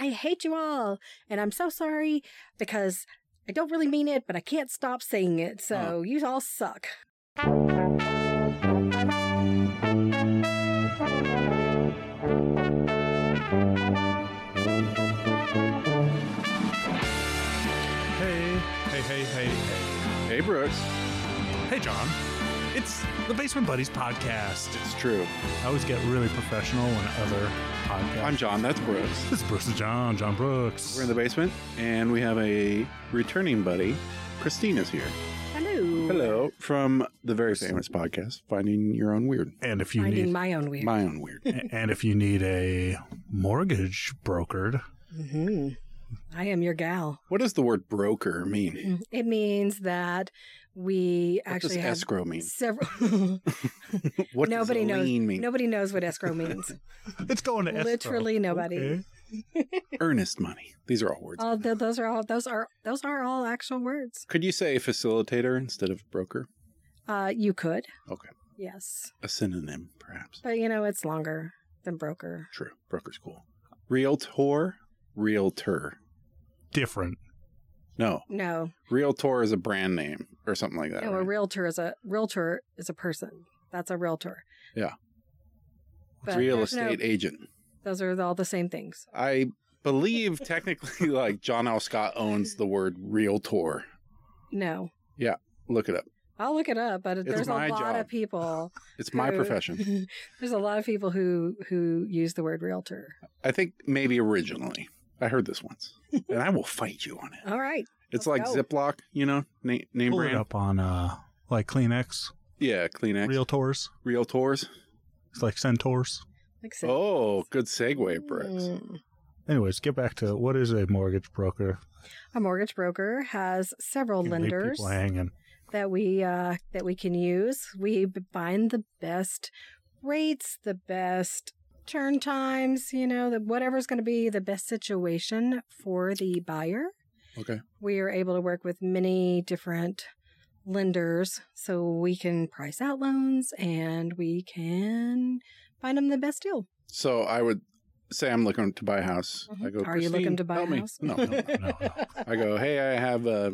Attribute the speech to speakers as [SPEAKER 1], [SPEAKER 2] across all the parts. [SPEAKER 1] I hate you all and I'm so sorry because I don't really mean it, but I can't stop saying it. So
[SPEAKER 2] Huh.
[SPEAKER 1] you all suck.
[SPEAKER 3] Hey, hey, hey, hey, hey.
[SPEAKER 2] Hey, Brooks.
[SPEAKER 3] Hey, John. It's the Basement Buddies podcast.
[SPEAKER 2] It's true.
[SPEAKER 3] I always get really professional when other podcasts.
[SPEAKER 2] I'm John. That's Brooks.
[SPEAKER 3] this is Brooks and John, John Brooks.
[SPEAKER 2] We're in the basement, and we have a returning buddy. Christina's here.
[SPEAKER 1] Hello.
[SPEAKER 2] Hello. From the very famous podcast, Finding Your Own Weird.
[SPEAKER 3] and if you
[SPEAKER 1] Finding
[SPEAKER 3] need
[SPEAKER 1] my own weird.
[SPEAKER 2] My Own Weird.
[SPEAKER 3] and if you need a mortgage brokered,
[SPEAKER 1] hmm I am your gal.
[SPEAKER 2] What does the word broker mean?
[SPEAKER 1] It means that we
[SPEAKER 2] What does
[SPEAKER 1] actually have
[SPEAKER 2] escrow mean?
[SPEAKER 1] several.
[SPEAKER 2] What
[SPEAKER 1] nobody
[SPEAKER 2] does
[SPEAKER 1] knows.
[SPEAKER 2] lien mean?
[SPEAKER 1] Nobody knows what escrow means.
[SPEAKER 3] it's going to escrow.
[SPEAKER 1] Literally nobody.
[SPEAKER 3] Okay.
[SPEAKER 2] Earnest money. These are all words.
[SPEAKER 1] Oh, th- those are all. Those are those are all actual words.
[SPEAKER 2] Could you say facilitator instead of broker?
[SPEAKER 1] Uh, you could.
[SPEAKER 2] Okay.
[SPEAKER 1] Yes,
[SPEAKER 2] A synonym, perhaps.
[SPEAKER 1] but you know it's longer than broker.
[SPEAKER 2] True. Broker's cool. Realtor? Realtor.
[SPEAKER 3] Different.
[SPEAKER 2] No.
[SPEAKER 1] No,
[SPEAKER 2] Realtor is a brand name or something like that.
[SPEAKER 1] no. A
[SPEAKER 2] right?
[SPEAKER 1] realtor is a realtor is a person. That's a realtor.
[SPEAKER 2] Yeah.
[SPEAKER 1] But
[SPEAKER 2] Real
[SPEAKER 1] there's no-
[SPEAKER 2] estate agent.
[SPEAKER 1] those are all the same things.
[SPEAKER 2] I believe technically, like John L. Scott owns the word realtor.
[SPEAKER 1] No,
[SPEAKER 2] Look it up.
[SPEAKER 1] I'll look it up. But there's a
[SPEAKER 2] my
[SPEAKER 1] lot
[SPEAKER 2] job.
[SPEAKER 1] of people.
[SPEAKER 2] It's my
[SPEAKER 1] who-
[SPEAKER 2] profession.
[SPEAKER 1] there's a lot of people who who use the word realtor.
[SPEAKER 2] I think maybe originally I heard this once, and I will fight you on it.
[SPEAKER 1] All right.
[SPEAKER 2] It's like
[SPEAKER 1] Let's go.
[SPEAKER 2] Ziploc, you know, na- name
[SPEAKER 3] Pull it
[SPEAKER 2] brand.
[SPEAKER 3] up on uh, like Kleenex,
[SPEAKER 2] Yeah, Kleenex,
[SPEAKER 3] Realtors.
[SPEAKER 2] realtors.
[SPEAKER 3] It's like Centaurs.
[SPEAKER 1] Like so-
[SPEAKER 2] Oh, good segue, Brooks.
[SPEAKER 1] Mm.
[SPEAKER 3] Anyways, get back to what is a mortgage broker?
[SPEAKER 1] A mortgage broker has several
[SPEAKER 3] You leave
[SPEAKER 1] lenders
[SPEAKER 3] people hanging.
[SPEAKER 1] that we uh, that we can use. We b- find the best rates, the best turn times. You know, the, whatever's going to be the best situation for the buyer.
[SPEAKER 2] Okay.
[SPEAKER 1] We are able to work with many different lenders, so we can price out loans and we can find them the best deal.
[SPEAKER 2] So I would say I'm looking to buy a house.
[SPEAKER 1] Mhm.
[SPEAKER 2] I go.
[SPEAKER 1] Are you looking
[SPEAKER 2] "Christine,
[SPEAKER 1] to buy
[SPEAKER 2] help
[SPEAKER 1] a
[SPEAKER 2] me."
[SPEAKER 1] house?
[SPEAKER 2] No, no, no.
[SPEAKER 3] no, no.
[SPEAKER 2] I go. Hey, I have. Uh,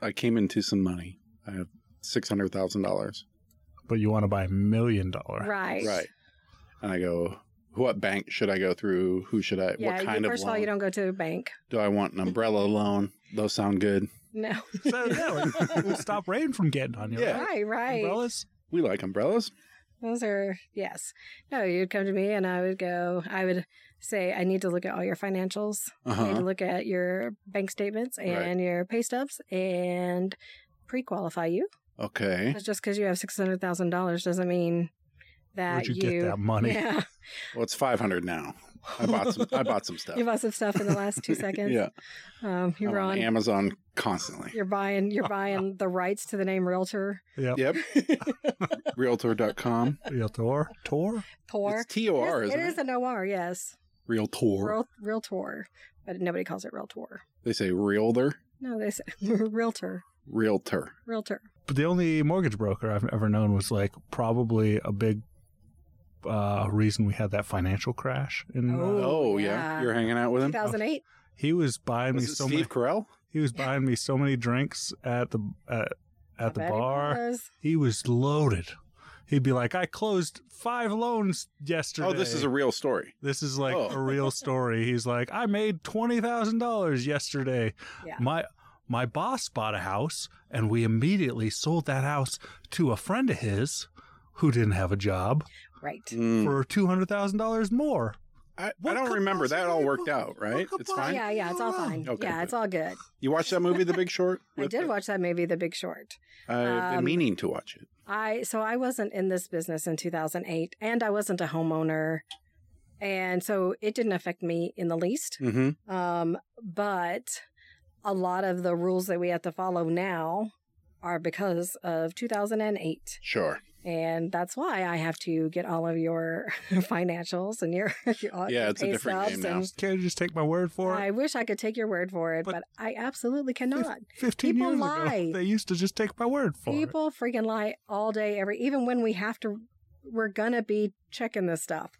[SPEAKER 2] I came into some money. I have six hundred thousand dollars.
[SPEAKER 3] But you want to buy a million dollar.
[SPEAKER 1] right.
[SPEAKER 2] Right. And I go, what bank should I go through? Who should I?
[SPEAKER 1] Yeah.
[SPEAKER 2] what
[SPEAKER 1] you-
[SPEAKER 2] kind of
[SPEAKER 1] first
[SPEAKER 2] loan?
[SPEAKER 1] of all, you don't go to a bank.
[SPEAKER 2] Do I want an umbrella loan? Those sound good.
[SPEAKER 1] No.
[SPEAKER 3] So, yeah, it would stop rain from getting on you.
[SPEAKER 2] Yeah.
[SPEAKER 3] right?
[SPEAKER 1] Right. Right.
[SPEAKER 3] Umbrellas?
[SPEAKER 2] We like umbrellas.
[SPEAKER 1] Those are, yes. No, you'd come to me and I would go, I would say, I need to look at all your financials.
[SPEAKER 2] Uh
[SPEAKER 1] I need to
[SPEAKER 2] huh.
[SPEAKER 1] look at your bank statements
[SPEAKER 2] Right.
[SPEAKER 1] and your pay stubs and pre qualify you.
[SPEAKER 2] Okay.
[SPEAKER 1] 'Cause Just because you have $600,000 doesn't mean that
[SPEAKER 3] Where'd you, get that money?
[SPEAKER 1] Yeah.
[SPEAKER 2] Well, it's five hundred now. I bought some. I bought some stuff.
[SPEAKER 1] you bought some stuff in the last two seconds.
[SPEAKER 2] yeah.
[SPEAKER 1] Um,
[SPEAKER 2] I'm
[SPEAKER 1] you're
[SPEAKER 2] on
[SPEAKER 1] on.
[SPEAKER 2] Amazon constantly.
[SPEAKER 1] You're buying. You're buying the rights to the name Realtor.
[SPEAKER 3] Yep.
[SPEAKER 2] Yep. Realtor.com.
[SPEAKER 3] Realtor. Tor?
[SPEAKER 1] Tor.
[SPEAKER 2] It's T O R,
[SPEAKER 1] It is-
[SPEAKER 2] isn't
[SPEAKER 1] it is an OR. Yes.
[SPEAKER 2] Realtor.
[SPEAKER 1] Real, Realtor, but nobody calls it Realtor.
[SPEAKER 2] they say realtor.
[SPEAKER 1] No, they say Realtor.
[SPEAKER 2] Realtor.
[SPEAKER 1] Realtor.
[SPEAKER 3] But the only mortgage broker I've ever known was like probably a big uh, reason we had that financial crash. And uh,
[SPEAKER 2] Oh,
[SPEAKER 1] Oh,
[SPEAKER 2] yeah.
[SPEAKER 1] yeah.
[SPEAKER 2] You're hanging out with him.
[SPEAKER 1] 2008.
[SPEAKER 3] he was buying
[SPEAKER 2] Was
[SPEAKER 3] me
[SPEAKER 2] it
[SPEAKER 3] so many.
[SPEAKER 2] Steve Carell?
[SPEAKER 3] He was buying me so many drinks at the at,
[SPEAKER 1] I
[SPEAKER 3] at the
[SPEAKER 1] bet it
[SPEAKER 3] bar.
[SPEAKER 1] was.
[SPEAKER 3] He was loaded. He'd be like, "I closed five loans yesterday."
[SPEAKER 2] Oh, this is a real story.
[SPEAKER 3] This is like
[SPEAKER 2] Oh.
[SPEAKER 3] a real story. He's like, I made twenty thousand dollars yesterday.
[SPEAKER 1] Yeah.
[SPEAKER 3] My my boss bought a house, and we immediately sold that house to a friend of his who didn't have a job
[SPEAKER 1] Right.
[SPEAKER 2] Mm.
[SPEAKER 3] for two hundred thousand dollars more.
[SPEAKER 2] I, I
[SPEAKER 3] What
[SPEAKER 2] don't
[SPEAKER 3] could
[SPEAKER 2] remember. That all
[SPEAKER 3] possibly
[SPEAKER 2] worked
[SPEAKER 3] go-
[SPEAKER 2] out, right?
[SPEAKER 3] could
[SPEAKER 2] It's fine.
[SPEAKER 1] Oh, Yeah, yeah, it's all fine.
[SPEAKER 2] Okay,
[SPEAKER 1] yeah,
[SPEAKER 2] good.
[SPEAKER 1] it's all good.
[SPEAKER 2] You watched that movie, The Big Short?
[SPEAKER 1] I
[SPEAKER 2] with
[SPEAKER 1] did
[SPEAKER 2] the-
[SPEAKER 1] watch that movie, The Big Short.
[SPEAKER 2] I've been
[SPEAKER 1] um,
[SPEAKER 2] meaning to watch it.
[SPEAKER 1] I so I wasn't in this business in 2008, and I wasn't a homeowner, and so it didn't affect me in the least.
[SPEAKER 2] Mm-hmm.
[SPEAKER 1] Um, but a lot of the rules that we have to follow now are because of 2008.
[SPEAKER 2] Sure.
[SPEAKER 1] And that's why I have to get all of your financials and your, your
[SPEAKER 2] Yeah, it's a
[SPEAKER 1] pay
[SPEAKER 2] different game
[SPEAKER 1] stubs
[SPEAKER 2] now.
[SPEAKER 1] and
[SPEAKER 3] Can't you just take my word for it?
[SPEAKER 1] I wish I could take your word for it,
[SPEAKER 3] But-
[SPEAKER 1] but, I absolutely cannot.
[SPEAKER 3] Fifteen
[SPEAKER 1] people
[SPEAKER 3] years
[SPEAKER 1] lie.
[SPEAKER 3] ago, they used to just take my word for it.
[SPEAKER 1] People freaking lie all day, every even when we have to, we're gonna be checking this stuff,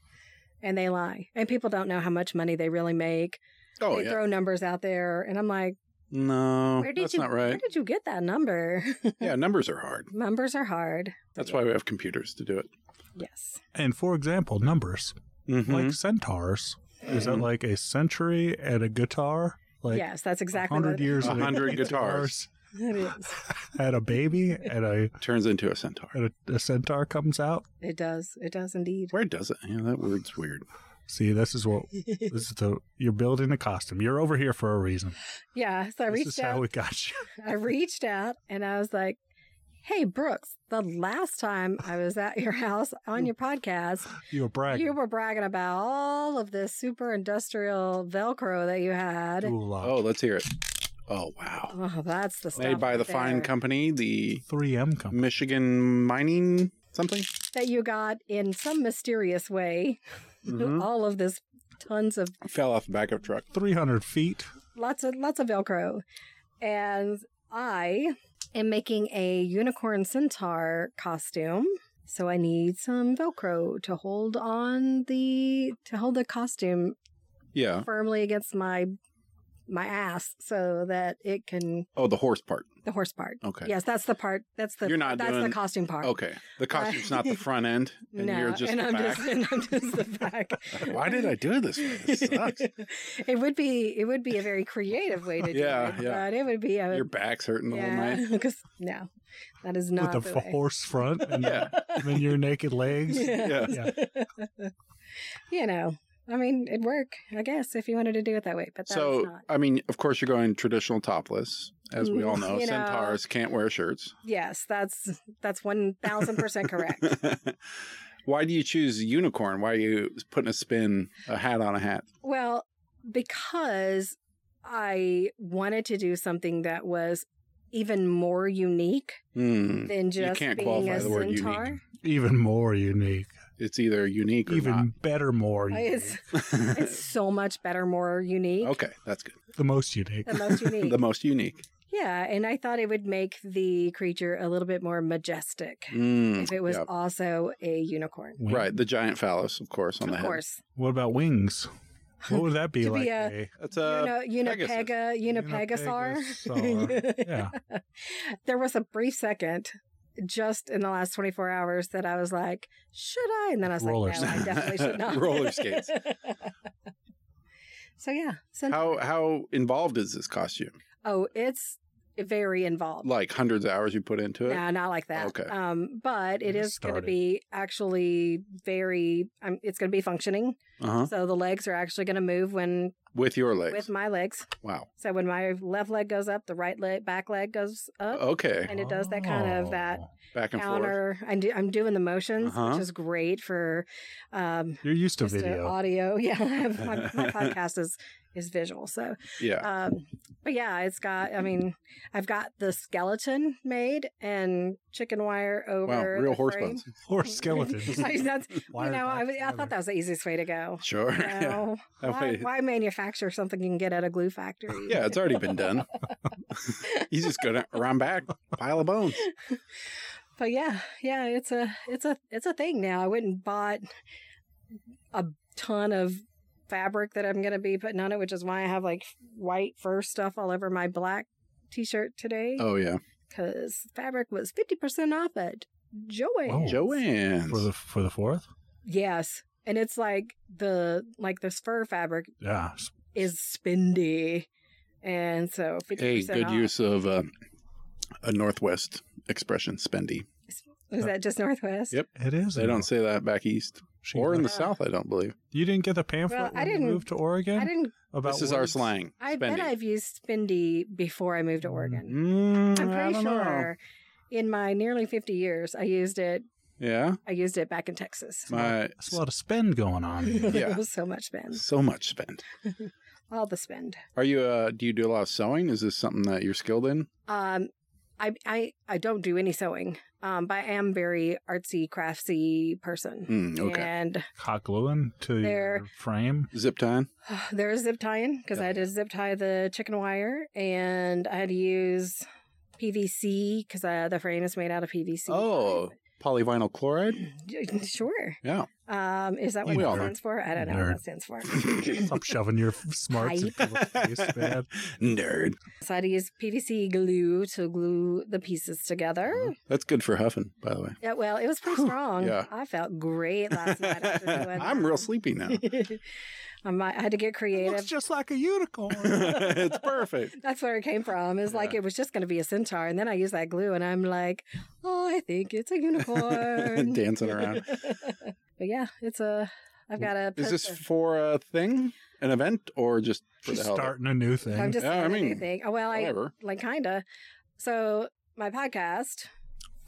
[SPEAKER 1] and they lie. And people don't know how much money they really make.
[SPEAKER 2] Oh
[SPEAKER 1] they
[SPEAKER 2] yeah.
[SPEAKER 1] throw numbers out there, and I'm like,
[SPEAKER 2] no,
[SPEAKER 1] where did
[SPEAKER 2] that's
[SPEAKER 1] you?
[SPEAKER 2] not
[SPEAKER 1] Where
[SPEAKER 2] right.
[SPEAKER 1] did you get that number?
[SPEAKER 2] Yeah, numbers are hard.
[SPEAKER 1] Numbers are hard.
[SPEAKER 2] That's why we have computers to do it.
[SPEAKER 1] Yes.
[SPEAKER 3] And for example, numbers
[SPEAKER 2] Mhm.
[SPEAKER 3] like centaurs. Is
[SPEAKER 2] Mm-hmm. Hmm.
[SPEAKER 3] that like a century and a guitar? Like
[SPEAKER 1] yes, that's exactly what
[SPEAKER 3] hundred years,
[SPEAKER 2] A
[SPEAKER 3] and
[SPEAKER 2] hundred guitars.
[SPEAKER 1] it is.
[SPEAKER 3] and a baby, and a
[SPEAKER 2] Turns into a centaur.
[SPEAKER 3] and a, a centaur comes out.
[SPEAKER 1] It does. It does indeed.
[SPEAKER 2] Where does it? Yeah, that word's weird.
[SPEAKER 3] See, this is what this is the you're building a costume. You're over here for a reason.
[SPEAKER 1] yeah. So I
[SPEAKER 3] this
[SPEAKER 1] reached
[SPEAKER 3] is how
[SPEAKER 1] out.
[SPEAKER 3] we got you.
[SPEAKER 1] I reached out and I was like, "Hey, Brooks, the last time I was at your house on your podcast,
[SPEAKER 3] You were bragging.
[SPEAKER 1] you were bragging about all of this super industrial Velcro that you had.
[SPEAKER 3] Ooh, la.
[SPEAKER 2] Oh, let's hear it. Oh wow.
[SPEAKER 1] Oh, that's the stuff
[SPEAKER 2] Made by the
[SPEAKER 1] right
[SPEAKER 2] fine
[SPEAKER 1] there
[SPEAKER 2] company, the
[SPEAKER 3] 3M company.
[SPEAKER 2] Michigan Mining something.
[SPEAKER 1] that you got in some mysterious way.
[SPEAKER 2] Mhm.
[SPEAKER 1] all of this, tons of
[SPEAKER 2] Fell off the back of a truck.
[SPEAKER 3] 300 feet.
[SPEAKER 1] lots of lots of Velcro, and I am making a unicorn centaur costume. So I need some Velcro to hold on the to hold the costume
[SPEAKER 2] Yeah.
[SPEAKER 1] firmly against my my ass so that it can
[SPEAKER 2] Oh, the horse part.
[SPEAKER 1] the horse part.
[SPEAKER 2] Okay.
[SPEAKER 1] Yes, that's the part. That's the
[SPEAKER 2] You're not
[SPEAKER 1] that's the
[SPEAKER 2] doing-
[SPEAKER 1] costume part.
[SPEAKER 2] Okay. The costume's not the front end, and
[SPEAKER 1] Uh, no,
[SPEAKER 2] you're just
[SPEAKER 1] and
[SPEAKER 2] the
[SPEAKER 1] I'm
[SPEAKER 2] back.
[SPEAKER 1] just and I'm just the back.
[SPEAKER 2] Why did I do this? way? This sucks.
[SPEAKER 1] it would be it would be a very creative way to do
[SPEAKER 2] Yeah,
[SPEAKER 1] it,
[SPEAKER 2] yeah.
[SPEAKER 1] but it would be a
[SPEAKER 2] Your back's hurting the whole
[SPEAKER 1] yeah
[SPEAKER 2] night.
[SPEAKER 1] because no, that is not
[SPEAKER 3] with
[SPEAKER 1] the,
[SPEAKER 3] a
[SPEAKER 1] way.
[SPEAKER 3] horse front and,
[SPEAKER 2] Yeah.
[SPEAKER 3] then your naked legs.
[SPEAKER 1] Yeah.
[SPEAKER 3] Yeah.
[SPEAKER 1] you know, I mean, it'd work, I guess, if you wanted to do it that way. But that's
[SPEAKER 2] So,
[SPEAKER 1] not. Mm-hmm.
[SPEAKER 2] I mean, of course, you're going traditional topless, as we all know.
[SPEAKER 1] You know.
[SPEAKER 2] Centaurs can't wear shirts.
[SPEAKER 1] Yes, that's that's one thousand percent correct.
[SPEAKER 2] Why do you choose unicorn? Why are you putting a spin, a hat on a hat?
[SPEAKER 1] Well, because I wanted to do something that was even more unique
[SPEAKER 2] Hmm.
[SPEAKER 1] than just
[SPEAKER 2] can't
[SPEAKER 1] being
[SPEAKER 2] qualify
[SPEAKER 1] a
[SPEAKER 2] the word unique.
[SPEAKER 1] centaur.
[SPEAKER 3] Even more unique.
[SPEAKER 2] It's either unique or
[SPEAKER 3] Even better, more
[SPEAKER 1] Uh,
[SPEAKER 3] unique.
[SPEAKER 1] It's it's so much better, more unique.
[SPEAKER 2] okay, that's good.
[SPEAKER 3] the most unique.
[SPEAKER 1] The most unique.
[SPEAKER 2] the most unique.
[SPEAKER 1] yeah, and I thought it would make the creature a little bit more majestic
[SPEAKER 2] Hmm.
[SPEAKER 1] if it was
[SPEAKER 2] yeah.
[SPEAKER 1] also a unicorn.
[SPEAKER 3] Wing-
[SPEAKER 2] right. The giant phallus, of course, on
[SPEAKER 1] of
[SPEAKER 2] the head.
[SPEAKER 1] course.
[SPEAKER 3] What about wings? What would that be
[SPEAKER 1] To be
[SPEAKER 3] like?
[SPEAKER 1] a-
[SPEAKER 3] eh?
[SPEAKER 2] That's uh, a
[SPEAKER 1] you know, Unipega,
[SPEAKER 3] Pegasus.
[SPEAKER 1] Unipegasaur.
[SPEAKER 3] yeah.
[SPEAKER 1] there was a brief second just in the last 24 hours that I was like, should I? And then I was
[SPEAKER 3] Roller
[SPEAKER 1] like, no, I
[SPEAKER 2] skates.
[SPEAKER 1] definitely should not.
[SPEAKER 2] Roller skates.
[SPEAKER 1] so yeah. Cent-
[SPEAKER 2] how how involved is this costume?
[SPEAKER 1] oh, it's very involved.
[SPEAKER 2] Like hundreds of hours you put into it.
[SPEAKER 1] No, not like that.
[SPEAKER 2] Okay.
[SPEAKER 1] Um, but it
[SPEAKER 3] Just
[SPEAKER 1] is going to
[SPEAKER 3] started.
[SPEAKER 1] be actually very, um, it's going to be functioning.
[SPEAKER 2] Uh-huh.
[SPEAKER 1] So the legs are actually going to move when,
[SPEAKER 2] With your legs.
[SPEAKER 1] with my legs.
[SPEAKER 2] wow.
[SPEAKER 1] So when my left leg goes up, the right leg, back leg goes up.
[SPEAKER 2] Oh, Okay.
[SPEAKER 1] And it does that kind of that
[SPEAKER 3] Oh.
[SPEAKER 2] Back and forth.
[SPEAKER 1] counter. I'm, do, I'm doing the motions,
[SPEAKER 2] Uh-huh.
[SPEAKER 1] which is great for um,
[SPEAKER 3] You're used to
[SPEAKER 1] just a
[SPEAKER 3] video.
[SPEAKER 1] audio. Yeah, my, my podcast is is visual. So,
[SPEAKER 2] Yeah.
[SPEAKER 1] um, but yeah, it's got. I mean, I've got the skeleton made and chicken wire over
[SPEAKER 2] Wow. Real
[SPEAKER 1] the
[SPEAKER 2] horse
[SPEAKER 1] frame.
[SPEAKER 2] bones.
[SPEAKER 3] Or skeletons.
[SPEAKER 1] I, that's, you
[SPEAKER 3] Wired
[SPEAKER 1] know, I,
[SPEAKER 3] back
[SPEAKER 1] was- I
[SPEAKER 3] together.
[SPEAKER 1] thought that was the easiest way to go.
[SPEAKER 2] Sure.
[SPEAKER 1] You
[SPEAKER 2] Yeah.
[SPEAKER 1] know,
[SPEAKER 2] That
[SPEAKER 1] why,
[SPEAKER 2] way-
[SPEAKER 1] why manufacture something you can get at a glue factory?
[SPEAKER 2] Yeah, it's already been done. you just go down, around back, pile of bones.
[SPEAKER 1] but yeah, yeah, it's a it's a it's a thing now. I went and bought a ton of fabric that I'm gonna be putting on it, which is why I have like white fur stuff all over my black t-shirt today
[SPEAKER 2] Oh yeah.
[SPEAKER 1] because fabric was fifty percent off at
[SPEAKER 3] Whoa.
[SPEAKER 1] Joanne's.
[SPEAKER 2] Joanne's.
[SPEAKER 3] Oh, for the for the fourth?
[SPEAKER 1] Yes, and it's like the like this fur fabric
[SPEAKER 3] Yeah.
[SPEAKER 1] is spindy, and so fifty
[SPEAKER 2] hey,
[SPEAKER 1] percent
[SPEAKER 2] good
[SPEAKER 1] off.
[SPEAKER 2] use of uh, a Northwest expression, spendy.
[SPEAKER 1] Was that just Northwest?
[SPEAKER 2] Yep.
[SPEAKER 3] It is.
[SPEAKER 2] They
[SPEAKER 3] a-
[SPEAKER 2] don't say that back east
[SPEAKER 3] she-
[SPEAKER 2] or in the
[SPEAKER 1] Yeah.
[SPEAKER 2] South, I don't believe.
[SPEAKER 3] You didn't get the pamphlet
[SPEAKER 1] Well, I
[SPEAKER 3] when you
[SPEAKER 1] didn't-
[SPEAKER 3] moved to Oregon?
[SPEAKER 1] I didn't.
[SPEAKER 3] about
[SPEAKER 2] this is our
[SPEAKER 3] words?
[SPEAKER 2] slang.
[SPEAKER 1] I
[SPEAKER 2] spendy.
[SPEAKER 1] bet I've used spindy before I moved to Oregon.
[SPEAKER 2] Mm,
[SPEAKER 1] I'm
[SPEAKER 2] I
[SPEAKER 1] pretty
[SPEAKER 2] don't know.
[SPEAKER 1] sure in my nearly 50 years, I used it.
[SPEAKER 2] Yeah.
[SPEAKER 1] I used it back in Texas.
[SPEAKER 2] My
[SPEAKER 3] That's a lot of spend going on. here.
[SPEAKER 2] yeah.
[SPEAKER 1] so much spend.
[SPEAKER 2] so much spend.
[SPEAKER 1] All the spend.
[SPEAKER 2] Are you uh do you do a lot of sewing? Is this something that you're skilled in?
[SPEAKER 1] Um, I, I, I don't do any sewing, um, but I am very artsy, craftsy person.
[SPEAKER 2] Mm, okay.
[SPEAKER 1] And
[SPEAKER 3] Hot gluing to
[SPEAKER 1] There.
[SPEAKER 3] your frame.
[SPEAKER 2] Zip tying?
[SPEAKER 1] there is zip tying because
[SPEAKER 2] Yeah.
[SPEAKER 1] I had to zip tie the chicken wire uh, and I had to use PVC because the frame is made out of PVC.
[SPEAKER 2] Oh, polyvinyl chloride.
[SPEAKER 1] Sure.
[SPEAKER 2] Yeah.
[SPEAKER 1] Um, is that what
[SPEAKER 2] You
[SPEAKER 1] that
[SPEAKER 2] nerd.
[SPEAKER 1] stands for? I don't know what
[SPEAKER 3] Nerd.
[SPEAKER 1] that stands for.
[SPEAKER 3] Stop shoving your smarts in people's face, man.
[SPEAKER 2] Nerd.
[SPEAKER 1] So I had to use PVC glue to glue the pieces together.
[SPEAKER 2] That's good for huffing, by the way.
[SPEAKER 1] Yeah, well, it was pretty
[SPEAKER 2] Mm-hmm. Whew.
[SPEAKER 1] strong.
[SPEAKER 2] Yeah.
[SPEAKER 1] I felt great last night. After doing
[SPEAKER 2] I'm
[SPEAKER 1] that.
[SPEAKER 2] real sleepy now.
[SPEAKER 1] I, might, I had to get
[SPEAKER 3] It looks
[SPEAKER 1] creative.
[SPEAKER 3] just like a unicorn.
[SPEAKER 2] it's perfect.
[SPEAKER 1] That's where it came from. It's like
[SPEAKER 2] Yeah.
[SPEAKER 1] it was just going to be a centaur, and then I used that glue, and I'm like, oh, I think it's a unicorn
[SPEAKER 2] Dancing around.
[SPEAKER 1] But yeah, it's a. I've got a.
[SPEAKER 2] Is this
[SPEAKER 1] poster.
[SPEAKER 2] for a thing, an event, or just for
[SPEAKER 3] She's
[SPEAKER 2] the hell? of it?
[SPEAKER 3] starting a new thing.
[SPEAKER 1] I'm just.
[SPEAKER 2] Yeah, I
[SPEAKER 1] I
[SPEAKER 2] mean,
[SPEAKER 1] mean, oh, well, I
[SPEAKER 2] Whatever.
[SPEAKER 1] like kinda. So my podcast,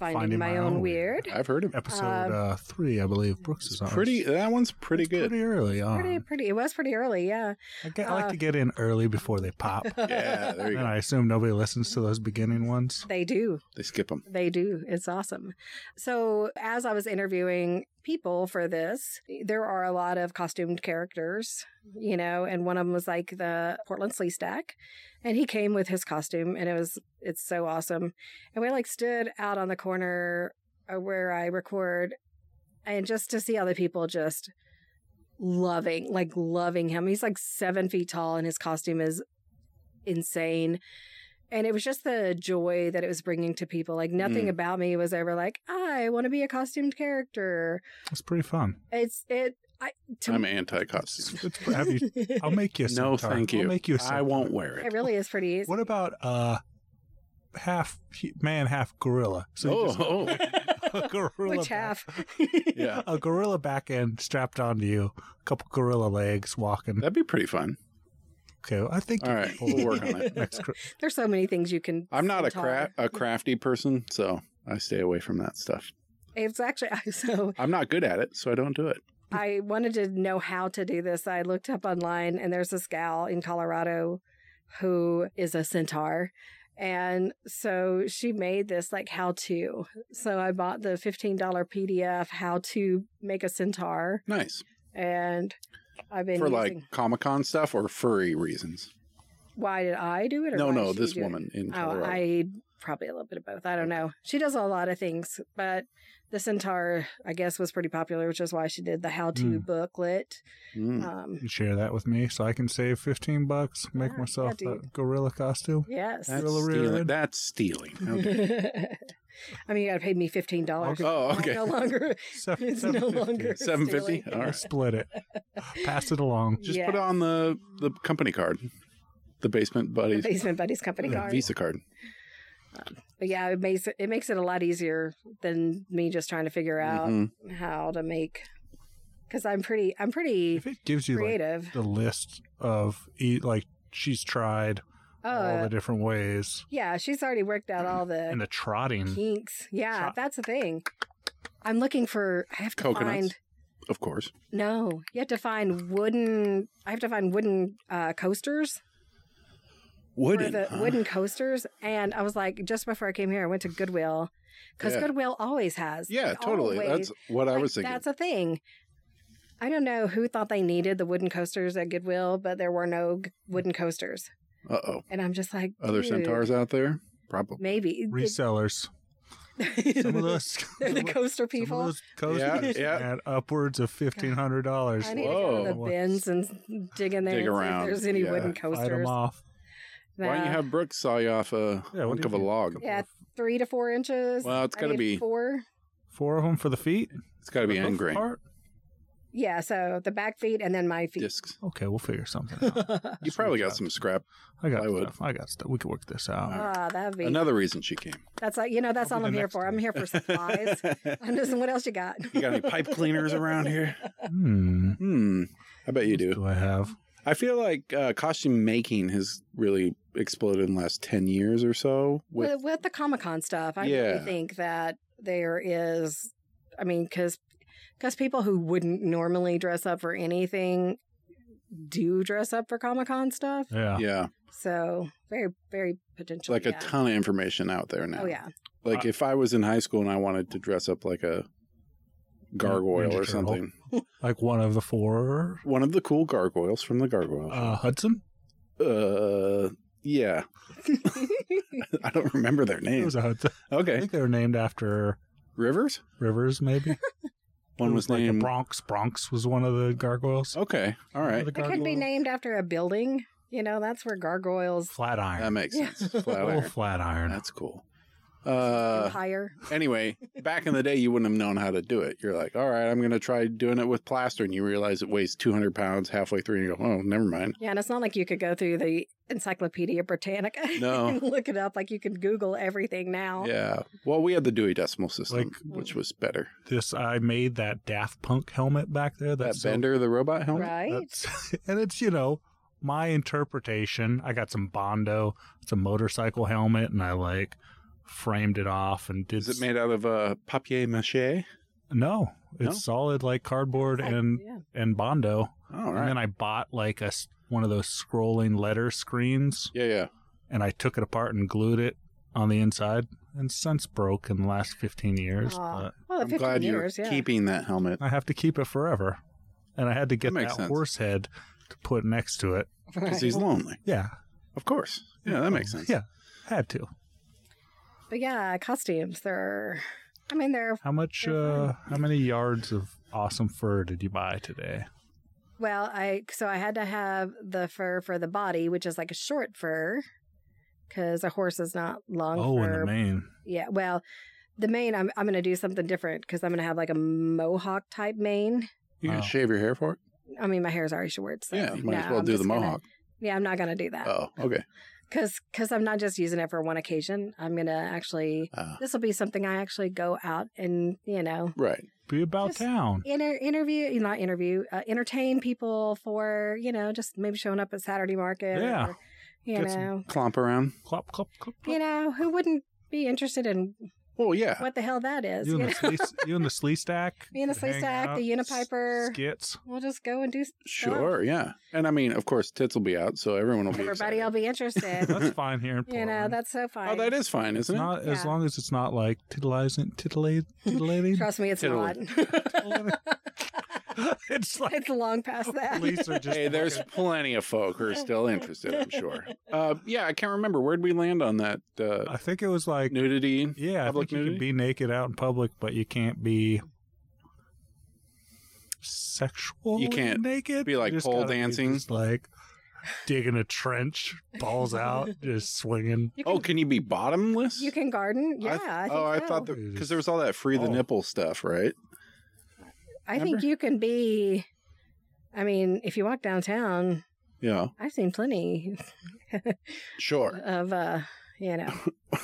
[SPEAKER 1] finding, my, own, weird,
[SPEAKER 2] I've heard of it.
[SPEAKER 3] Episode
[SPEAKER 1] Um,
[SPEAKER 3] uh, three, I believe. Brooks
[SPEAKER 2] It's
[SPEAKER 3] is on.
[SPEAKER 2] pretty. That one's pretty
[SPEAKER 3] It's
[SPEAKER 2] good.
[SPEAKER 3] Pretty early
[SPEAKER 2] Uh-huh.
[SPEAKER 3] on.
[SPEAKER 1] pretty pretty. It was pretty early, yeah.
[SPEAKER 3] I, get- I like
[SPEAKER 1] uh,
[SPEAKER 3] to get in early before they pop.
[SPEAKER 2] Yeah, there you
[SPEAKER 3] and
[SPEAKER 2] go.
[SPEAKER 3] I assume nobody listens to those beginning ones.
[SPEAKER 1] They do.
[SPEAKER 2] They skip them.
[SPEAKER 1] They do. It's awesome. So, as I was interviewing people for this, there are a lot of costumed characters, you know, and one of them was like the Portland Slee Stack, and he came with his costume, and it was it's so awesome. And we like stood out on the corner uh, where I record, and just to see other people just loving, like loving him. He's like seven feet tall, and his costume is insane. And it was just the joy that it was bringing to people. Like nothing
[SPEAKER 2] Mm.
[SPEAKER 1] about me was ever like I want to be a costumed character.
[SPEAKER 3] It's pretty fun.
[SPEAKER 1] It's it. I to
[SPEAKER 2] I'm anti-costume.
[SPEAKER 3] It's- it's- have you- I'll make you. a
[SPEAKER 2] No,
[SPEAKER 3] centaur.
[SPEAKER 2] thank you.
[SPEAKER 3] I'll make you. a
[SPEAKER 2] I
[SPEAKER 3] centaur.
[SPEAKER 2] won't wear
[SPEAKER 1] it
[SPEAKER 2] it.
[SPEAKER 1] really is pretty easy.
[SPEAKER 3] What about uh, half hu- man, half gorilla? So you just-
[SPEAKER 2] Oh, oh.
[SPEAKER 3] a gorilla.
[SPEAKER 1] Which
[SPEAKER 3] back-
[SPEAKER 1] half?
[SPEAKER 2] yeah.
[SPEAKER 3] A gorilla back end strapped onto you, a couple gorilla legs walking.
[SPEAKER 2] That'd be pretty fun.
[SPEAKER 3] Okay, I think
[SPEAKER 2] All right, we'll work on it.
[SPEAKER 3] next cr-
[SPEAKER 1] There's so many things you can.
[SPEAKER 2] I'm not a
[SPEAKER 1] centaur.
[SPEAKER 2] cra- a crafty person, so I stay away from that stuff.
[SPEAKER 1] It's actually so.
[SPEAKER 2] I'm not good at it, so I don't do it.
[SPEAKER 1] I wanted to know how to do this. I looked up online, and there's this gal in Colorado who is a centaur. And so she made this like how to. So I bought the $15 PDF, How to Make a Centaur.
[SPEAKER 2] Nice
[SPEAKER 1] And I've been
[SPEAKER 2] for like
[SPEAKER 1] using.
[SPEAKER 2] Comic Con stuff or furry reasons.
[SPEAKER 1] why did I do it? Or
[SPEAKER 2] No,
[SPEAKER 1] why
[SPEAKER 2] no,
[SPEAKER 1] did she
[SPEAKER 2] this
[SPEAKER 1] do it?
[SPEAKER 2] woman in
[SPEAKER 1] Oh,
[SPEAKER 2] Colorado.
[SPEAKER 1] I probably a little bit of both. I don't know. She does a lot of things, but the Centaur, I guess, was pretty popular, which is why she did the how to
[SPEAKER 3] Hmm.
[SPEAKER 1] booklet.
[SPEAKER 2] Mm.
[SPEAKER 1] Um,
[SPEAKER 3] you share that with me so I can save 15 bucks, make
[SPEAKER 1] Yeah,
[SPEAKER 3] myself
[SPEAKER 1] yeah,
[SPEAKER 3] a gorilla costume.
[SPEAKER 1] yes.
[SPEAKER 2] That's
[SPEAKER 3] Gorilla rear
[SPEAKER 2] stealing.
[SPEAKER 3] end.
[SPEAKER 2] That's stealing. How dare-
[SPEAKER 1] I mean, you got to pay me fifteen dollars.
[SPEAKER 2] oh, okay.
[SPEAKER 1] No longer.
[SPEAKER 3] Seven,
[SPEAKER 1] It's no longer
[SPEAKER 2] Seven fifty.
[SPEAKER 1] stealing.
[SPEAKER 2] All right.
[SPEAKER 3] Split it. Pass it along.
[SPEAKER 2] Just
[SPEAKER 1] Yeah.
[SPEAKER 2] put on the the company card, the basement buddies
[SPEAKER 1] Basement Buddies company
[SPEAKER 2] uh,
[SPEAKER 1] card.
[SPEAKER 2] Visa card.
[SPEAKER 1] But yeah, it makes it, it makes it a lot easier than me just trying to figure out
[SPEAKER 2] Mhm.
[SPEAKER 1] how to make. Because I'm pretty, I'm pretty
[SPEAKER 3] If it gives you like
[SPEAKER 1] creative.
[SPEAKER 3] the list of e- like she's tried all
[SPEAKER 1] oh,
[SPEAKER 3] the different ways
[SPEAKER 1] yeah, she's already worked out all
[SPEAKER 3] and
[SPEAKER 1] the
[SPEAKER 3] the trotting.
[SPEAKER 1] kinks. Yeah,
[SPEAKER 3] Chop.
[SPEAKER 1] that's the thing. I'm looking for. I have to
[SPEAKER 2] Coconuts.
[SPEAKER 1] find.
[SPEAKER 2] Of course.
[SPEAKER 1] No, you have to find wooden. I have to find wooden uh, coasters. for
[SPEAKER 2] Wooden. Uh-huh.
[SPEAKER 1] the
[SPEAKER 2] huh?
[SPEAKER 1] wooden coasters. And I was like, just before I came here, I went to Goodwill because
[SPEAKER 2] Yeah.
[SPEAKER 1] Goodwill always has.
[SPEAKER 2] Yeah,
[SPEAKER 1] It
[SPEAKER 2] totally.
[SPEAKER 1] always-
[SPEAKER 2] That's what I
[SPEAKER 1] like,
[SPEAKER 2] was thinking.
[SPEAKER 1] That's a thing. I don't know who thought they needed the wooden coasters at Goodwill, but there were no g- wooden coasters.
[SPEAKER 2] Uh oh.
[SPEAKER 1] And I'm just like,
[SPEAKER 2] Other
[SPEAKER 1] dude,
[SPEAKER 2] centaurs out there? Probably.
[SPEAKER 1] Maybe.
[SPEAKER 3] Resellers. Some of those.
[SPEAKER 1] They're the
[SPEAKER 3] some of-
[SPEAKER 1] coaster
[SPEAKER 3] some of
[SPEAKER 1] people.
[SPEAKER 3] those coasters
[SPEAKER 2] Yeah, yeah.
[SPEAKER 3] at upwards of $1,500.
[SPEAKER 1] I need to go to the
[SPEAKER 3] Whoa.
[SPEAKER 1] bins and dig in there and see if
[SPEAKER 2] Dig around.
[SPEAKER 1] there's any
[SPEAKER 2] Yeah.
[SPEAKER 1] wooden
[SPEAKER 3] Fight 'em
[SPEAKER 1] coasters. Uh,
[SPEAKER 3] off.
[SPEAKER 2] Why don't you
[SPEAKER 1] Nah,
[SPEAKER 2] have Brooks saw you off a
[SPEAKER 3] Yeah, what
[SPEAKER 2] hunk
[SPEAKER 3] do
[SPEAKER 2] of
[SPEAKER 3] you
[SPEAKER 2] a
[SPEAKER 3] think?
[SPEAKER 2] log?
[SPEAKER 1] Yeah. three to four inches.
[SPEAKER 2] Well, it's
[SPEAKER 1] I
[SPEAKER 2] got to
[SPEAKER 1] need
[SPEAKER 2] be
[SPEAKER 1] four.
[SPEAKER 3] Four of them for the feet.
[SPEAKER 2] it's got to be
[SPEAKER 3] For the
[SPEAKER 2] end grain
[SPEAKER 3] part?
[SPEAKER 1] Yeah, so the back feet and then my feet.
[SPEAKER 2] discs.
[SPEAKER 3] Okay, we'll figure something out.
[SPEAKER 2] You
[SPEAKER 3] Sweet
[SPEAKER 2] probably got
[SPEAKER 3] job.
[SPEAKER 2] some scrap.
[SPEAKER 3] I got
[SPEAKER 2] Plywood.
[SPEAKER 3] stuff. I got stuff. We can work this out.
[SPEAKER 1] Ah, that'd be
[SPEAKER 2] Another reason she came.
[SPEAKER 1] That's like you know. That's
[SPEAKER 3] I'll
[SPEAKER 1] all
[SPEAKER 3] be the
[SPEAKER 1] I'm here
[SPEAKER 3] next
[SPEAKER 1] for. I'm
[SPEAKER 3] one.
[SPEAKER 1] here for supplies. I'm just. What else you got?
[SPEAKER 2] You got any pipe cleaners around here?
[SPEAKER 1] Uh,
[SPEAKER 3] Hmm.
[SPEAKER 2] Hmm. I bet you
[SPEAKER 3] What
[SPEAKER 2] do.
[SPEAKER 3] Do I have?
[SPEAKER 2] I feel like uh, costume making has really exploded in the last 10 years or so. With,
[SPEAKER 1] With, with the Comic Con stuff, I
[SPEAKER 2] Yeah.
[SPEAKER 1] really think that there is. I mean, because people who wouldn't normally dress up for anything do dress up for Comic Con stuff.
[SPEAKER 3] Yeah.
[SPEAKER 2] yeah.
[SPEAKER 1] So very very
[SPEAKER 2] It's
[SPEAKER 1] potential.
[SPEAKER 2] like
[SPEAKER 1] yeah.
[SPEAKER 2] a ton of information out there now.
[SPEAKER 1] Oh yeah.
[SPEAKER 2] Like
[SPEAKER 3] Uh,
[SPEAKER 2] if I was in high school and I wanted to dress up like a gargoyle
[SPEAKER 3] Ninja
[SPEAKER 2] or
[SPEAKER 3] Turtle.
[SPEAKER 2] something,
[SPEAKER 3] Like one of the four.
[SPEAKER 2] one of the cool gargoyles from the gargoyle.
[SPEAKER 3] Uh, Hudson.
[SPEAKER 2] show. Uh, yeah. I don't remember their
[SPEAKER 3] It
[SPEAKER 2] names.
[SPEAKER 3] was a Hudson. I
[SPEAKER 2] Okay.
[SPEAKER 3] think they were named after
[SPEAKER 2] Rivers?
[SPEAKER 3] Rivers, maybe.
[SPEAKER 2] One
[SPEAKER 3] It
[SPEAKER 2] was
[SPEAKER 3] like
[SPEAKER 2] named.
[SPEAKER 3] the Bronx. Bronx was one of the gargoyles.
[SPEAKER 2] okay. All right.
[SPEAKER 3] The
[SPEAKER 1] It could be
[SPEAKER 3] gargoyle.
[SPEAKER 1] named after a building. You know, that's where gargoyles
[SPEAKER 3] Flat Iron.
[SPEAKER 2] That makes
[SPEAKER 1] Yeah.
[SPEAKER 2] sense. Flat
[SPEAKER 3] Old
[SPEAKER 2] iron.
[SPEAKER 3] Flat Iron.
[SPEAKER 2] That's cool.
[SPEAKER 1] go
[SPEAKER 2] Uh,
[SPEAKER 1] higher.
[SPEAKER 2] anyway, back in the day, you wouldn't have known how to do it. You're like, all right, I'm going to try doing it with plaster. And you realize it weighs 200 pounds halfway through. And you go, oh, never mind.
[SPEAKER 1] Yeah, and it's not like you could go through the Encyclopedia Britannica
[SPEAKER 2] No.
[SPEAKER 1] and look it up. Like you can Google everything now.
[SPEAKER 2] Yeah. Well, we had the Dewey Decimal System,
[SPEAKER 3] Like-
[SPEAKER 2] which was better.
[SPEAKER 3] This I made that Daft Punk helmet back there.
[SPEAKER 2] That
[SPEAKER 3] That's so-
[SPEAKER 2] Bender, the robot helmet?
[SPEAKER 1] Right?
[SPEAKER 3] That's, and it's, you know, my interpretation. I got some Bondo, it's a motorcycle helmet, and I like framed it off and did.
[SPEAKER 2] Is it made out of uh, papier mache?
[SPEAKER 3] No, it's
[SPEAKER 2] No?
[SPEAKER 3] solid like cardboard
[SPEAKER 1] Like,
[SPEAKER 3] and
[SPEAKER 1] yeah.
[SPEAKER 3] and Bondo.
[SPEAKER 2] All
[SPEAKER 3] And
[SPEAKER 2] right.
[SPEAKER 3] then I bought like a s- one of those scrolling letter screens,
[SPEAKER 2] Yeah, yeah.
[SPEAKER 3] and I took it apart and glued it on the inside, and since broke in the last fifteen years.
[SPEAKER 1] Aw.
[SPEAKER 3] But
[SPEAKER 1] well, the
[SPEAKER 2] I'm
[SPEAKER 1] 15
[SPEAKER 2] glad
[SPEAKER 1] Oh, years,
[SPEAKER 2] you're
[SPEAKER 1] yeah.
[SPEAKER 2] keeping that helmet.
[SPEAKER 3] I have to keep it forever, and I had to get
[SPEAKER 2] That
[SPEAKER 3] that,
[SPEAKER 2] makes sense.
[SPEAKER 3] horse head to put next to it.
[SPEAKER 2] Because
[SPEAKER 1] Right.
[SPEAKER 2] he's lonely.
[SPEAKER 3] Yeah,
[SPEAKER 2] Of course. Yeah, that makes sense.
[SPEAKER 3] Yeah, had to.
[SPEAKER 1] But yeah, costumes. They're, I mean, they're,
[SPEAKER 3] How much?
[SPEAKER 1] They're
[SPEAKER 3] Uh, how many yards of awesome fur did you buy today?
[SPEAKER 1] well, I, so I had to have the fur for the body, which is like a short fur because a horse is not long
[SPEAKER 3] Oh, in
[SPEAKER 1] fur.
[SPEAKER 3] the main.
[SPEAKER 1] yeah. Well, the mane, I'm, I'm going to do something different because I'm going to have like a mohawk type mane.
[SPEAKER 2] You going
[SPEAKER 3] Wow.
[SPEAKER 2] to shave your hair for it?
[SPEAKER 1] I mean, my hair's already short. So
[SPEAKER 2] yeah, you might as
[SPEAKER 1] no,
[SPEAKER 2] well
[SPEAKER 1] I'm
[SPEAKER 2] do the
[SPEAKER 1] just gonna-
[SPEAKER 2] mohawk.
[SPEAKER 1] yeah, I'm not going to do that.
[SPEAKER 2] Oh, okay.
[SPEAKER 1] because because I'm not just using it for one occasion. I'm gonna actually
[SPEAKER 2] Uh,
[SPEAKER 1] this will be something I actually go out and you know
[SPEAKER 2] right.
[SPEAKER 3] Be about
[SPEAKER 1] Just-
[SPEAKER 3] town.
[SPEAKER 1] inter- interview not interview uh, entertain people for you know just maybe showing up at Saturday market.
[SPEAKER 3] Yeah.
[SPEAKER 1] or, you
[SPEAKER 3] Get some-
[SPEAKER 1] know,
[SPEAKER 2] Clomp around.
[SPEAKER 3] Clop, clop, clop. clop.
[SPEAKER 1] you know who wouldn't be interested in
[SPEAKER 2] Well, yeah.
[SPEAKER 1] what the hell that is?
[SPEAKER 3] You
[SPEAKER 1] You
[SPEAKER 3] and
[SPEAKER 1] know?
[SPEAKER 3] the slee, you and the slee stack.
[SPEAKER 1] Me and the
[SPEAKER 3] could
[SPEAKER 1] slee
[SPEAKER 3] hang
[SPEAKER 1] stack, the
[SPEAKER 3] out, s-
[SPEAKER 1] Unipiper.
[SPEAKER 3] skits.
[SPEAKER 1] We'll just go and do. stuff.
[SPEAKER 2] Sure, yeah. And I mean, of course, tits will be out, so everyone will be.
[SPEAKER 1] Everybody will
[SPEAKER 2] excited.
[SPEAKER 1] be interested.
[SPEAKER 3] That's fine here in
[SPEAKER 1] you
[SPEAKER 3] Portland.
[SPEAKER 1] know that's so fine.
[SPEAKER 2] Oh, that is fine,
[SPEAKER 3] It's
[SPEAKER 2] isn't
[SPEAKER 3] not as
[SPEAKER 1] Yeah.
[SPEAKER 3] long as it's not like titillizing, titillate, titillating.
[SPEAKER 1] Trust me, it's not.
[SPEAKER 2] Totally.
[SPEAKER 3] it's like
[SPEAKER 1] it's long past that.
[SPEAKER 3] police are
[SPEAKER 2] it?
[SPEAKER 3] just.
[SPEAKER 2] Hey, there's
[SPEAKER 3] looking-
[SPEAKER 2] plenty of folk who are still interested, I'm sure. Uh, yeah, I can't remember. Where'd we land on that uh,
[SPEAKER 3] I think it was like.
[SPEAKER 2] nudity?
[SPEAKER 3] yeah, I
[SPEAKER 2] public
[SPEAKER 3] think you can
[SPEAKER 2] nudity?
[SPEAKER 3] be naked out in public, but you can't be sexual.
[SPEAKER 2] can't
[SPEAKER 3] naked.
[SPEAKER 2] be, like,
[SPEAKER 3] You just
[SPEAKER 2] pole
[SPEAKER 3] gotta be
[SPEAKER 2] dancing.
[SPEAKER 3] just, like digging a trench, balls out, just swinging.
[SPEAKER 1] You can,
[SPEAKER 2] Oh, can you be bottomless?
[SPEAKER 1] you can garden. Yeah,
[SPEAKER 2] I
[SPEAKER 1] I,
[SPEAKER 2] th-
[SPEAKER 1] think
[SPEAKER 2] oh, I
[SPEAKER 1] so.
[SPEAKER 2] thought because there was all that free the
[SPEAKER 3] Oh.
[SPEAKER 2] nipple stuff, right?
[SPEAKER 1] I think
[SPEAKER 2] Remember?
[SPEAKER 1] you can be. I mean, if you walk downtown,
[SPEAKER 2] Yeah,
[SPEAKER 1] I've seen plenty
[SPEAKER 2] sure.
[SPEAKER 1] of, uh, you know,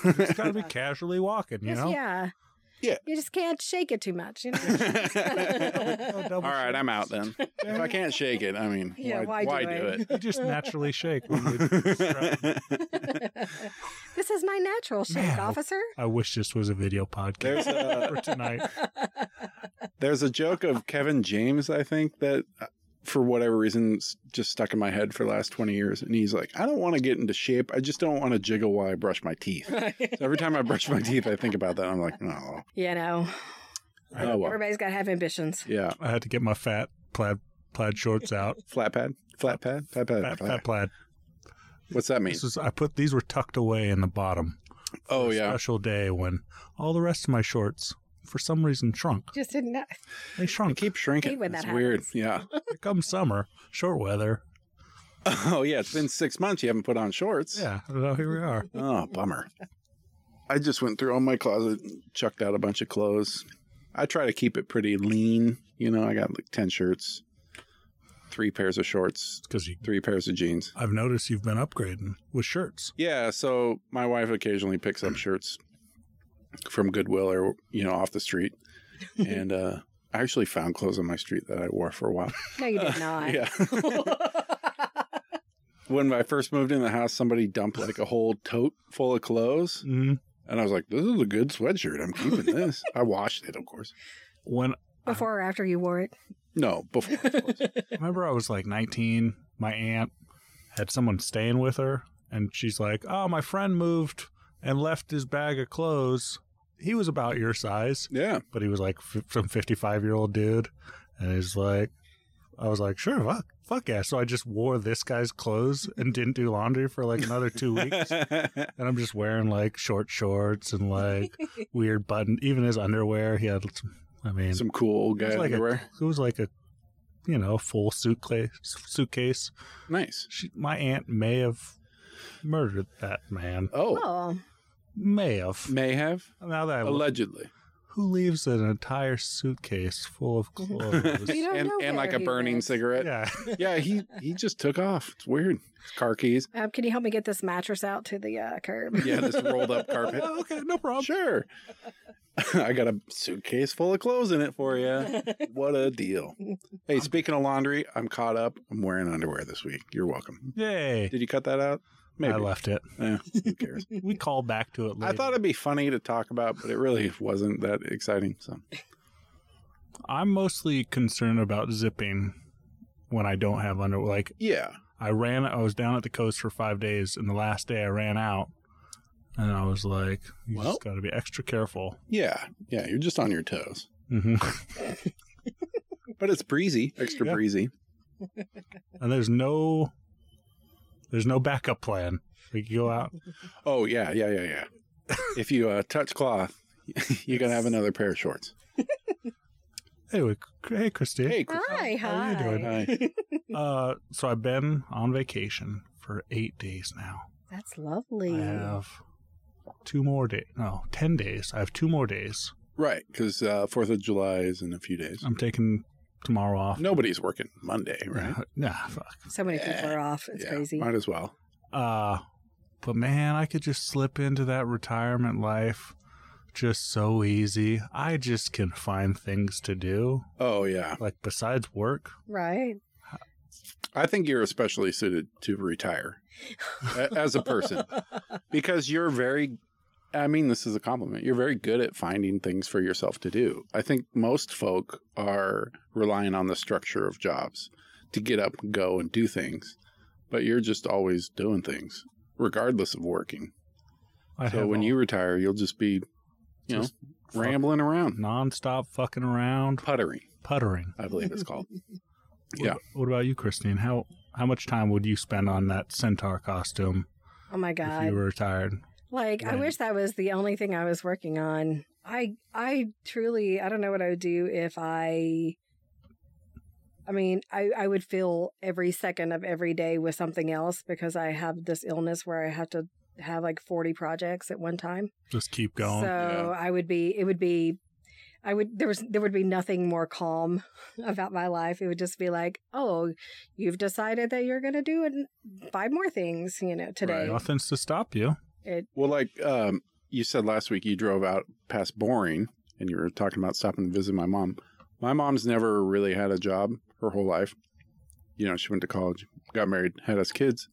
[SPEAKER 3] It's gotta be casually walking, you
[SPEAKER 1] just,
[SPEAKER 3] know.
[SPEAKER 1] yeah,
[SPEAKER 2] Yeah.
[SPEAKER 1] You just can't shake it too much, you
[SPEAKER 2] All
[SPEAKER 1] know.
[SPEAKER 3] double
[SPEAKER 2] right,
[SPEAKER 3] shake.
[SPEAKER 2] I'm out then. If I can't shake it, I mean,
[SPEAKER 1] yeah,
[SPEAKER 2] why,
[SPEAKER 1] why, do I?
[SPEAKER 3] You just naturally shake. When you strut.
[SPEAKER 2] do it?
[SPEAKER 1] this is my natural shake,
[SPEAKER 3] Man. oh,
[SPEAKER 1] officer.
[SPEAKER 3] I wish this was a video podcast
[SPEAKER 2] There's a
[SPEAKER 3] for tonight.
[SPEAKER 2] There's a joke of Kevin James, I think, that uh, for whatever reason s- just stuck in my head for the last 20 years. And he's like, I don't want to get into shape. I just don't want to jiggle while I brush my teeth. So every time I brush my teeth, I think about that. I'm like, no.
[SPEAKER 1] you know,
[SPEAKER 2] Oh, well.
[SPEAKER 1] everybody's got to have ambitions.
[SPEAKER 2] Yeah.
[SPEAKER 3] I had to get my fat plaid plaid shorts out.
[SPEAKER 2] Flat pad, flat pad, flat pad, flat
[SPEAKER 3] Fat, fat
[SPEAKER 2] pad.
[SPEAKER 3] plaid.
[SPEAKER 2] What's that mean?
[SPEAKER 3] This is I put these were tucked away in the bottom.
[SPEAKER 2] Oh,
[SPEAKER 3] a
[SPEAKER 2] yeah.
[SPEAKER 3] Special day when all the rest of my shorts, for some reason, shrunk.
[SPEAKER 1] Just didn't know.
[SPEAKER 3] They
[SPEAKER 2] I
[SPEAKER 3] shrunk.
[SPEAKER 2] keep shrinking.
[SPEAKER 1] Hate when
[SPEAKER 2] That's
[SPEAKER 1] that
[SPEAKER 2] weird.
[SPEAKER 1] happens.
[SPEAKER 2] Yeah.
[SPEAKER 3] Come summer, short weather.
[SPEAKER 2] Oh, yeah. It's been six months. You haven't put on shorts.
[SPEAKER 3] Yeah, well, here we are.
[SPEAKER 2] Oh, bummer. I just went through all my closet and chucked out a bunch of clothes. I try to keep it pretty lean. You know, I got like 10 shirts, three pairs of shorts,
[SPEAKER 3] Because
[SPEAKER 2] three pairs of jeans.
[SPEAKER 3] I've noticed you've been upgrading with shirts.
[SPEAKER 2] Yeah. So my wife occasionally picks up shirts from Goodwill or, you know, off the street. And uh, I actually found clothes on my street that I wore for a while.
[SPEAKER 1] No, you did not.
[SPEAKER 2] Yeah. when I first moved in the house, somebody dumped like a whole tote full of clothes.
[SPEAKER 3] Mm-hmm.
[SPEAKER 2] And I was like, this is a good sweatshirt. I'm keeping this. I washed it, of course.
[SPEAKER 3] When
[SPEAKER 1] Before or after you wore it?
[SPEAKER 2] No, before. of course.
[SPEAKER 3] remember, I was like 19. My aunt had someone staying with her, and she's like, "Oh, my friend moved and left his bag of clothes. He was about your size,
[SPEAKER 2] Yeah.
[SPEAKER 3] but he was like f- some 55 year old dude, and he's like." I was like, sure, fuck, fuck yeah. So I just wore this guy's clothes and didn't do laundry for like another two weeks. And I'm just wearing like short shorts and like weird button, even his underwear. He had, some- I mean,
[SPEAKER 2] Some cool old
[SPEAKER 3] It's
[SPEAKER 2] guy
[SPEAKER 3] like a-
[SPEAKER 2] underwear.
[SPEAKER 3] it was like a, you know, full suitcase. Suitcase.
[SPEAKER 2] Nice.
[SPEAKER 3] She, my aunt may have murdered that man.
[SPEAKER 2] Oh,
[SPEAKER 1] Oh,
[SPEAKER 3] May have.
[SPEAKER 2] may have
[SPEAKER 3] Now that I look,
[SPEAKER 2] allegedly,
[SPEAKER 3] who leaves an entire suitcase full of clothes?
[SPEAKER 1] You don't
[SPEAKER 2] and
[SPEAKER 1] know
[SPEAKER 2] and like
[SPEAKER 1] where
[SPEAKER 2] a
[SPEAKER 1] he
[SPEAKER 2] burning
[SPEAKER 1] lives.
[SPEAKER 2] cigarette.
[SPEAKER 3] yeah.
[SPEAKER 2] yeah, he he just took off. It's weird. It's car keys.
[SPEAKER 1] um, can you help me get this mattress out to the uh, curb?
[SPEAKER 2] Yeah, this rolled up carpet.
[SPEAKER 3] Oh, okay, no problem.
[SPEAKER 2] Sure. I got a suitcase full of clothes in it for you. What a deal. Hey, speaking of laundry, I'm caught up. I'm wearing underwear this week. You're welcome.
[SPEAKER 3] Yay.
[SPEAKER 2] Did you cut that out? Maybe.
[SPEAKER 3] I left it.
[SPEAKER 2] Eh, who cares?
[SPEAKER 3] We call back to it later.
[SPEAKER 2] I thought it'd be funny to talk about, but it really wasn't that exciting. So
[SPEAKER 3] I'm mostly concerned about zipping when I don't have underwear. Like
[SPEAKER 2] yeah,
[SPEAKER 3] I ran. I was down at the coast for five days, and the last day I ran out, and I was like, "You
[SPEAKER 2] Well.
[SPEAKER 3] just got to be extra careful."
[SPEAKER 2] yeah, yeah. You're just on your toes,
[SPEAKER 3] hmm
[SPEAKER 2] but it's breezy, extra
[SPEAKER 3] Yeah.
[SPEAKER 2] breezy.
[SPEAKER 3] and there's no, there's no backup plan. We could go out.
[SPEAKER 2] Oh yeah, yeah, yeah, yeah. if you uh, touch cloth, you're gonna have another pair of shorts.
[SPEAKER 3] Anyway, C- hey Christy.
[SPEAKER 2] Hey, Chris.
[SPEAKER 1] Hi, hi.
[SPEAKER 3] How are you doing?
[SPEAKER 2] Hi.
[SPEAKER 3] Uh, so I've been on vacation for eight days now.
[SPEAKER 1] That's lovely.
[SPEAKER 3] I have two more days. No, ten days. I have two more days.
[SPEAKER 2] Right, because Fourth of July is in a few days.
[SPEAKER 3] I'm taking tomorrow off.
[SPEAKER 2] Nobody's working Monday, right?
[SPEAKER 3] Nah, fuck.
[SPEAKER 1] So many people are off. It's
[SPEAKER 2] Yeah,
[SPEAKER 1] crazy.
[SPEAKER 2] Might as well.
[SPEAKER 3] Uh but man, I could just slip into that retirement life just so easy. I just can find things to do
[SPEAKER 2] Oh yeah,
[SPEAKER 3] like besides work.
[SPEAKER 1] Right.
[SPEAKER 2] I think you're especially suited to retire a- as a person
[SPEAKER 1] Oh
[SPEAKER 2] because you're very. I mean, this is a compliment. You're very good at finding things for yourself to do. I think most folk are relying on the structure of jobs to get up and go and do things, but you're just always doing things, regardless of working.
[SPEAKER 3] I
[SPEAKER 2] so when you retire, you'll just be, you know,
[SPEAKER 3] Just fuck-
[SPEAKER 2] rambling around,
[SPEAKER 3] nonstop fucking around,
[SPEAKER 2] puttering.
[SPEAKER 3] puttering.
[SPEAKER 2] I believe it's called.
[SPEAKER 3] What-
[SPEAKER 2] Yeah.
[SPEAKER 3] What about you, Christine? How how much time would you spend on that centaur costume
[SPEAKER 1] Oh my
[SPEAKER 3] if
[SPEAKER 1] God.
[SPEAKER 3] you were retired?
[SPEAKER 1] Like I
[SPEAKER 3] Right.
[SPEAKER 1] wish that was the only thing I was working on. I I truly I don't know what I would do if I I mean, I, I would fill every second of every day with something else because I have this illness where I have to have like 40 projects at one time.
[SPEAKER 3] Just keep going.
[SPEAKER 1] So
[SPEAKER 2] Yeah.
[SPEAKER 1] I would be it would be I would there was there would be nothing more calm about my life. It would just be like, "Oh, you've decided that you're going to do it, five more things, you know, today."
[SPEAKER 3] Nothing's to stop you.
[SPEAKER 1] It
[SPEAKER 2] Well, like um, you said last week, you drove out past Boring, and you were talking about stopping to visit my mom. My mom's never really had a job her whole life. You know, she went to college, got married, had us kids.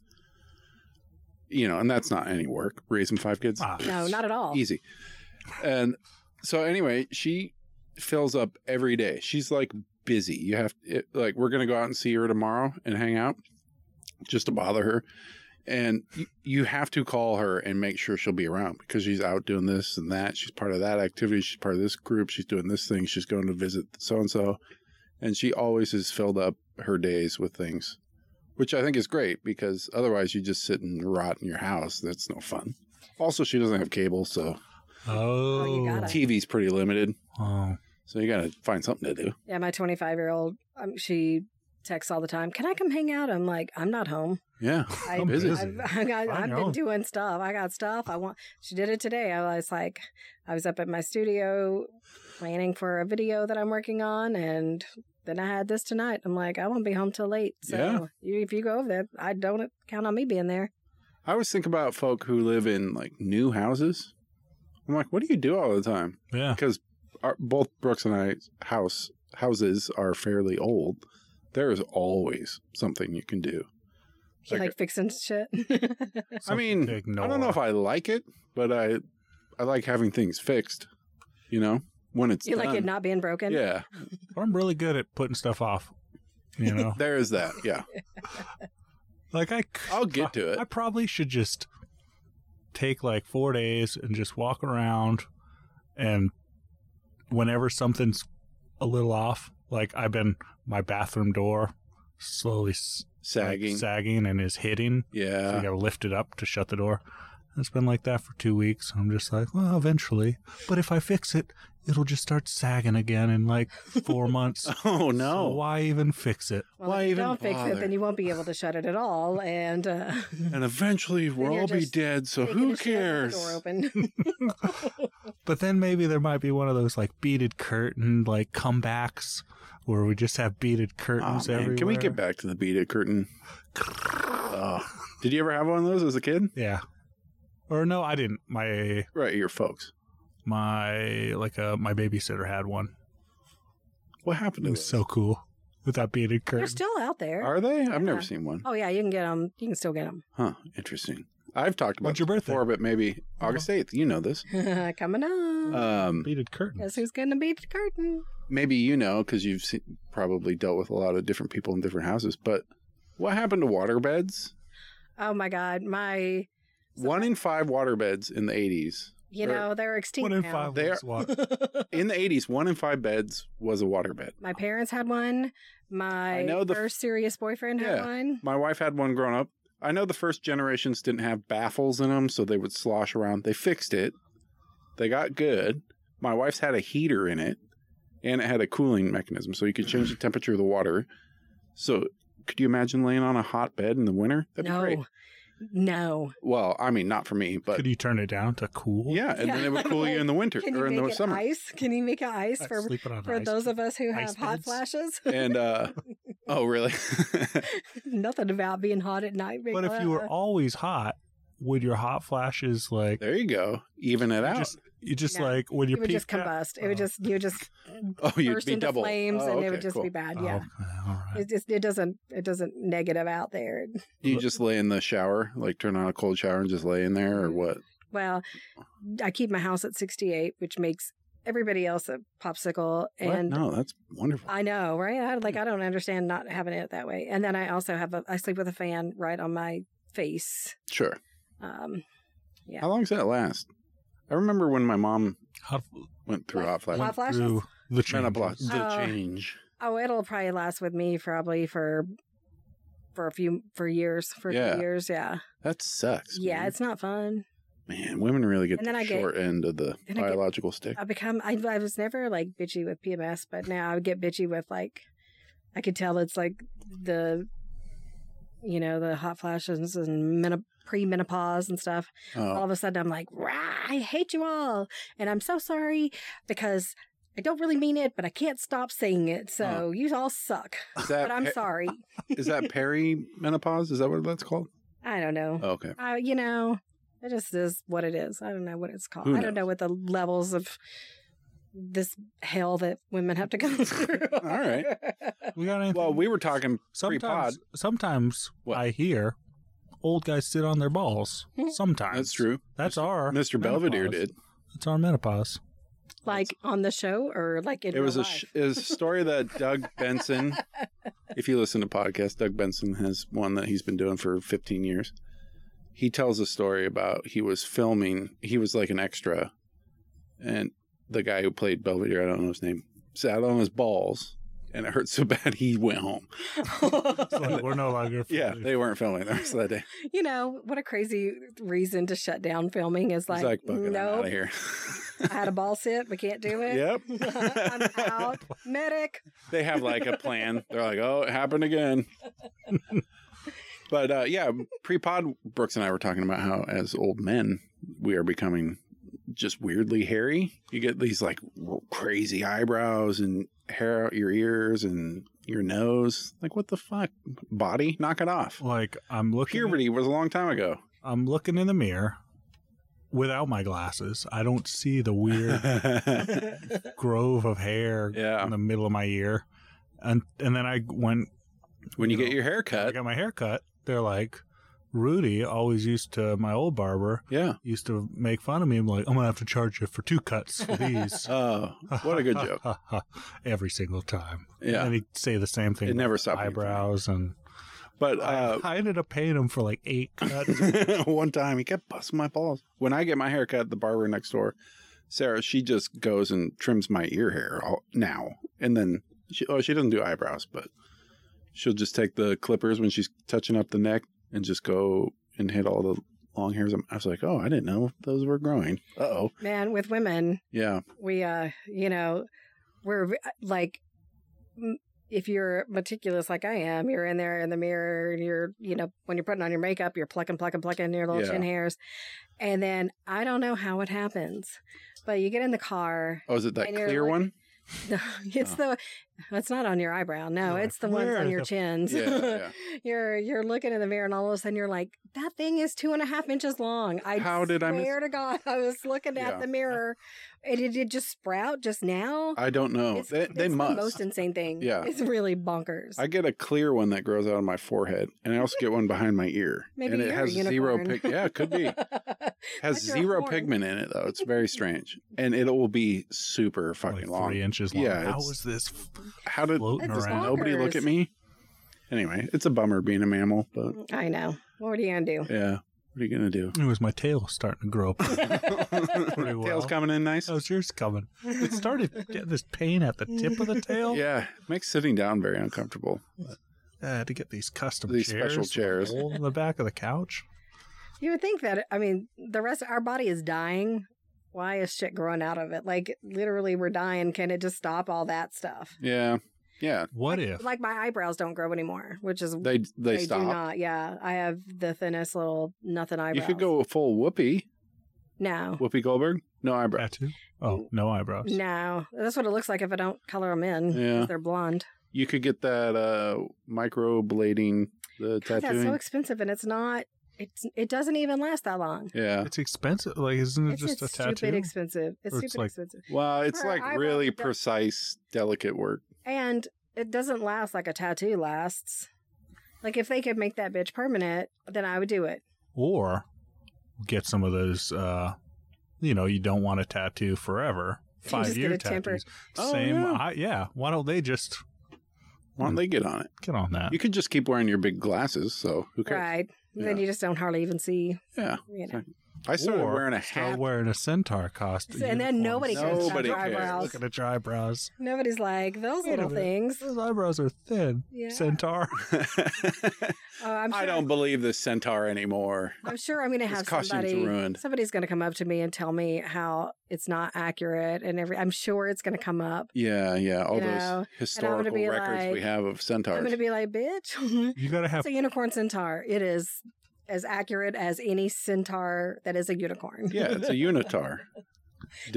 [SPEAKER 2] You know, and that's not any work raising five kids.
[SPEAKER 3] Ah,
[SPEAKER 1] no, not at all.
[SPEAKER 2] easy. And so anyway, she fills up every day. She's like busy. You have it, like we're gonna go out and see her tomorrow and hang out, just to bother her. And you, you have to call her and make sure she'll be around because she's out doing this and that. She's part of that activity. She's part of this group. She's doing this thing. She's going to visit so and so, and she always has filled up her days with things, which I think is great because otherwise you just sit and rot in your house. That's no fun. Also, she doesn't have cable, so
[SPEAKER 3] Oh,
[SPEAKER 1] you gotta-
[SPEAKER 2] TV's pretty limited,
[SPEAKER 3] oh.
[SPEAKER 2] so you got to find something to do.
[SPEAKER 1] Yeah, my 25 year old, um, she texts all the time. Can I come hang out? I'm like, I'm not home.
[SPEAKER 2] Yeah,
[SPEAKER 1] I,
[SPEAKER 3] I'm
[SPEAKER 2] busy.
[SPEAKER 1] I've, I got,
[SPEAKER 3] Find
[SPEAKER 1] I've
[SPEAKER 3] your
[SPEAKER 1] been
[SPEAKER 3] own.
[SPEAKER 1] doing stuff. I got stuff. I want. She did it today. I was like, I was up at my studio planning for a video that I'm working on, and then I had this tonight. I'm like, I won't be home till late. So
[SPEAKER 2] Yeah.
[SPEAKER 1] you, if you go over there, I don't count on me being there.
[SPEAKER 2] I always think about folk who live in like new houses. I'm like, what do you do all the time?
[SPEAKER 3] yeah.
[SPEAKER 2] Because our, both Brooks and I's house houses are fairly old. There is always something you can do.
[SPEAKER 1] You
[SPEAKER 2] Like-
[SPEAKER 1] like fixing shit.
[SPEAKER 2] I mean,
[SPEAKER 3] Something to
[SPEAKER 2] I don't know
[SPEAKER 3] ignore.
[SPEAKER 2] if I like it, but I I like having things fixed. You know, when it's
[SPEAKER 1] you like
[SPEAKER 2] done.
[SPEAKER 1] it not being broken.
[SPEAKER 2] Yeah,
[SPEAKER 3] But I'm really good at putting stuff off. You know,
[SPEAKER 2] there is that. Yeah,
[SPEAKER 3] like I,
[SPEAKER 2] I'll get to it.
[SPEAKER 3] I probably should just take like four days and just walk around, and whenever something's a little off, like I've been my bathroom door slowly s- like,
[SPEAKER 2] sagging.
[SPEAKER 3] sagging and is hitting. So you
[SPEAKER 2] yeah.
[SPEAKER 3] got to lift it up to shut the door. And It's been like that for two weeks. I'm just like, well, eventually. But if I fix it, it'll just start sagging again in like four months.
[SPEAKER 2] Oh
[SPEAKER 3] So
[SPEAKER 2] no.
[SPEAKER 3] why even fix it?
[SPEAKER 1] Well,
[SPEAKER 2] Why
[SPEAKER 1] if you
[SPEAKER 2] even
[SPEAKER 1] don't fix it,
[SPEAKER 2] bother?
[SPEAKER 1] then you won't be able to shut it at all. And uh,
[SPEAKER 2] and eventually we'll
[SPEAKER 1] you're
[SPEAKER 2] all be
[SPEAKER 1] just
[SPEAKER 2] dead, so
[SPEAKER 1] they can
[SPEAKER 2] who
[SPEAKER 1] just shut the
[SPEAKER 2] cares?
[SPEAKER 1] Door open.
[SPEAKER 3] But then maybe there might be one of those like beaded curtain like comebacks where we just have beaded
[SPEAKER 2] Aw,
[SPEAKER 3] curtains
[SPEAKER 2] Ah, Oh, man,
[SPEAKER 3] everywhere.
[SPEAKER 2] Can we get back to the beaded curtain? Ugh. did you ever have one of those as a kid?
[SPEAKER 3] Yeah. Or no, I didn't. My
[SPEAKER 2] Right, your folks.
[SPEAKER 3] my like uh my babysitter had one.
[SPEAKER 2] What happened
[SPEAKER 3] It
[SPEAKER 2] to
[SPEAKER 3] was
[SPEAKER 2] those?
[SPEAKER 3] so cool with that beaded
[SPEAKER 1] They're
[SPEAKER 3] curtain.
[SPEAKER 1] still out there.
[SPEAKER 2] Are they? I've
[SPEAKER 1] Yeah.
[SPEAKER 2] never seen one.
[SPEAKER 1] oh yeah, you can get them. You can still get them.
[SPEAKER 2] Huh. Interesting. I've talked about
[SPEAKER 3] When's your
[SPEAKER 2] this
[SPEAKER 3] birthday?
[SPEAKER 2] before, but maybe
[SPEAKER 1] Oh.
[SPEAKER 2] August eighth. You know this.
[SPEAKER 1] Coming up.
[SPEAKER 2] Um,
[SPEAKER 3] beaded curtain.
[SPEAKER 1] Guess who's gonna beat the curtain?
[SPEAKER 2] maybe you know because you've se probably dealt with a lot of different people in different houses. But what happened to waterbeds?
[SPEAKER 1] Oh my god, my
[SPEAKER 2] One in five waterbeds in the eighties.
[SPEAKER 1] you
[SPEAKER 2] They're-
[SPEAKER 1] know they're extinct
[SPEAKER 3] One in
[SPEAKER 1] now.
[SPEAKER 3] five
[SPEAKER 2] They
[SPEAKER 3] lives walk.
[SPEAKER 2] In the eighties, one in five beds was a waterbed.
[SPEAKER 1] My parents had one. My
[SPEAKER 2] I know the-
[SPEAKER 1] first serious boyfriend had
[SPEAKER 2] Yeah.
[SPEAKER 1] one.
[SPEAKER 2] My wife had one growing up. I know the first generations didn't have baffles in them, so they would slosh around. They fixed it. They got good. My wife's had a heater in it, and it had a cooling mechanism, so you could change the temperature of the water. So, could you imagine laying on a hot bed in the winter? That'd
[SPEAKER 1] no,
[SPEAKER 2] be great.
[SPEAKER 1] no.
[SPEAKER 2] Well, I mean, not for me, but
[SPEAKER 3] Could you turn it down to cool?
[SPEAKER 2] yeah, and then it
[SPEAKER 1] Yeah,
[SPEAKER 2] would cool you in the winter
[SPEAKER 1] Can
[SPEAKER 2] or
[SPEAKER 1] you
[SPEAKER 2] in
[SPEAKER 1] make
[SPEAKER 2] the
[SPEAKER 1] it
[SPEAKER 2] summer.
[SPEAKER 1] ice? Can you make it ice
[SPEAKER 3] Like
[SPEAKER 1] for
[SPEAKER 3] sleeping on
[SPEAKER 1] for
[SPEAKER 3] ice.
[SPEAKER 1] those of us who have
[SPEAKER 3] ice
[SPEAKER 1] hot
[SPEAKER 3] beds?
[SPEAKER 1] flashes?
[SPEAKER 2] And uh oh, really?
[SPEAKER 1] Nothing about being hot at night.
[SPEAKER 3] But if you were always hot, would your hot flashes like
[SPEAKER 2] there you go. Even it
[SPEAKER 3] you
[SPEAKER 2] out.
[SPEAKER 3] just you just
[SPEAKER 1] No.
[SPEAKER 3] like when
[SPEAKER 1] you
[SPEAKER 3] your
[SPEAKER 1] would just
[SPEAKER 3] peak at-
[SPEAKER 1] combust. It would
[SPEAKER 3] Oh.
[SPEAKER 1] just you would just
[SPEAKER 2] oh, you'd
[SPEAKER 1] burst
[SPEAKER 2] be
[SPEAKER 1] into
[SPEAKER 2] double
[SPEAKER 1] flames,
[SPEAKER 2] Oh,
[SPEAKER 1] and it
[SPEAKER 2] okay,
[SPEAKER 1] would just
[SPEAKER 2] cool.
[SPEAKER 1] be bad. Yeah,
[SPEAKER 3] Oh, all right.
[SPEAKER 1] it just it doesn't it doesn't negative out there.
[SPEAKER 2] You just lay in the shower, like turn on a cold shower and just lay in there, or what?
[SPEAKER 1] Well, I keep my house at 68, which makes everybody else a popsicle. And
[SPEAKER 2] what? No, Hmm. that's wonderful.
[SPEAKER 1] I know, right? I, like, I don't understand not having it that way. And then I also have a, I sleep with a fan right on my face.
[SPEAKER 2] sure.
[SPEAKER 1] Um, yeah.
[SPEAKER 2] How long does that last? I remember when my mom
[SPEAKER 3] Hot,
[SPEAKER 2] went through
[SPEAKER 1] What?
[SPEAKER 2] hot flash.
[SPEAKER 1] Hot flashes?
[SPEAKER 3] through the
[SPEAKER 2] Men of Black.
[SPEAKER 3] changes.
[SPEAKER 2] The
[SPEAKER 1] Uh,
[SPEAKER 2] change.
[SPEAKER 1] Oh, it'll probably last with me probably for, for a few, for years, for a few
[SPEAKER 2] Yeah.
[SPEAKER 1] years. Yeah.
[SPEAKER 2] That sucks.
[SPEAKER 1] yeah.
[SPEAKER 2] man.
[SPEAKER 1] It's not fun.
[SPEAKER 2] man, women really get
[SPEAKER 1] And then
[SPEAKER 2] the
[SPEAKER 1] I get-
[SPEAKER 2] short end of the
[SPEAKER 1] then I get-
[SPEAKER 2] biological stick.
[SPEAKER 1] I become, I, I was never like bitchy with PMS, but now I get bitchy with like, I could tell it's like the, you know, the hot flashes and menop- pre-menopause and stuff. all
[SPEAKER 2] Oh,
[SPEAKER 1] of a sudden I'm like, Rah, I hate you all. And I'm so sorry because I don't really mean it, but I can't stop saying it. So
[SPEAKER 2] Huh.
[SPEAKER 1] you all suck.
[SPEAKER 2] is that
[SPEAKER 1] But I'm
[SPEAKER 2] pe-
[SPEAKER 1] sorry.
[SPEAKER 2] Is that perimenopause? Is that what that's called?
[SPEAKER 1] I don't know.
[SPEAKER 2] Oh, okay.
[SPEAKER 1] Uh, you know, it just is what it is. I don't know what it's called.
[SPEAKER 2] Who
[SPEAKER 1] I don't know
[SPEAKER 2] knows?
[SPEAKER 1] what the levels of this hell that women have to go through.
[SPEAKER 2] All right.
[SPEAKER 1] Uh,
[SPEAKER 3] We got anything?
[SPEAKER 2] Well, we were talking
[SPEAKER 3] sometimes sometimes
[SPEAKER 2] What?
[SPEAKER 3] I hear old guys sit on their balls.
[SPEAKER 1] Hmm.
[SPEAKER 3] Sometimes
[SPEAKER 2] That's true.
[SPEAKER 3] That's
[SPEAKER 2] Mr.
[SPEAKER 3] our
[SPEAKER 2] Mr. Belvedere
[SPEAKER 3] menopause.
[SPEAKER 2] did.
[SPEAKER 3] That's our menopause.
[SPEAKER 1] Like on the show or like in
[SPEAKER 2] It was
[SPEAKER 1] real
[SPEAKER 2] a, sh-
[SPEAKER 1] life?
[SPEAKER 2] it was a story that Doug Benson, if you listen to podcasts, Doug Benson has one that he's been doing for 15 years. He tells a story about he was filming, he was like an extra, and the guy who played Belvedere, I don't know his name, sat on his balls and it hurt so bad he went home.
[SPEAKER 3] It's like we're no longer.
[SPEAKER 2] Yeah, they weren't filming the rest of that day.
[SPEAKER 1] you know, what a crazy reason to shut down filming is
[SPEAKER 2] He's
[SPEAKER 1] like,
[SPEAKER 2] like, "Fuck it, I'm
[SPEAKER 1] no,
[SPEAKER 2] out of here.
[SPEAKER 1] I had a ball sit. We can't do it.
[SPEAKER 2] Yep.
[SPEAKER 1] I'm out. Medic.
[SPEAKER 2] they have like a plan. They're like, oh, it happened again. but uh, yeah, pre pod, Brooks and I were talking about how as old men, we are becoming just weirdly hairy. You get these like w- crazy eyebrows and hair out your ears and your nose. Like, what the fuck? Body, knock it off.
[SPEAKER 3] like I'm looking.
[SPEAKER 2] Puberty was a long time ago.
[SPEAKER 3] I'm looking in the mirror without my glasses. I don't see the weird grove of hair
[SPEAKER 2] Yeah.
[SPEAKER 3] in the middle of my ear, and and then I went
[SPEAKER 2] when you get your hair
[SPEAKER 3] I
[SPEAKER 2] cut,
[SPEAKER 3] got my hair cut, they're like, Rudy always used to, my old barber
[SPEAKER 2] yeah.
[SPEAKER 3] used to make fun of me. I'm like, I'm going to have to charge you for two cuts for these.
[SPEAKER 2] Oh, what a good joke.
[SPEAKER 3] Every single time.
[SPEAKER 2] Yeah.
[SPEAKER 3] And he'd say the same thing.
[SPEAKER 2] It never
[SPEAKER 3] about
[SPEAKER 2] stopped. being funny.
[SPEAKER 3] Eyebrows and
[SPEAKER 2] But uh,
[SPEAKER 3] I, I ended up paying him for like eight cuts.
[SPEAKER 2] One time he kept busting my balls. When I get my hair cut, the barber next door, Sarah, she just goes and trims my ear hair all, now. And then she, oh, she doesn't do eyebrows, but She'll just take the clippers when she's touching up the neck and just go and hit all the long hairs. I was like, oh, I didn't know those were growing. Uh oh.
[SPEAKER 1] Man, with women,
[SPEAKER 2] Yeah.
[SPEAKER 1] we uh you know we're v- uh, like m- if you're meticulous like i am you're in there in the mirror and you're you know when you're putting on your makeup you're plucking plucking plucking your little
[SPEAKER 2] Yeah.
[SPEAKER 1] chin hairs and then i don't know how it happens but you get in the car
[SPEAKER 2] Oh, is it that
[SPEAKER 1] And you're
[SPEAKER 2] clear
[SPEAKER 1] like-
[SPEAKER 2] one?
[SPEAKER 1] no, it's
[SPEAKER 2] Oh.
[SPEAKER 1] the it's not on your eyebrow no
[SPEAKER 3] You're
[SPEAKER 1] it's
[SPEAKER 3] like,
[SPEAKER 1] the ones
[SPEAKER 3] "Where
[SPEAKER 1] on your
[SPEAKER 3] the-
[SPEAKER 1] chins
[SPEAKER 2] Yeah, yeah.
[SPEAKER 1] you're you're looking in the mirror and all of a sudden you're like that thing is two and a half inches long i
[SPEAKER 2] How did I miss-
[SPEAKER 1] swear to god i was looking
[SPEAKER 2] Yeah.
[SPEAKER 1] at the mirror and it did just sprout just now
[SPEAKER 2] I don't know.
[SPEAKER 1] It's-
[SPEAKER 2] Oh, they
[SPEAKER 1] it's
[SPEAKER 2] they must.
[SPEAKER 1] The most insane thing.
[SPEAKER 2] Yeah.
[SPEAKER 1] It's really bonkers.
[SPEAKER 2] I get a clear one that grows out of my forehead, and I also get one behind my ear.
[SPEAKER 1] Maybe
[SPEAKER 2] and it
[SPEAKER 1] you're a
[SPEAKER 2] has zero
[SPEAKER 1] unicorn.
[SPEAKER 2] pig. Yeah, it could be. Has
[SPEAKER 1] Like you're a
[SPEAKER 2] zero
[SPEAKER 1] horn.
[SPEAKER 2] pigment in it though. It's very strange, and it will be super fucking
[SPEAKER 3] like
[SPEAKER 2] long.
[SPEAKER 3] three inches long.
[SPEAKER 2] Yeah,
[SPEAKER 3] How
[SPEAKER 2] it's-
[SPEAKER 3] is this f-
[SPEAKER 2] How did
[SPEAKER 3] floating
[SPEAKER 1] That's
[SPEAKER 3] around?
[SPEAKER 1] long.
[SPEAKER 2] nobody look at
[SPEAKER 1] Bonkers.
[SPEAKER 2] me? Anyway, it's a bummer being a mammal, but
[SPEAKER 1] I know. What are you going to do?
[SPEAKER 2] yeah, what are you gonna do?
[SPEAKER 3] It was my tail starting to grow up. well. Oh,
[SPEAKER 2] Tail's coming in nice.
[SPEAKER 3] How's yours coming? It started yeah, this pain at the tip of the tail.
[SPEAKER 2] Yeah, makes sitting down very uncomfortable.
[SPEAKER 3] Uh, to get these custom
[SPEAKER 2] These
[SPEAKER 3] chairs,
[SPEAKER 2] special chairs.
[SPEAKER 3] hole in the back of the couch.
[SPEAKER 1] You would think that, I mean, the rest, our body is dying. Why is shit growing out of it? Like, literally, we're dying. Can it just stop all that stuff?
[SPEAKER 2] Yeah, yeah.
[SPEAKER 3] What if?
[SPEAKER 1] Like, my eyebrows don't grow anymore, which is.
[SPEAKER 2] They they,
[SPEAKER 1] do
[SPEAKER 2] stop.
[SPEAKER 1] not. Yeah. I have the thinnest little nothing eyebrows.
[SPEAKER 2] You could go full Whoopi.
[SPEAKER 1] No.
[SPEAKER 2] Whoopi Goldberg, no eyebrow.
[SPEAKER 3] Tattoo? Oh, no eyebrows.
[SPEAKER 1] No. That's what it looks like if I don't color them in.
[SPEAKER 2] Yeah.
[SPEAKER 1] They're blonde.
[SPEAKER 2] You could get that uh microblading the
[SPEAKER 1] God, that's
[SPEAKER 2] tattooing.
[SPEAKER 1] so expensive. And it's not, it's, it doesn't even last that long.
[SPEAKER 2] yeah.
[SPEAKER 3] It's expensive. Like, isn't it
[SPEAKER 1] It's
[SPEAKER 3] just a
[SPEAKER 1] it's
[SPEAKER 3] tattoo?
[SPEAKER 1] stupid expensive. It's
[SPEAKER 3] Or
[SPEAKER 1] stupid
[SPEAKER 3] it's like-
[SPEAKER 1] expensive.
[SPEAKER 2] Well, it's
[SPEAKER 1] Her
[SPEAKER 2] like
[SPEAKER 1] eyebrow-
[SPEAKER 2] really
[SPEAKER 1] yeah.
[SPEAKER 2] precise, delicate work.
[SPEAKER 1] And it doesn't last like a tattoo lasts. Like if they could make that bitch permanent, then I would do it.
[SPEAKER 3] or get some of those. Uh, you know, you don't want a tattoo forever. Five
[SPEAKER 1] Just get
[SPEAKER 3] year
[SPEAKER 1] a temper-
[SPEAKER 3] tattoos.
[SPEAKER 2] Oh,
[SPEAKER 3] Same.
[SPEAKER 2] yeah.
[SPEAKER 3] I, yeah. Why don't they just
[SPEAKER 2] Why
[SPEAKER 3] Hmm.
[SPEAKER 2] don't they get on it?
[SPEAKER 3] get on that?
[SPEAKER 2] You could just keep wearing your big glasses, so who cares?
[SPEAKER 1] Right. Then
[SPEAKER 2] Yeah.
[SPEAKER 1] you just don't hardly even see.
[SPEAKER 2] Yeah.
[SPEAKER 1] You know.
[SPEAKER 2] Right. I started
[SPEAKER 3] Or
[SPEAKER 2] wearing a
[SPEAKER 3] Start
[SPEAKER 2] hat.
[SPEAKER 3] wearing a centaur costume.
[SPEAKER 1] And then nobody cares about
[SPEAKER 2] Nobody
[SPEAKER 1] your
[SPEAKER 2] cares.
[SPEAKER 1] eyebrows.
[SPEAKER 3] Looking at your eyebrows.
[SPEAKER 1] Nobody's like those
[SPEAKER 3] Wait a
[SPEAKER 1] little
[SPEAKER 3] minute.
[SPEAKER 1] things.
[SPEAKER 3] Those eyebrows are thin.
[SPEAKER 1] Yeah.
[SPEAKER 3] Centaur.
[SPEAKER 1] Oh, I'm sure,
[SPEAKER 2] I don't believe this centaur anymore.
[SPEAKER 1] I'm sure I'm gonna
[SPEAKER 2] His
[SPEAKER 1] have
[SPEAKER 2] costume's
[SPEAKER 1] somebody.
[SPEAKER 2] ruined.
[SPEAKER 1] Somebody's gonna come up to me and tell me how it's not accurate, and every. I'm sure it's gonna come up.
[SPEAKER 2] Yeah, yeah. All
[SPEAKER 1] You
[SPEAKER 2] those
[SPEAKER 1] know,
[SPEAKER 2] historical
[SPEAKER 1] be
[SPEAKER 2] records we
[SPEAKER 1] like-
[SPEAKER 2] have of
[SPEAKER 1] I'm
[SPEAKER 2] centaurs.
[SPEAKER 1] gonna be like, bitch.
[SPEAKER 3] You gotta have
[SPEAKER 1] It's a unicorn centaur. It is as accurate as any centaur that is a unicorn.
[SPEAKER 2] yeah, it's a unitar. Duh.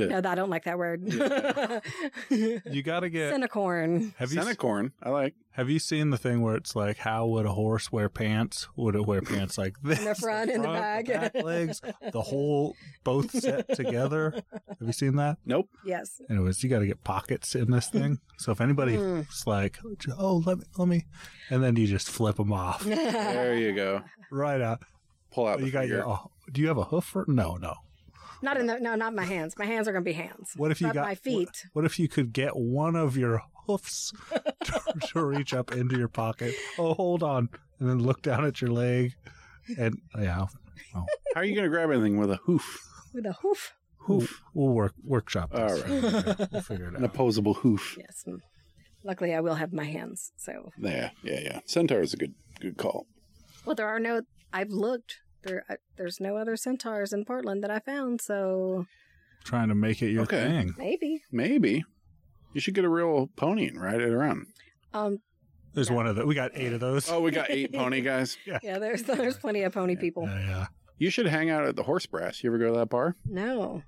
[SPEAKER 1] No, I don't like that word.
[SPEAKER 2] Yeah.
[SPEAKER 3] you gotta get
[SPEAKER 1] Centacorn.
[SPEAKER 3] have you s-
[SPEAKER 2] Centacorn. I like.
[SPEAKER 3] have you seen the thing where it's like how would a horse wear pants? Would it wear pants like this?
[SPEAKER 1] In the front, in the
[SPEAKER 3] front,
[SPEAKER 1] back.
[SPEAKER 3] legs, the whole both set together. Have you seen that?
[SPEAKER 2] Nope.
[SPEAKER 1] Yes.
[SPEAKER 3] Anyways, you gotta get pockets in this thing. So if anybody's
[SPEAKER 1] Mm.
[SPEAKER 3] like, oh let me let me, and then you just flip them off
[SPEAKER 2] There you go.
[SPEAKER 3] right out.
[SPEAKER 2] Pull out.
[SPEAKER 3] You
[SPEAKER 2] the
[SPEAKER 3] got
[SPEAKER 2] finger.
[SPEAKER 3] your. Oh, do you have a hoof? Or, no, no.
[SPEAKER 1] Not in the no, not my hands. My hands are gonna be hands.
[SPEAKER 3] What if you
[SPEAKER 1] Not
[SPEAKER 3] got
[SPEAKER 1] my
[SPEAKER 3] what-
[SPEAKER 1] feet?
[SPEAKER 3] What if you could get one of your hoofs to, to reach up into your pocket? Oh, hold on, and then look down at your leg, and yeah,
[SPEAKER 2] How are you going to grab anything with a hoof?
[SPEAKER 1] With a hoof.
[SPEAKER 3] hoof. We'll, we'll work workshop. This.
[SPEAKER 2] All
[SPEAKER 3] We'll figure it
[SPEAKER 2] An
[SPEAKER 3] out.
[SPEAKER 2] opposable hoof.
[SPEAKER 1] Yes. Hmm. Luckily I will have my hands. So
[SPEAKER 2] Yeah, yeah, yeah. Centaur is a good good call.
[SPEAKER 1] well there are no I've looked. There uh, there's no other centaurs in Portland that I found, so
[SPEAKER 3] Trying to make it your
[SPEAKER 2] Okay.
[SPEAKER 3] thing.
[SPEAKER 1] maybe.
[SPEAKER 2] Maybe you should get a real pony and ride it around.
[SPEAKER 1] Um
[SPEAKER 3] There's
[SPEAKER 1] Yeah.
[SPEAKER 3] one of the. We got eight of those.
[SPEAKER 2] Oh, we got eight pony guys.
[SPEAKER 1] yeah, there's there's plenty of pony people.
[SPEAKER 2] Uh,
[SPEAKER 3] Yeah, yeah.
[SPEAKER 2] You should hang out at the Horse Brass. You ever go to that bar?
[SPEAKER 1] No.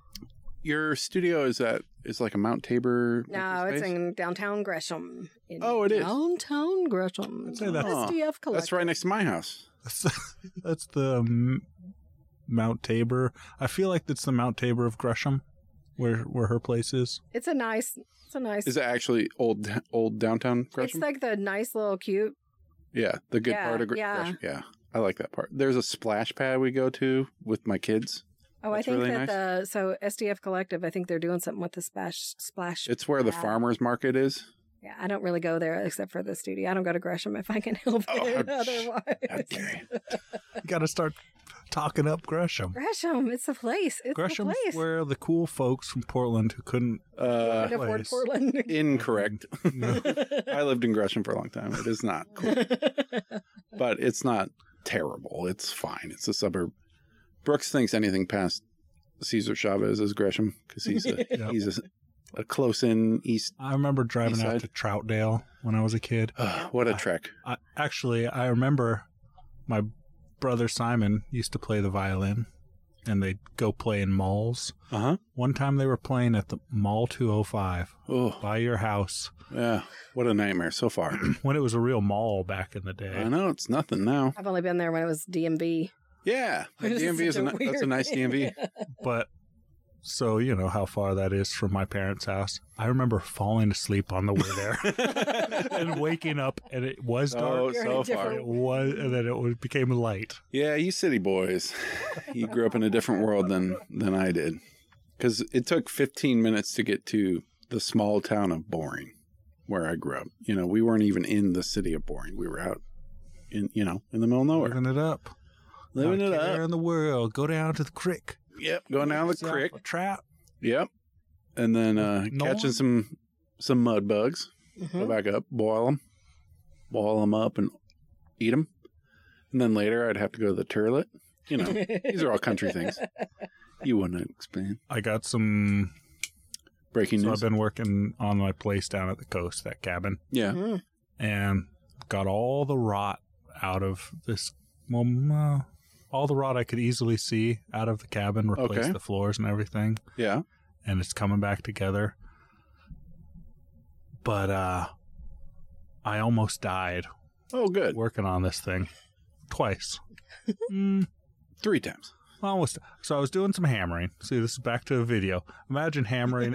[SPEAKER 2] Your studio is at is like a Mount Tabor.
[SPEAKER 1] No,
[SPEAKER 2] open
[SPEAKER 1] it's
[SPEAKER 2] space?
[SPEAKER 1] in downtown Gresham. In
[SPEAKER 2] Oh, it is.
[SPEAKER 1] Downtown Gresham.
[SPEAKER 3] I'd say that's-
[SPEAKER 1] SDF collector.
[SPEAKER 2] That's right next to my house.
[SPEAKER 3] That's, that's the M- Mount Tabor. I feel like that's the Mount Tabor of Gresham, where where her place is.
[SPEAKER 1] It's a nice. It's a nice.
[SPEAKER 2] Is it actually old old downtown
[SPEAKER 1] it's
[SPEAKER 2] Gresham?
[SPEAKER 1] like the nice little cute.
[SPEAKER 2] yeah, the good
[SPEAKER 1] Yeah,
[SPEAKER 2] part of Gre-
[SPEAKER 1] yeah.
[SPEAKER 2] Gresham. Yeah, I like that part. There's a splash pad we go to with my kids.
[SPEAKER 1] Oh, I
[SPEAKER 2] That's
[SPEAKER 1] think
[SPEAKER 2] really
[SPEAKER 1] that the so SDF Collective. I think they're doing something with the splash splash.
[SPEAKER 2] It's where the
[SPEAKER 1] pad.
[SPEAKER 2] farmers market is.
[SPEAKER 1] Yeah, I don't really go there except for the studio. I don't go to Gresham if I can help
[SPEAKER 2] Oh,
[SPEAKER 1] it.
[SPEAKER 2] how-
[SPEAKER 1] Otherwise,
[SPEAKER 2] How dare you.
[SPEAKER 3] You got to start talking up Gresham.
[SPEAKER 1] Gresham, it's the place. It's
[SPEAKER 3] Gresham's
[SPEAKER 1] the place.
[SPEAKER 3] where the cool folks from Portland who couldn't.
[SPEAKER 2] Uh,
[SPEAKER 1] Can't afford
[SPEAKER 3] place.
[SPEAKER 1] Portland.
[SPEAKER 2] incorrect.
[SPEAKER 3] No.
[SPEAKER 2] I lived in Gresham for a long time. It is not cool, but it's not terrible. It's fine. It's a suburb. Brooks thinks anything past Cesar Chavez is Gresham because he's a,
[SPEAKER 3] Yeah.
[SPEAKER 2] he's a, a close in east.
[SPEAKER 3] I remember driving out
[SPEAKER 2] Eastside.
[SPEAKER 3] to Troutdale when I was a kid.
[SPEAKER 2] Ugh, what a trek!
[SPEAKER 3] I, actually, I remember my brother Simon used to play the violin, and they'd go play in malls.
[SPEAKER 2] Uh huh.
[SPEAKER 3] One time they were playing at the Mall 205
[SPEAKER 2] Oh
[SPEAKER 3] by your house
[SPEAKER 2] yeah, what a nightmare so far.
[SPEAKER 3] when it was a real mall back in the
[SPEAKER 2] I
[SPEAKER 3] day.
[SPEAKER 2] know it's nothing now.
[SPEAKER 1] I've only been there when it was DMV.
[SPEAKER 2] Yeah, that
[SPEAKER 1] It's
[SPEAKER 2] DMV is a,
[SPEAKER 1] such a
[SPEAKER 2] ni- that's a
[SPEAKER 1] weird
[SPEAKER 2] nice
[SPEAKER 1] thing.
[SPEAKER 2] DMV.
[SPEAKER 3] But so you know how far that is from my parents' house. I remember falling asleep on the way there and waking up, and it was
[SPEAKER 2] so
[SPEAKER 3] dark.
[SPEAKER 1] You're in
[SPEAKER 2] so
[SPEAKER 1] a different
[SPEAKER 2] far.
[SPEAKER 3] It was, and then it was, became light.
[SPEAKER 2] Yeah, you city boys. You grew up in a different world than than I did. Cuz it took 15 minutes to get to the small town of Boring where I grew up. You know, we weren't even in the city of Boring. We were out in, you know, in the middle of nowhere.
[SPEAKER 3] Living it up,
[SPEAKER 2] Living it
[SPEAKER 3] Out there
[SPEAKER 2] up.
[SPEAKER 3] in the world. Go down to the creek.
[SPEAKER 2] Yep, going down the
[SPEAKER 3] Set off
[SPEAKER 2] creek.
[SPEAKER 3] a Trap.
[SPEAKER 2] Yep. And then uh catching
[SPEAKER 3] No one- Hmm?
[SPEAKER 2] some some mud bugs. Go
[SPEAKER 1] Mhm.
[SPEAKER 2] back up, boil them, boil them up and eat them. And then later I'd have to go to the toilet. You know,
[SPEAKER 1] Mm-hmm.
[SPEAKER 2] these are all country things. You wouldn't explain.
[SPEAKER 3] I got some.
[SPEAKER 2] Breaking
[SPEAKER 3] So I've
[SPEAKER 2] news.
[SPEAKER 3] been working on my place down at the coast, that cabin,
[SPEAKER 2] yeah.
[SPEAKER 1] Mhm.
[SPEAKER 3] and got all the rot out of this. Well, mm, uh, all the rot I could easily see out of the cabin, replaced
[SPEAKER 2] Okay.
[SPEAKER 3] the floors and everything,
[SPEAKER 2] Yeah.
[SPEAKER 3] and it's coming back together. But uh, I almost died
[SPEAKER 2] Oh, good.
[SPEAKER 3] working on this thing twice. mm,
[SPEAKER 2] Three times.
[SPEAKER 3] Almost. So I was doing some hammering. See, this is back to a video. Imagine hammering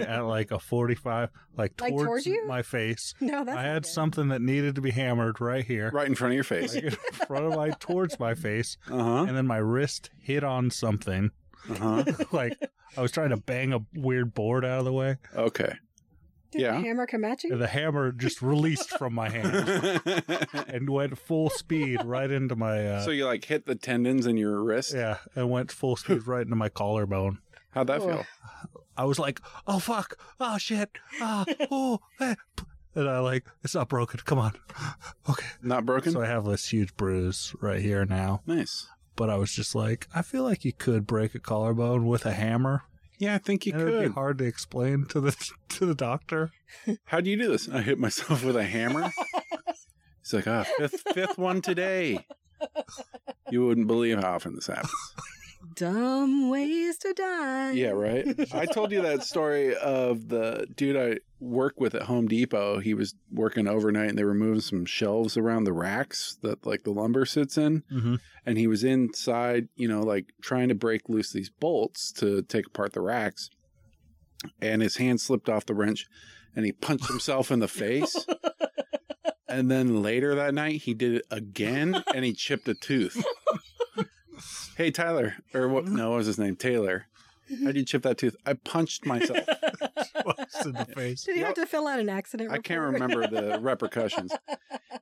[SPEAKER 3] at like a 45, like
[SPEAKER 1] Like
[SPEAKER 3] towards,
[SPEAKER 1] towards you?
[SPEAKER 3] my face.
[SPEAKER 1] No, that's
[SPEAKER 3] I had
[SPEAKER 1] okay.
[SPEAKER 3] something that needed to be hammered right here,
[SPEAKER 2] Right in front of your face.
[SPEAKER 3] like in front of my towards my face,
[SPEAKER 2] Uh huh.
[SPEAKER 3] and then my wrist hit on something.
[SPEAKER 2] Uh huh.
[SPEAKER 3] like I was trying to bang a weird board out of the way,
[SPEAKER 2] Okay.
[SPEAKER 1] Did
[SPEAKER 2] Yeah.
[SPEAKER 1] the hammer come at you?
[SPEAKER 3] and the hammer just released from my hand and went full speed right into my. Uh,
[SPEAKER 2] so you like hit the tendons in your wrist.
[SPEAKER 3] yeah, it went full speed right into my collarbone.
[SPEAKER 2] How'd that feel?
[SPEAKER 3] I was like, "Oh fuck! Oh shit! Ah, oh!" eh, p-" And I like, "It's not broken. Come on." Okay.
[SPEAKER 2] Not broken?
[SPEAKER 3] So I have this huge bruise right here now,
[SPEAKER 2] nice.
[SPEAKER 3] but I was just like, I feel like you could break a collarbone with a hammer.
[SPEAKER 2] Yeah, I think you
[SPEAKER 3] and It would
[SPEAKER 2] could.
[SPEAKER 3] be hard to explain to the to the doctor.
[SPEAKER 2] How do you do this? I hit myself with a hammer. He's like, ah, fifth, fifth one today. You wouldn't believe how often this happens.
[SPEAKER 1] Dumb ways to die.
[SPEAKER 2] Yeah, right. I told you that story of the dude I work with at Home Depot. He was working overnight and they were moving some shelves around the racks that like the lumber sits in.
[SPEAKER 3] Mm-hmm.
[SPEAKER 2] And he was inside, you know, like trying to break loose these bolts to take apart the racks. And his hand slipped off the wrench and he punched himself in the face. And then later that night, he did it again and he chipped a tooth. hey, Tyler, or what? No, what was his name? Taylor. How'd you chip that tooth? I punched myself.
[SPEAKER 3] in the face.
[SPEAKER 1] Did he have
[SPEAKER 2] Yep.
[SPEAKER 1] to fill out an accident
[SPEAKER 2] I
[SPEAKER 1] report?
[SPEAKER 2] can't remember the repercussions.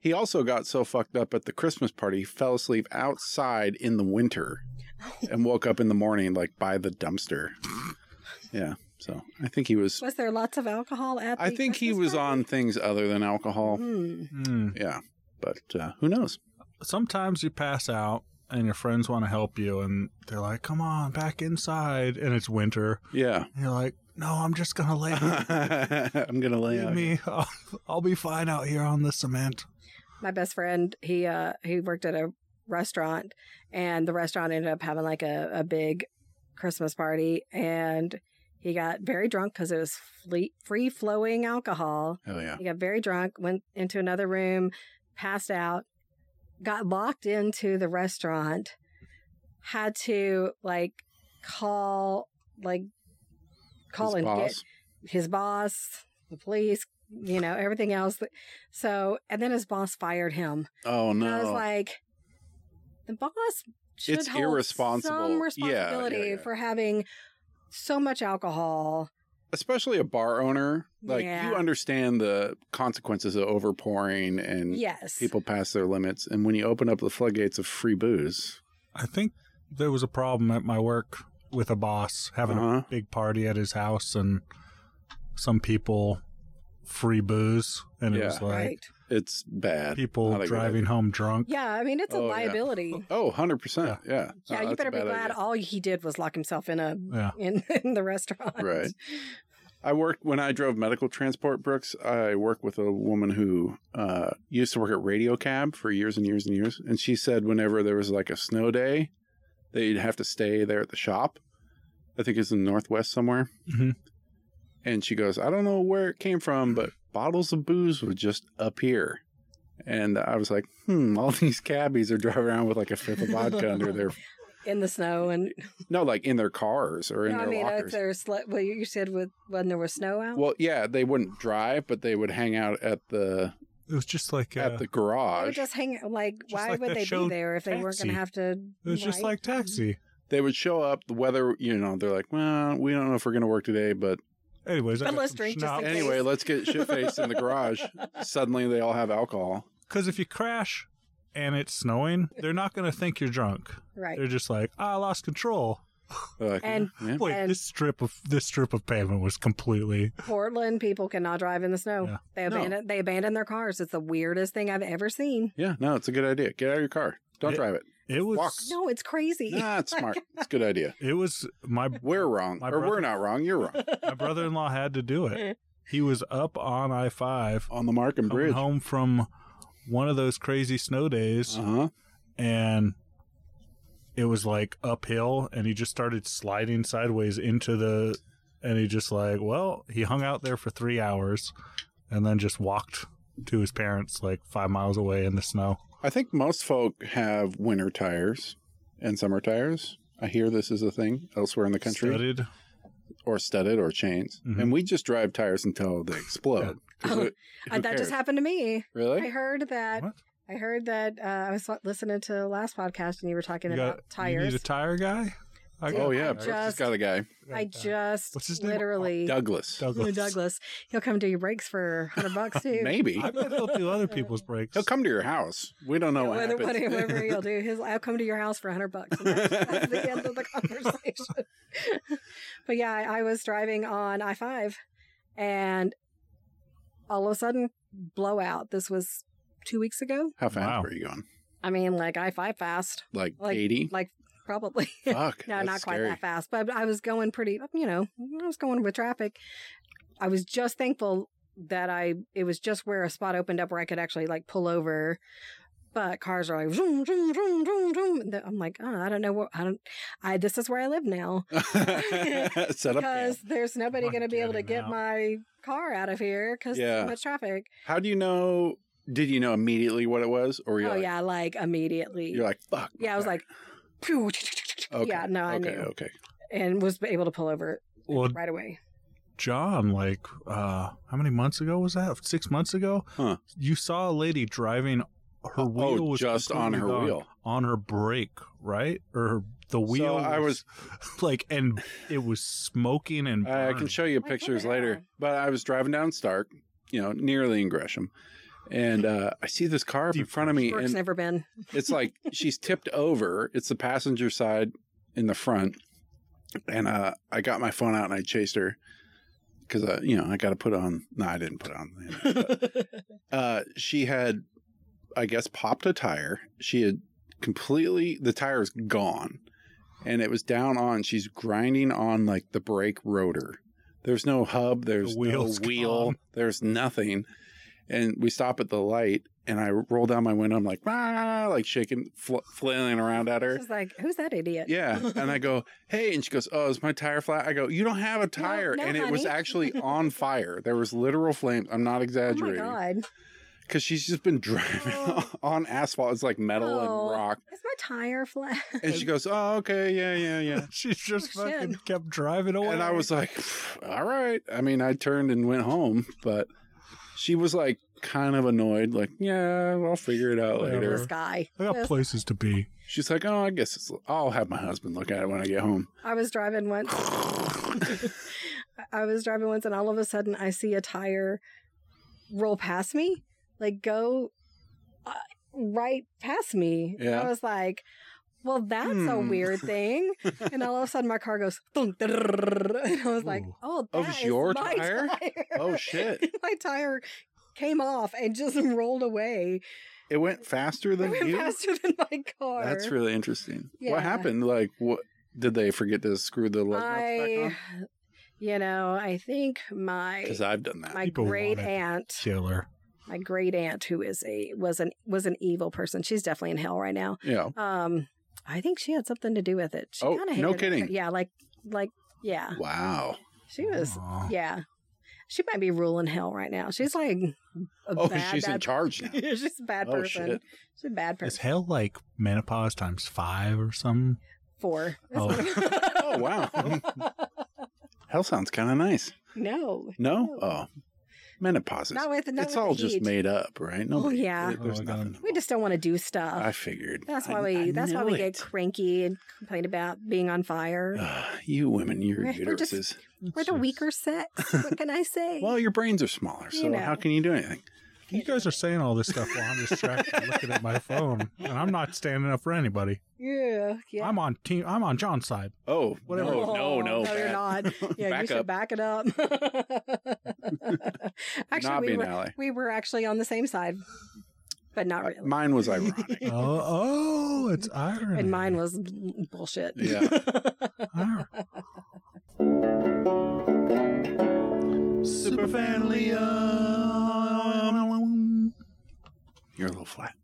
[SPEAKER 2] He also got so fucked up at the Christmas party, he fell asleep outside in the winter and woke up in the morning, like by the dumpster. Yeah. So I think he was,
[SPEAKER 1] Was there lots of alcohol at the Hmm.
[SPEAKER 2] I think he was on things other than alcohol.
[SPEAKER 1] on.
[SPEAKER 3] Mm.
[SPEAKER 2] Yeah. But uh, who knows?
[SPEAKER 3] Sometimes you pass out. And your friends want to help you, and they're like, "Come on, back inside!" And it's winter.
[SPEAKER 2] Yeah.
[SPEAKER 3] And you're like, "No, I'm just gonna lay
[SPEAKER 2] I'm going to lay
[SPEAKER 3] Leave
[SPEAKER 2] out.
[SPEAKER 3] me. I'll, I'll be fine out here on the cement.
[SPEAKER 1] My best friend, he uh he worked at a restaurant and the restaurant ended up having like a, a big Christmas party and he got very drunk because it was fle- free flowing alcohol.
[SPEAKER 2] Hell yeah.
[SPEAKER 1] He got very drunk, went into another room, passed out, got locked into the restaurant, had to like call like call
[SPEAKER 2] His
[SPEAKER 1] and
[SPEAKER 2] boss.
[SPEAKER 1] get his boss, the police, you know, everything else. So and then his boss fired him.
[SPEAKER 2] Oh,
[SPEAKER 1] And
[SPEAKER 2] no.
[SPEAKER 1] I was like, the boss should
[SPEAKER 2] It's
[SPEAKER 1] hold
[SPEAKER 2] irresponsible. Yeah,
[SPEAKER 1] some
[SPEAKER 2] yeah,
[SPEAKER 1] responsibility
[SPEAKER 2] yeah.
[SPEAKER 1] for having so much alcohol.
[SPEAKER 2] especially a bar owner, like
[SPEAKER 1] Yeah.
[SPEAKER 2] you understand the consequences of overpouring and
[SPEAKER 1] Yes.
[SPEAKER 2] people pass their limits. And when you open up the floodgates of free booze,
[SPEAKER 3] I think there was a problem at my work with a boss having
[SPEAKER 2] Uh-huh.
[SPEAKER 3] a big party at his house and some people free booze and it was
[SPEAKER 2] Yeah.
[SPEAKER 3] like
[SPEAKER 1] right.
[SPEAKER 2] It's bad. Not a
[SPEAKER 3] people
[SPEAKER 2] good
[SPEAKER 3] driving
[SPEAKER 2] idea.
[SPEAKER 3] home drunk.
[SPEAKER 1] Yeah, I mean it's a
[SPEAKER 2] Oh, yeah.
[SPEAKER 1] liability.
[SPEAKER 2] Oh, 100%. Yeah.
[SPEAKER 1] Yeah,
[SPEAKER 2] Oh, that's
[SPEAKER 1] you
[SPEAKER 2] a
[SPEAKER 1] better be
[SPEAKER 2] bad
[SPEAKER 1] glad
[SPEAKER 2] idea.
[SPEAKER 1] all he did was lock himself in a
[SPEAKER 3] Yeah.
[SPEAKER 1] in, in the restaurant.
[SPEAKER 2] Right. I worked when I drove medical transport, Brooks. I worked with a woman who uh, used to work at Radio Cab for years and years and years. And she said whenever there was like a snow day, they'd have to stay there at the shop. I think it's in the Northwest somewhere.
[SPEAKER 3] Mhm.
[SPEAKER 2] And she goes, I don't know where it came from, but bottles of booze would just appear. And I was like, hmm, all these cabbies are driving around with like a fifth of vodka under their,
[SPEAKER 1] In the snow and
[SPEAKER 2] no, like in their cars or in
[SPEAKER 1] no, I
[SPEAKER 2] their
[SPEAKER 1] mean
[SPEAKER 2] lockers.
[SPEAKER 1] there's well you you said with when there was snow out.
[SPEAKER 2] Well, yeah, they wouldn't drive, but they would hang out at the
[SPEAKER 3] It was just like uh,
[SPEAKER 2] at the
[SPEAKER 1] they would
[SPEAKER 2] garage.
[SPEAKER 1] just hang like
[SPEAKER 3] Just
[SPEAKER 1] why
[SPEAKER 3] like
[SPEAKER 1] would
[SPEAKER 3] that
[SPEAKER 1] they
[SPEAKER 3] show
[SPEAKER 1] be there if they weren't going to
[SPEAKER 3] Taxi.
[SPEAKER 1] have to It
[SPEAKER 3] it was just like taxi.
[SPEAKER 2] They would show up. The weather, you know, they're like, "Well, we don't know if we're going to work today, but
[SPEAKER 3] Anyways,
[SPEAKER 1] But let's drink just in case.
[SPEAKER 2] anyway, let's get shit faced in the garage." Suddenly, they all have alcohol.
[SPEAKER 3] because if you crash and it's snowing, they're not going to think you're drunk.
[SPEAKER 1] Right.
[SPEAKER 3] They're just like, "Ah, I lost control.
[SPEAKER 2] They're like,
[SPEAKER 1] And-
[SPEAKER 2] "Yeah."
[SPEAKER 3] Wait,
[SPEAKER 1] And-
[SPEAKER 3] this strip of this strip of pavement was completely
[SPEAKER 1] Portland people cannot drive in the snow.
[SPEAKER 3] Yeah.
[SPEAKER 1] They
[SPEAKER 2] No.
[SPEAKER 1] abandon they abandon their cars. It's the weirdest thing I've ever seen.
[SPEAKER 2] yeah, no, it's a good idea. Get out of your car. Don't
[SPEAKER 3] Yeah.
[SPEAKER 2] drive it.
[SPEAKER 3] it was
[SPEAKER 2] Walk.
[SPEAKER 1] No, it's crazy.
[SPEAKER 2] Nah, it's smart. It's a good idea.
[SPEAKER 3] it was my
[SPEAKER 2] We're wrong,
[SPEAKER 3] My
[SPEAKER 2] or we're
[SPEAKER 3] brother-
[SPEAKER 2] not wrong. You're wrong.
[SPEAKER 3] my brother-in-law had to do it. He was up on I-5
[SPEAKER 2] On the Markham
[SPEAKER 3] coming
[SPEAKER 2] Bridge. Uh
[SPEAKER 3] home from one of those crazy snow days
[SPEAKER 2] huh.
[SPEAKER 3] and it was like uphill and he just started sliding sideways into the and he just like well he hung out there for three hours and then just walked to his parents like five miles away in the snow
[SPEAKER 2] I think most folk have winter tires and summer tires. I hear this is a thing elsewhere in the country.
[SPEAKER 3] Studded.
[SPEAKER 2] or studded or chains,
[SPEAKER 3] Mhm.
[SPEAKER 2] and we just drive tires until they explode. 'Cause
[SPEAKER 1] Oh,
[SPEAKER 2] who-
[SPEAKER 1] Uh,
[SPEAKER 2] who
[SPEAKER 1] that
[SPEAKER 2] cares?
[SPEAKER 1] just happened to me. I
[SPEAKER 2] Really?
[SPEAKER 1] heard that.
[SPEAKER 3] What?
[SPEAKER 1] I heard that. Uh, I was listening to the last podcast, and you were talking
[SPEAKER 3] You got-
[SPEAKER 1] about
[SPEAKER 3] you need
[SPEAKER 1] tires.
[SPEAKER 3] a tire guy I
[SPEAKER 1] Dude,
[SPEAKER 2] Oh
[SPEAKER 1] I
[SPEAKER 2] yeah, Brooks
[SPEAKER 1] just-
[SPEAKER 2] has got a guy,
[SPEAKER 1] I just
[SPEAKER 3] What's his name?
[SPEAKER 1] literally
[SPEAKER 2] Douglas.
[SPEAKER 1] Oh,
[SPEAKER 3] Douglas.
[SPEAKER 1] Douglas. He'll come do your breaks for hundred bucks too.
[SPEAKER 2] Maybe
[SPEAKER 3] I bet he'll do other people's breaks.
[SPEAKER 2] he'll come to your house. We don't know what
[SPEAKER 1] Whether,
[SPEAKER 2] happens.
[SPEAKER 1] whatever, whatever he'll do, his I'll come to your house for hundred bucks. And That's, that's the end of the conversation. but yeah, I, I was driving on I five, and all of a sudden, blowout. This was two weeks ago.
[SPEAKER 2] How fast
[SPEAKER 3] Wow.
[SPEAKER 2] were you going?
[SPEAKER 1] I mean, like I five fast,
[SPEAKER 2] Like
[SPEAKER 1] Like-
[SPEAKER 2] eighty?
[SPEAKER 1] like probably.
[SPEAKER 2] Fuck.
[SPEAKER 1] No,
[SPEAKER 2] that's
[SPEAKER 1] not quite
[SPEAKER 2] scary.
[SPEAKER 1] that fast, but I was going pretty, you know, I was going with traffic. I was just thankful that I, it was just where a spot opened up where I could actually like pull over. But cars are like, zoom, zoom, zoom, zoom, zoom. The- I'm like, oh, I don't know what, I don't, I, this is where I live now.
[SPEAKER 2] Set up. camp.
[SPEAKER 1] Because there's nobody
[SPEAKER 3] I'm
[SPEAKER 1] going to be able to
[SPEAKER 3] getting
[SPEAKER 1] get
[SPEAKER 3] out.
[SPEAKER 1] my car out of here because
[SPEAKER 2] Yeah.
[SPEAKER 1] so much traffic.
[SPEAKER 2] How do you know? Did you know immediately what it was, or were you
[SPEAKER 1] oh,
[SPEAKER 2] like,
[SPEAKER 1] yeah, like immediately.
[SPEAKER 2] you're like, fuck? my
[SPEAKER 1] yeah, I was
[SPEAKER 2] car.
[SPEAKER 1] like, pew,
[SPEAKER 2] okay,
[SPEAKER 1] yeah, no, I
[SPEAKER 2] okay,
[SPEAKER 1] knew.
[SPEAKER 2] okay.
[SPEAKER 1] And was able to pull over
[SPEAKER 3] Well,
[SPEAKER 1] right away.
[SPEAKER 3] John, like, uh, how many months ago was that? Six months ago?
[SPEAKER 2] Huh.
[SPEAKER 3] You saw a lady driving. Her wheel
[SPEAKER 2] oh,
[SPEAKER 3] was
[SPEAKER 2] just on her
[SPEAKER 3] completely gone.
[SPEAKER 2] wheel.
[SPEAKER 3] on her brake, right? Or her- the wheel.
[SPEAKER 2] I
[SPEAKER 3] like, and it was smoking and.
[SPEAKER 2] I, I
[SPEAKER 3] burning.
[SPEAKER 2] can show you
[SPEAKER 1] Like,
[SPEAKER 2] pictures
[SPEAKER 1] look at
[SPEAKER 2] later.
[SPEAKER 1] that.
[SPEAKER 2] But I was driving down Stark, you know, nearly in Gresham, and uh, I see this car up in
[SPEAKER 3] Deep
[SPEAKER 2] front of me,
[SPEAKER 1] Brooke's
[SPEAKER 2] and
[SPEAKER 1] never been.
[SPEAKER 2] it's like she's tipped over. It's the passenger side in the front, and uh, I got my phone out and I chased her because uh, you know I got to put on. No, I didn't put on. you know, uh, she had, I guess, popped a tire. She had completely the tire is gone, and it was down on. She's grinding on like the brake rotor. There's no hub. There's no
[SPEAKER 3] wheel's
[SPEAKER 2] wheel.
[SPEAKER 3] gone.
[SPEAKER 2] There's nothing. And we stop at the light, and I roll down my window. I'm like, ah, like shaking, fl- flailing around at her.
[SPEAKER 1] She's like, who's that idiot?
[SPEAKER 2] Yeah. And I go, hey. And she goes, oh, is my tire flat? I go, you don't have a tire.
[SPEAKER 1] no,
[SPEAKER 2] and it was
[SPEAKER 1] honey.
[SPEAKER 2] actually on fire. There was literal flames. I'm not
[SPEAKER 1] Oh my
[SPEAKER 2] exaggerating
[SPEAKER 1] god,
[SPEAKER 2] because she's just been driving
[SPEAKER 1] Oh.
[SPEAKER 2] on asphalt. It's like metal
[SPEAKER 1] Oh.
[SPEAKER 2] and rock.
[SPEAKER 1] is my tire flat?
[SPEAKER 2] And she goes, "Oh, okay, yeah, yeah, yeah."
[SPEAKER 3] She just
[SPEAKER 1] Oh, shit.
[SPEAKER 3] fucking kept driving away.
[SPEAKER 2] and I was like, "Pff, "All right." I mean, I turned and went home, but she was like kind of annoyed, like, "Yeah, I'll figure it out
[SPEAKER 3] Whatever.
[SPEAKER 1] this
[SPEAKER 2] later."
[SPEAKER 1] guy.
[SPEAKER 3] I got places to be.
[SPEAKER 2] She's like, "Oh, I guess it's, I'll have my husband look at it when I get home."
[SPEAKER 1] I was driving once. I was driving once, and all of a sudden, I see a tire roll past me, like go uh, right past me.
[SPEAKER 2] Yeah.
[SPEAKER 1] I was like, well, that's a
[SPEAKER 2] Hmm.
[SPEAKER 1] weird thing. And all of a sudden, my car goes, thunk, drrrr. and I was like,
[SPEAKER 3] Ooh.
[SPEAKER 1] oh,
[SPEAKER 2] Of
[SPEAKER 1] that is
[SPEAKER 2] your
[SPEAKER 1] my
[SPEAKER 2] tire? Oh, shit.
[SPEAKER 1] my tire came off and just rolled away.
[SPEAKER 2] It went faster
[SPEAKER 1] It
[SPEAKER 2] than
[SPEAKER 1] went
[SPEAKER 2] you.
[SPEAKER 1] faster than my car.
[SPEAKER 2] That's really interesting.
[SPEAKER 1] Yeah.
[SPEAKER 2] What happened? Like, what did they forget to screw the lug nuts
[SPEAKER 1] I,
[SPEAKER 2] back
[SPEAKER 1] you know, I think
[SPEAKER 2] on?
[SPEAKER 1] my
[SPEAKER 2] Because I've done that.
[SPEAKER 1] my
[SPEAKER 3] People want
[SPEAKER 1] great
[SPEAKER 3] it.
[SPEAKER 1] aunt,
[SPEAKER 3] Killer.
[SPEAKER 1] my great aunt, who is a was an was an evil person. She's definitely in hell right now.
[SPEAKER 2] yeah.
[SPEAKER 1] Um, I think she had something to do with it. She
[SPEAKER 2] Oh,
[SPEAKER 1] kind of
[SPEAKER 2] no kidding.
[SPEAKER 1] Yeah, like like yeah,
[SPEAKER 2] Wow.
[SPEAKER 1] she was
[SPEAKER 3] Aw.
[SPEAKER 1] yeah. She might be ruling hell right now. She's like a
[SPEAKER 2] Oh,
[SPEAKER 1] bad,
[SPEAKER 2] she's in
[SPEAKER 1] bad,
[SPEAKER 2] charge now.
[SPEAKER 1] she's a bad
[SPEAKER 2] Oh,
[SPEAKER 1] person.
[SPEAKER 2] shit.
[SPEAKER 1] She's a bad
[SPEAKER 3] Is
[SPEAKER 1] person.
[SPEAKER 3] hell like menopause times five or something?
[SPEAKER 1] Four.
[SPEAKER 3] Oh.
[SPEAKER 2] Oh, wow. Hell sounds kind of nice.
[SPEAKER 1] no.
[SPEAKER 2] No? Oh, menopause.
[SPEAKER 1] Not with not
[SPEAKER 2] it's
[SPEAKER 1] with
[SPEAKER 2] all
[SPEAKER 1] the
[SPEAKER 2] just
[SPEAKER 1] heat.
[SPEAKER 2] made up, right?
[SPEAKER 1] Oh,
[SPEAKER 2] Nobody-
[SPEAKER 1] yeah.
[SPEAKER 2] there- There's
[SPEAKER 3] Oh, God.
[SPEAKER 2] nothing.
[SPEAKER 1] We just don't want to do stuff.
[SPEAKER 2] I figured.
[SPEAKER 1] that's
[SPEAKER 2] I-
[SPEAKER 1] why we.
[SPEAKER 2] I
[SPEAKER 1] that's why
[SPEAKER 2] knew
[SPEAKER 1] we get
[SPEAKER 2] it.
[SPEAKER 1] cranky and complain about being on fire.
[SPEAKER 2] Ugh, you women, your
[SPEAKER 1] We're- we're just-
[SPEAKER 2] uteruses.
[SPEAKER 1] We're the weaker sex. What can I say?
[SPEAKER 2] Well, your brains are smaller,
[SPEAKER 1] You
[SPEAKER 2] so
[SPEAKER 1] know.
[SPEAKER 2] how can you do anything?
[SPEAKER 3] You guys are saying all this stuff while I'm distracted looking at my phone, and I'm not standing up for anybody.
[SPEAKER 1] yeah, yeah.
[SPEAKER 3] I'm on team. I'm on John's side.
[SPEAKER 2] Oh,
[SPEAKER 3] Whatever.
[SPEAKER 2] no, no, no.
[SPEAKER 1] no, you're
[SPEAKER 2] back-
[SPEAKER 1] not. Yeah, you
[SPEAKER 2] back
[SPEAKER 1] should
[SPEAKER 2] up.
[SPEAKER 1] back it up. actually,
[SPEAKER 2] not
[SPEAKER 1] we
[SPEAKER 2] being
[SPEAKER 1] were
[SPEAKER 2] ally.
[SPEAKER 1] we were actually on the same side, but not
[SPEAKER 2] Uh,
[SPEAKER 1] really.
[SPEAKER 2] Mine was ironic.
[SPEAKER 3] Oh, oh, it's irony.
[SPEAKER 1] and mine was bullshit.
[SPEAKER 2] Yeah.
[SPEAKER 3] Irony. Superfanlium.
[SPEAKER 2] You're a little flat.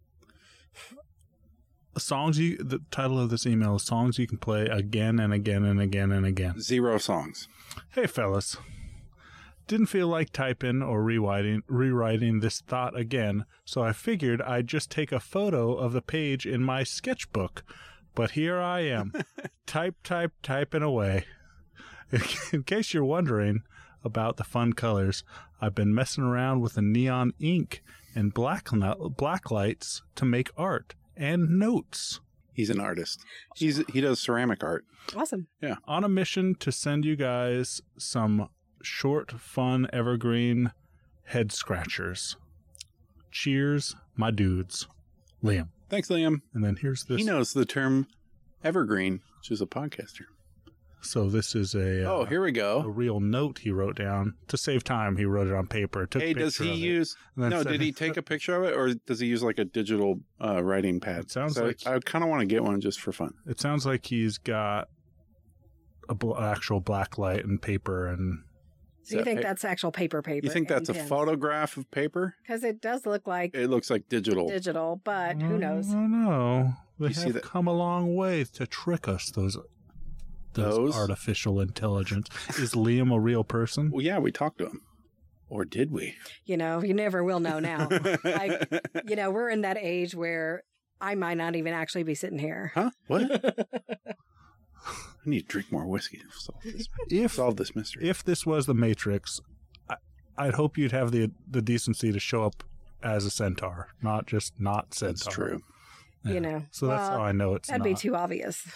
[SPEAKER 3] Songs you. The title of this email is "Songs You Can Play Again and Again and Again and Again."
[SPEAKER 2] Zero songs.
[SPEAKER 3] Hey, fellas. Didn't feel like typing or rewriting, rewriting this thought again, so I figured I'd just take a photo of the page in my sketchbook. But here I am, type, type, typing away. In case you're wondering about the fun colors, I've been messing around with the neon ink and black, black lights to make art and notes.
[SPEAKER 2] He's an artist. He's he does ceramic art.
[SPEAKER 1] awesome.
[SPEAKER 3] on a mission to send you guys some short, fun, evergreen head scratchers. Cheers, my dudes. Liam.
[SPEAKER 2] Thanks, Liam.
[SPEAKER 3] And then here's this.
[SPEAKER 2] He knows the term evergreen, which is a podcaster.
[SPEAKER 3] So this is a uh,
[SPEAKER 2] oh, here we
[SPEAKER 3] a
[SPEAKER 2] go.
[SPEAKER 3] real note he wrote down to save time. He wrote it on paper. Took a
[SPEAKER 2] Hey, does
[SPEAKER 3] picture
[SPEAKER 2] he
[SPEAKER 3] of it,
[SPEAKER 2] use?
[SPEAKER 3] and then
[SPEAKER 2] no,
[SPEAKER 3] sent
[SPEAKER 2] did he
[SPEAKER 3] it-
[SPEAKER 2] take a picture of it, or does he use like a digital uh, writing pad?
[SPEAKER 3] It sounds
[SPEAKER 2] So
[SPEAKER 3] like-
[SPEAKER 2] I kind of want to get one just for fun.
[SPEAKER 3] It sounds like he's got a bl- actual black light and paper and
[SPEAKER 1] So, you
[SPEAKER 2] So,
[SPEAKER 1] think
[SPEAKER 2] hey,
[SPEAKER 1] that's actual paper paper?
[SPEAKER 2] You think that's a photograph of paper?
[SPEAKER 1] Because it does look like
[SPEAKER 2] It looks like digital.
[SPEAKER 1] digital, but
[SPEAKER 2] Mm-hmm.
[SPEAKER 1] who
[SPEAKER 3] I
[SPEAKER 1] knows?
[SPEAKER 3] don't know. They
[SPEAKER 2] You see
[SPEAKER 3] have
[SPEAKER 2] that-
[SPEAKER 3] come a long way to trick us. Those, those,
[SPEAKER 2] Those?
[SPEAKER 3] artificial intelligence. Is Liam a real person?
[SPEAKER 2] Well, yeah, we talked to him, or did we?
[SPEAKER 1] You know, you never will know now. Like- you know, we're in that age where I might not even actually be sitting here.
[SPEAKER 2] huh? What? I need to drink more whiskey to solve this,
[SPEAKER 3] If
[SPEAKER 2] solve this mystery.
[SPEAKER 3] if this was the Matrix, I, I'd hope you'd have the the decency to show up as a centaur, not just not centaur.
[SPEAKER 2] That's true.
[SPEAKER 3] Yeah.
[SPEAKER 1] You know,
[SPEAKER 3] So that's
[SPEAKER 1] Well,
[SPEAKER 3] how I know it's
[SPEAKER 1] that'd
[SPEAKER 3] not.
[SPEAKER 1] be too obvious.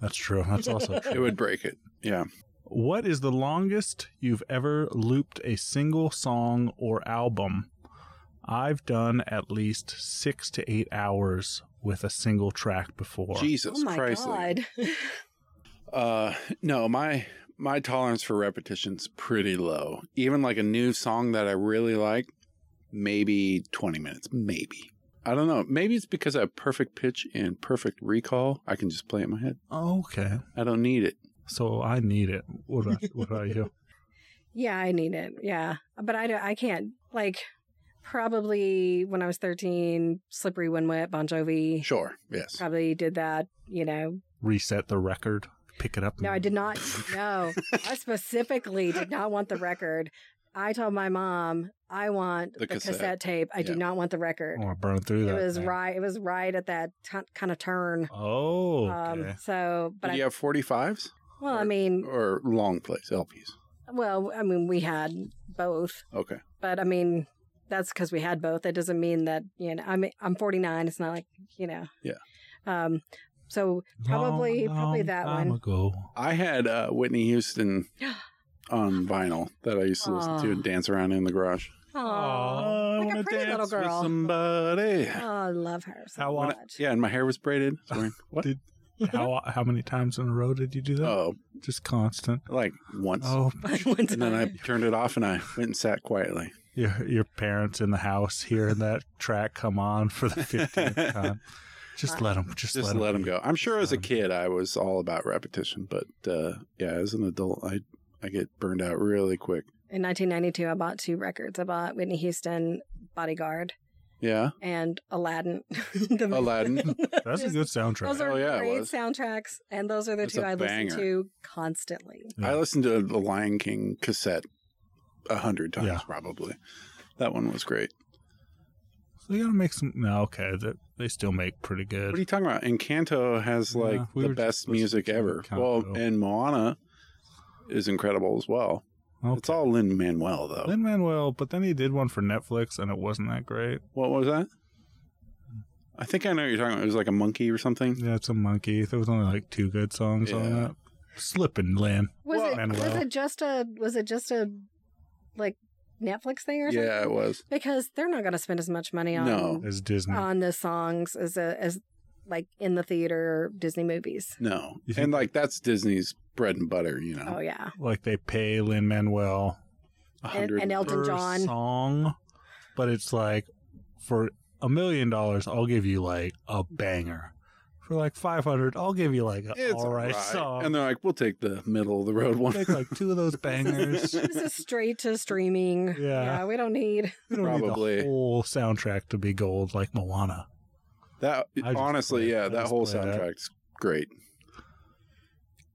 [SPEAKER 3] that's true. That's also
[SPEAKER 2] It
[SPEAKER 3] true.
[SPEAKER 2] would break it. Yeah.
[SPEAKER 3] What is the longest you've ever looped a single song or album? I've done at least six to eight hours with a single track before.
[SPEAKER 2] Jesus
[SPEAKER 1] oh my
[SPEAKER 2] Christ. Lee.
[SPEAKER 1] god!
[SPEAKER 2] Uh, no, my my tolerance for repetition's pretty low. Even like a new song that I really like, maybe 20 minutes, maybe. I don't know. Maybe it's because I have perfect pitch and perfect recall. I can just play it in my head.
[SPEAKER 3] Okay,
[SPEAKER 2] I don't need it.
[SPEAKER 3] so I need it. What about, what uh, about you?
[SPEAKER 1] yeah, I need it. Yeah, but I don't, I can't like. Probably when I was 13, Slippery When Wet, Bon Jovi.
[SPEAKER 2] Sure. Yes.
[SPEAKER 1] Probably did that, you know.
[SPEAKER 3] Reset the record, pick it up.
[SPEAKER 1] No, I did not. No, I specifically did not want the record. I told my mom, I want
[SPEAKER 2] The
[SPEAKER 1] the,
[SPEAKER 2] cassette.
[SPEAKER 1] cassette. tape. I do
[SPEAKER 2] Yeah.
[SPEAKER 1] not want the record.
[SPEAKER 3] Oh, I burned through
[SPEAKER 1] it
[SPEAKER 3] that.
[SPEAKER 1] was
[SPEAKER 3] thing.
[SPEAKER 1] right. It was right at that t- kind of turn.
[SPEAKER 3] Oh, okay.
[SPEAKER 1] Um, so, but
[SPEAKER 2] Did
[SPEAKER 1] I,
[SPEAKER 2] you have 45s
[SPEAKER 1] well, I mean,
[SPEAKER 2] or long plays, LPs?
[SPEAKER 1] well, I mean, we had both,
[SPEAKER 2] Okay.
[SPEAKER 1] but I mean, that's because we had both. That doesn't mean that you know. I'm I'm 49. It's not like you know.
[SPEAKER 2] Yeah.
[SPEAKER 1] Um. So probably-
[SPEAKER 3] Long,
[SPEAKER 1] probably
[SPEAKER 3] long
[SPEAKER 1] that
[SPEAKER 3] time
[SPEAKER 1] one.
[SPEAKER 3] ago.
[SPEAKER 2] I had uh, Whitney Houston on vinyl that I used to listen to
[SPEAKER 1] Aw.
[SPEAKER 2] and dance around in the garage.
[SPEAKER 1] Aw.
[SPEAKER 2] I
[SPEAKER 1] Like a
[SPEAKER 2] wanna
[SPEAKER 1] pretty little
[SPEAKER 2] dance with
[SPEAKER 1] girl.
[SPEAKER 2] somebody.
[SPEAKER 1] Oh, I love her so
[SPEAKER 3] How
[SPEAKER 2] When I-
[SPEAKER 1] much.
[SPEAKER 2] yeah, and my hair was braided. Sorry. What?
[SPEAKER 3] Did how how many times in a row did you do that?
[SPEAKER 2] Oh,
[SPEAKER 3] Just constant.
[SPEAKER 2] like once.
[SPEAKER 3] Oh,
[SPEAKER 1] One
[SPEAKER 2] And then I
[SPEAKER 1] time.
[SPEAKER 2] turned it off and I went and sat quietly.
[SPEAKER 3] your your parents in the house hearing that track come on for the fifteenth time. Just let them. Just,
[SPEAKER 2] Just
[SPEAKER 3] let, 'em.
[SPEAKER 2] let him go. I'm sure
[SPEAKER 3] Just
[SPEAKER 2] as a
[SPEAKER 3] let 'em.
[SPEAKER 2] kid I was all about repetition, but uh, yeah, as an adult I I get burned out really quick.
[SPEAKER 1] In 1992, I bought two records. I bought Whitney Houston, Bodyguard,
[SPEAKER 2] Yeah,
[SPEAKER 1] and Aladdin. The-
[SPEAKER 2] Aladdin.
[SPEAKER 3] That's a good soundtrack.
[SPEAKER 1] Those are
[SPEAKER 2] Oh, yeah, it
[SPEAKER 1] great
[SPEAKER 2] was.
[SPEAKER 1] soundtracks, and those are the
[SPEAKER 2] It's
[SPEAKER 1] two
[SPEAKER 2] a
[SPEAKER 1] I
[SPEAKER 2] banger.
[SPEAKER 1] listen to constantly.
[SPEAKER 3] Yeah.
[SPEAKER 2] I listened to the Lion King cassette a hundred times
[SPEAKER 3] Yeah.
[SPEAKER 2] probably. That one was great.
[SPEAKER 3] So you gotta make some. No, okay. They, they still make pretty good.
[SPEAKER 2] What are you talking about? Encanto has like
[SPEAKER 3] Yeah, we
[SPEAKER 2] the
[SPEAKER 3] were just
[SPEAKER 2] best
[SPEAKER 3] listening
[SPEAKER 2] music
[SPEAKER 3] to
[SPEAKER 2] ever.
[SPEAKER 3] Encanto.
[SPEAKER 2] Well, and Moana is incredible as well. It's all Lin Manuel though.
[SPEAKER 3] Lin Manuel, but then he did one for Netflix, and it wasn't that great.
[SPEAKER 2] What was that? I think I know what you're talking about. It was like a monkey or something.
[SPEAKER 3] Yeah, it's a monkey. There was only like two good songs on
[SPEAKER 2] Yeah.
[SPEAKER 3] that. Slipping Lin.
[SPEAKER 1] Was
[SPEAKER 2] Well,
[SPEAKER 1] it was
[SPEAKER 3] Manuel.
[SPEAKER 1] it just a was it just a like Netflix thing or something?
[SPEAKER 2] Yeah, it was.
[SPEAKER 1] Because they're not going to spend as much money on
[SPEAKER 2] No.
[SPEAKER 3] is Disney.
[SPEAKER 1] on the songs as a, as like in the theater Disney movies.
[SPEAKER 2] No.
[SPEAKER 3] You think-
[SPEAKER 2] And like that's Disney's bread and butter, you know.
[SPEAKER 1] Oh yeah,
[SPEAKER 3] like they pay Lin Manuel
[SPEAKER 2] A
[SPEAKER 1] and,
[SPEAKER 2] hundred.
[SPEAKER 1] and Elton
[SPEAKER 3] per
[SPEAKER 1] John.
[SPEAKER 3] song, but it's like for a million dollars, I'll give you like a banger. For like five hundred, I'll give you like an
[SPEAKER 2] It's
[SPEAKER 3] all right, song.
[SPEAKER 2] And they're like, we'll take the middle of the road one.
[SPEAKER 3] Take like two of those bangers.
[SPEAKER 1] This is straight to streaming.
[SPEAKER 3] Yeah.
[SPEAKER 1] we don't need.
[SPEAKER 3] We don't need
[SPEAKER 2] Probably.
[SPEAKER 3] the whole soundtrack to be gold like Moana.
[SPEAKER 2] That
[SPEAKER 3] I just
[SPEAKER 2] honestly,
[SPEAKER 3] play it.
[SPEAKER 2] yeah,
[SPEAKER 3] I
[SPEAKER 2] that
[SPEAKER 3] just
[SPEAKER 2] whole
[SPEAKER 3] play that.
[SPEAKER 2] soundtrack's great.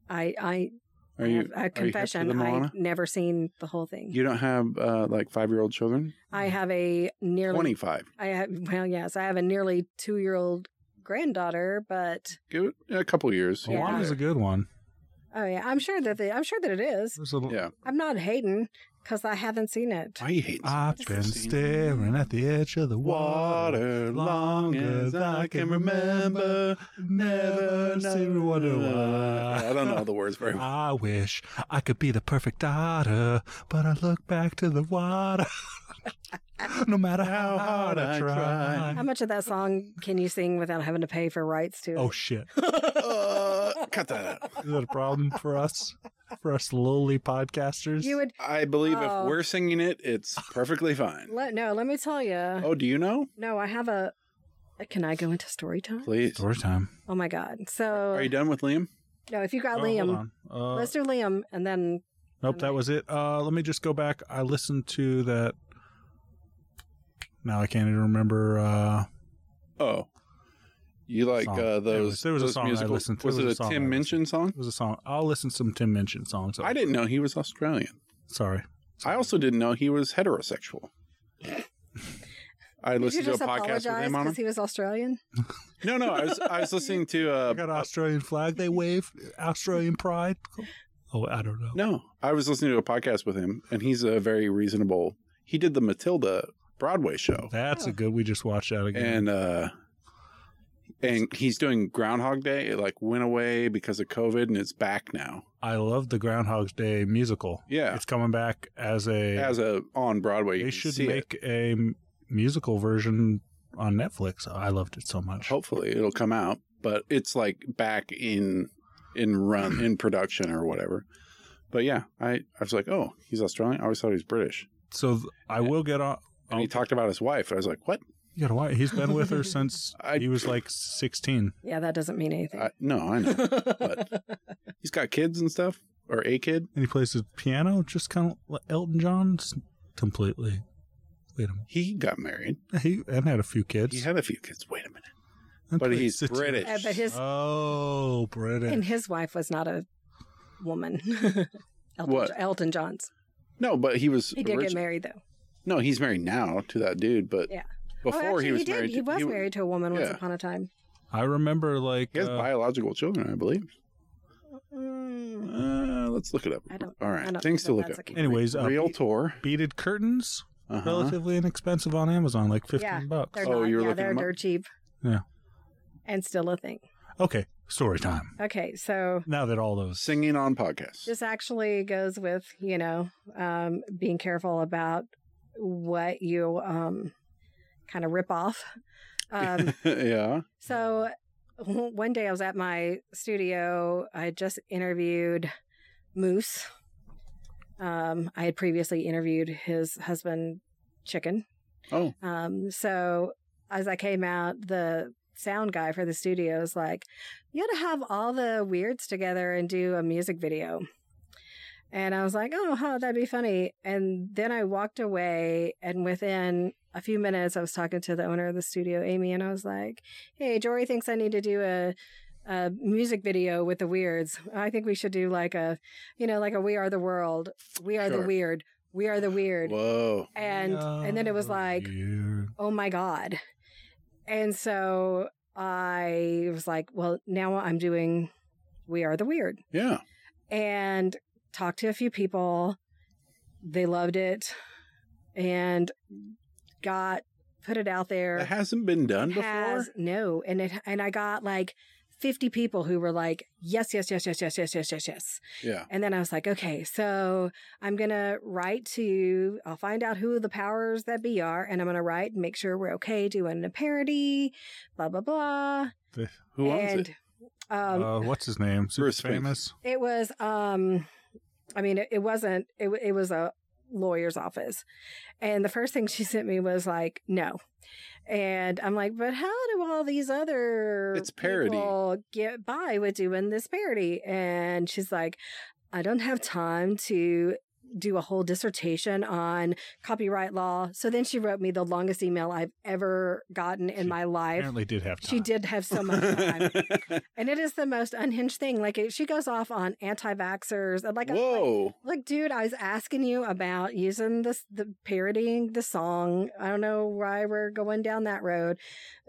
[SPEAKER 1] I I
[SPEAKER 2] Are you?
[SPEAKER 1] have a
[SPEAKER 2] hip to the
[SPEAKER 1] confession.
[SPEAKER 2] Moana?
[SPEAKER 1] I never seen the whole thing.
[SPEAKER 2] You don't have uh, like five year old children.
[SPEAKER 1] I have a nearly
[SPEAKER 2] Twenty-five.
[SPEAKER 1] I have well yes, I have a nearly two year old granddaughter, but
[SPEAKER 2] Give it a couple years.
[SPEAKER 1] Yeah.
[SPEAKER 3] Moana's a good one.
[SPEAKER 1] oh yeah, I'm sure that they, I'm sure that it is.
[SPEAKER 3] There's a little-
[SPEAKER 2] Yeah.
[SPEAKER 1] I'm not hating because I haven't seen it.
[SPEAKER 2] Why you hate
[SPEAKER 3] I've been staring at the edge of the water.
[SPEAKER 2] water long
[SPEAKER 3] long
[SPEAKER 2] as
[SPEAKER 3] as
[SPEAKER 2] I can remember?
[SPEAKER 3] Never see wonder why.
[SPEAKER 2] I don't know the words very well.
[SPEAKER 3] I wish I could be the perfect daughter, but I look back to the water. no matter how hard I
[SPEAKER 1] How
[SPEAKER 3] try.
[SPEAKER 1] much of that song can you sing without having to pay for rights to?
[SPEAKER 3] Oh shit!
[SPEAKER 2] Uh, cut that out.
[SPEAKER 3] Is that a problem for us? For us lowly podcasters?
[SPEAKER 1] you would
[SPEAKER 2] I believe
[SPEAKER 1] Oh.
[SPEAKER 2] if we're singing it, it's perfectly fine.
[SPEAKER 1] let no. Let me tell you.
[SPEAKER 2] Oh, do you know?
[SPEAKER 1] No, I have a. Can I go into story time?
[SPEAKER 2] Please.
[SPEAKER 3] Story time.
[SPEAKER 1] Oh my god! So
[SPEAKER 2] Are you done with Liam?
[SPEAKER 1] no, if you got
[SPEAKER 3] Oh, hold
[SPEAKER 1] Liam,
[SPEAKER 3] on. Uh,
[SPEAKER 1] let's do Liam, and then
[SPEAKER 3] nope, that was it. Uh, let me just go back. I listened to that. Now I can't even remember. Uh,
[SPEAKER 2] Oh. You like
[SPEAKER 3] Song.
[SPEAKER 2] uh,
[SPEAKER 3] There
[SPEAKER 2] those?
[SPEAKER 3] was- there was a
[SPEAKER 2] those
[SPEAKER 3] song I
[SPEAKER 2] musical-
[SPEAKER 3] listened to.
[SPEAKER 2] Was
[SPEAKER 3] There
[SPEAKER 2] it
[SPEAKER 3] was
[SPEAKER 2] a
[SPEAKER 3] a song I
[SPEAKER 2] Tim
[SPEAKER 3] listened
[SPEAKER 2] Minchin song?
[SPEAKER 3] it was a song. I'll listen to some Tim Minchin songs.
[SPEAKER 2] I didn't know he was Australian.
[SPEAKER 3] Sorry.
[SPEAKER 2] I also didn't know he was heterosexual. I
[SPEAKER 1] did you
[SPEAKER 2] listened to a
[SPEAKER 1] just
[SPEAKER 2] podcast with
[SPEAKER 1] apologize
[SPEAKER 2] him on him.
[SPEAKER 1] because he was Australian?
[SPEAKER 2] No, no, I was I was listening to
[SPEAKER 3] I
[SPEAKER 2] uh,
[SPEAKER 3] got an Australian flag. They wave Australian pride. Oh, I don't know.
[SPEAKER 2] No, I was listening to a podcast with him, and he's a very reasonable. He did the Matilda Broadway show,
[SPEAKER 3] That's a good. We just watched that again.
[SPEAKER 2] and uh, and he's doing Groundhog Day. It like went away because of COVID, and it's back now.
[SPEAKER 3] I love the Groundhog's Day musical.
[SPEAKER 2] Yeah,
[SPEAKER 3] It's coming back as a.
[SPEAKER 2] as a on Broadway, you
[SPEAKER 3] they
[SPEAKER 2] can
[SPEAKER 3] should
[SPEAKER 2] see
[SPEAKER 3] make a m- musical version on Netflix. I loved it so
[SPEAKER 2] it.
[SPEAKER 3] much.
[SPEAKER 2] Hopefully, it'll come out, but it's like back in in run in production or whatever. But yeah, I I was like, oh, he's Australian. I always thought he was British,
[SPEAKER 3] So th- I will get on.
[SPEAKER 2] and he
[SPEAKER 3] I'll-
[SPEAKER 2] talked about his wife. I was like, what?
[SPEAKER 3] You gotta watch. He's been with her since
[SPEAKER 2] I-
[SPEAKER 3] he was like sixteen.
[SPEAKER 1] Yeah, that doesn't mean anything.
[SPEAKER 2] I, no, I know. but- He's got kids and stuff, or a kid.
[SPEAKER 3] And he plays the piano, just kind of like Elton John's completely. Wait a minute.
[SPEAKER 2] He got married.
[SPEAKER 3] He and had a few kids.
[SPEAKER 2] He had a few kids. Wait a minute.
[SPEAKER 3] And
[SPEAKER 2] But
[SPEAKER 3] played
[SPEAKER 2] he's
[SPEAKER 3] sitar.
[SPEAKER 2] British.
[SPEAKER 1] Uh, but his
[SPEAKER 3] Oh, British.
[SPEAKER 1] and his wife was not a woman. Elton,
[SPEAKER 2] What?
[SPEAKER 1] Elton John's.
[SPEAKER 2] No, but he was.
[SPEAKER 1] He did get
[SPEAKER 2] origi-
[SPEAKER 1] married though.
[SPEAKER 2] No, he's married now to that dude. But
[SPEAKER 1] Yeah.
[SPEAKER 2] before
[SPEAKER 1] oh, actually,
[SPEAKER 2] he was
[SPEAKER 1] did.
[SPEAKER 2] married,
[SPEAKER 1] He was married to a woman once
[SPEAKER 2] yeah.
[SPEAKER 1] upon a time.
[SPEAKER 3] I remember like
[SPEAKER 2] He has
[SPEAKER 3] uh,
[SPEAKER 2] biological children, I believe.
[SPEAKER 1] Mm,
[SPEAKER 2] Uh, let's look it up.
[SPEAKER 1] I don't.
[SPEAKER 2] All
[SPEAKER 1] I
[SPEAKER 2] right,
[SPEAKER 1] don't
[SPEAKER 2] things to
[SPEAKER 1] think
[SPEAKER 2] look
[SPEAKER 1] that's
[SPEAKER 2] up.
[SPEAKER 1] the case.
[SPEAKER 3] anyways, uh,
[SPEAKER 2] Real
[SPEAKER 3] be-
[SPEAKER 2] tour.
[SPEAKER 3] beaded curtains,
[SPEAKER 2] Uh-huh.
[SPEAKER 3] relatively inexpensive on Amazon, like fifteen
[SPEAKER 1] Yeah,
[SPEAKER 3] bucks.
[SPEAKER 1] They're
[SPEAKER 2] Oh,
[SPEAKER 1] not.
[SPEAKER 2] you were
[SPEAKER 1] yeah,
[SPEAKER 2] looking
[SPEAKER 1] they're
[SPEAKER 2] them up?
[SPEAKER 1] dirt cheap.
[SPEAKER 3] Yeah.
[SPEAKER 1] And still a thing.
[SPEAKER 3] Okay, story time.
[SPEAKER 1] Okay, so
[SPEAKER 3] Now that all those
[SPEAKER 2] Singing on podcasts.
[SPEAKER 1] this actually goes with you know um, being careful about what you um, kind of rip off. Um,
[SPEAKER 2] yeah.
[SPEAKER 1] so one day I was at my studio. I had just interviewed Moose. Um, I had previously interviewed his husband, Chicken.
[SPEAKER 2] Oh,
[SPEAKER 1] Um, so as I came out, the sound guy for the studio was like, You ought to have all the weirds together and do a music video. And I was like, Oh, huh, that'd be funny. And then I walked away, and within a few minutes, I was talking to the owner of the studio, Amy, and I was like, Hey, Jory thinks I need to do a a music video with the weirds. I think we should do like a, you know, like a We Are the World. We are the
[SPEAKER 2] Sure.
[SPEAKER 1] weird. We are the weird
[SPEAKER 2] whoa.
[SPEAKER 1] and and then it was like
[SPEAKER 3] Weird.
[SPEAKER 1] oh my god and so i was like well now i'm doing we are the weird
[SPEAKER 2] Yeah.
[SPEAKER 1] and talked to a few people they loved it and got put it out there
[SPEAKER 2] That hasn't been done before.
[SPEAKER 1] Has- no and it and i got like 50 people who were like yes yes yes yes yes yes yes yes yes
[SPEAKER 2] Yeah.
[SPEAKER 1] and then I was like, okay, so I'm going to write to, I'll find out who the powers that be are, and I'm going to write and make sure we're okay doing a parody, blah, blah, blah.
[SPEAKER 2] Who owns
[SPEAKER 1] and
[SPEAKER 2] it?
[SPEAKER 1] Um,
[SPEAKER 3] uh, what's his name? Super
[SPEAKER 2] Bruce Springsteen.
[SPEAKER 3] famous.
[SPEAKER 1] it was, um, I mean, it, it wasn't, it, w- it was a lawyer's office. And the first thing she sent me was like, no. And I'm like, but how do all these other
[SPEAKER 2] It's parody.
[SPEAKER 1] people get by with doing this parody? And she's like, I don't have time to do a whole dissertation on copyright law. So then she wrote me the longest email I've ever gotten in
[SPEAKER 3] She
[SPEAKER 1] my life.
[SPEAKER 3] Apparently, did have time.
[SPEAKER 1] She did have so much time. and it is the most unhinged thing. Like it, she goes off on anti-vaxxers. and Like, I'm like,
[SPEAKER 2] whoa.
[SPEAKER 1] Look, dude, I was asking you about using this, the parodying the song. I don't know why we're going down that road.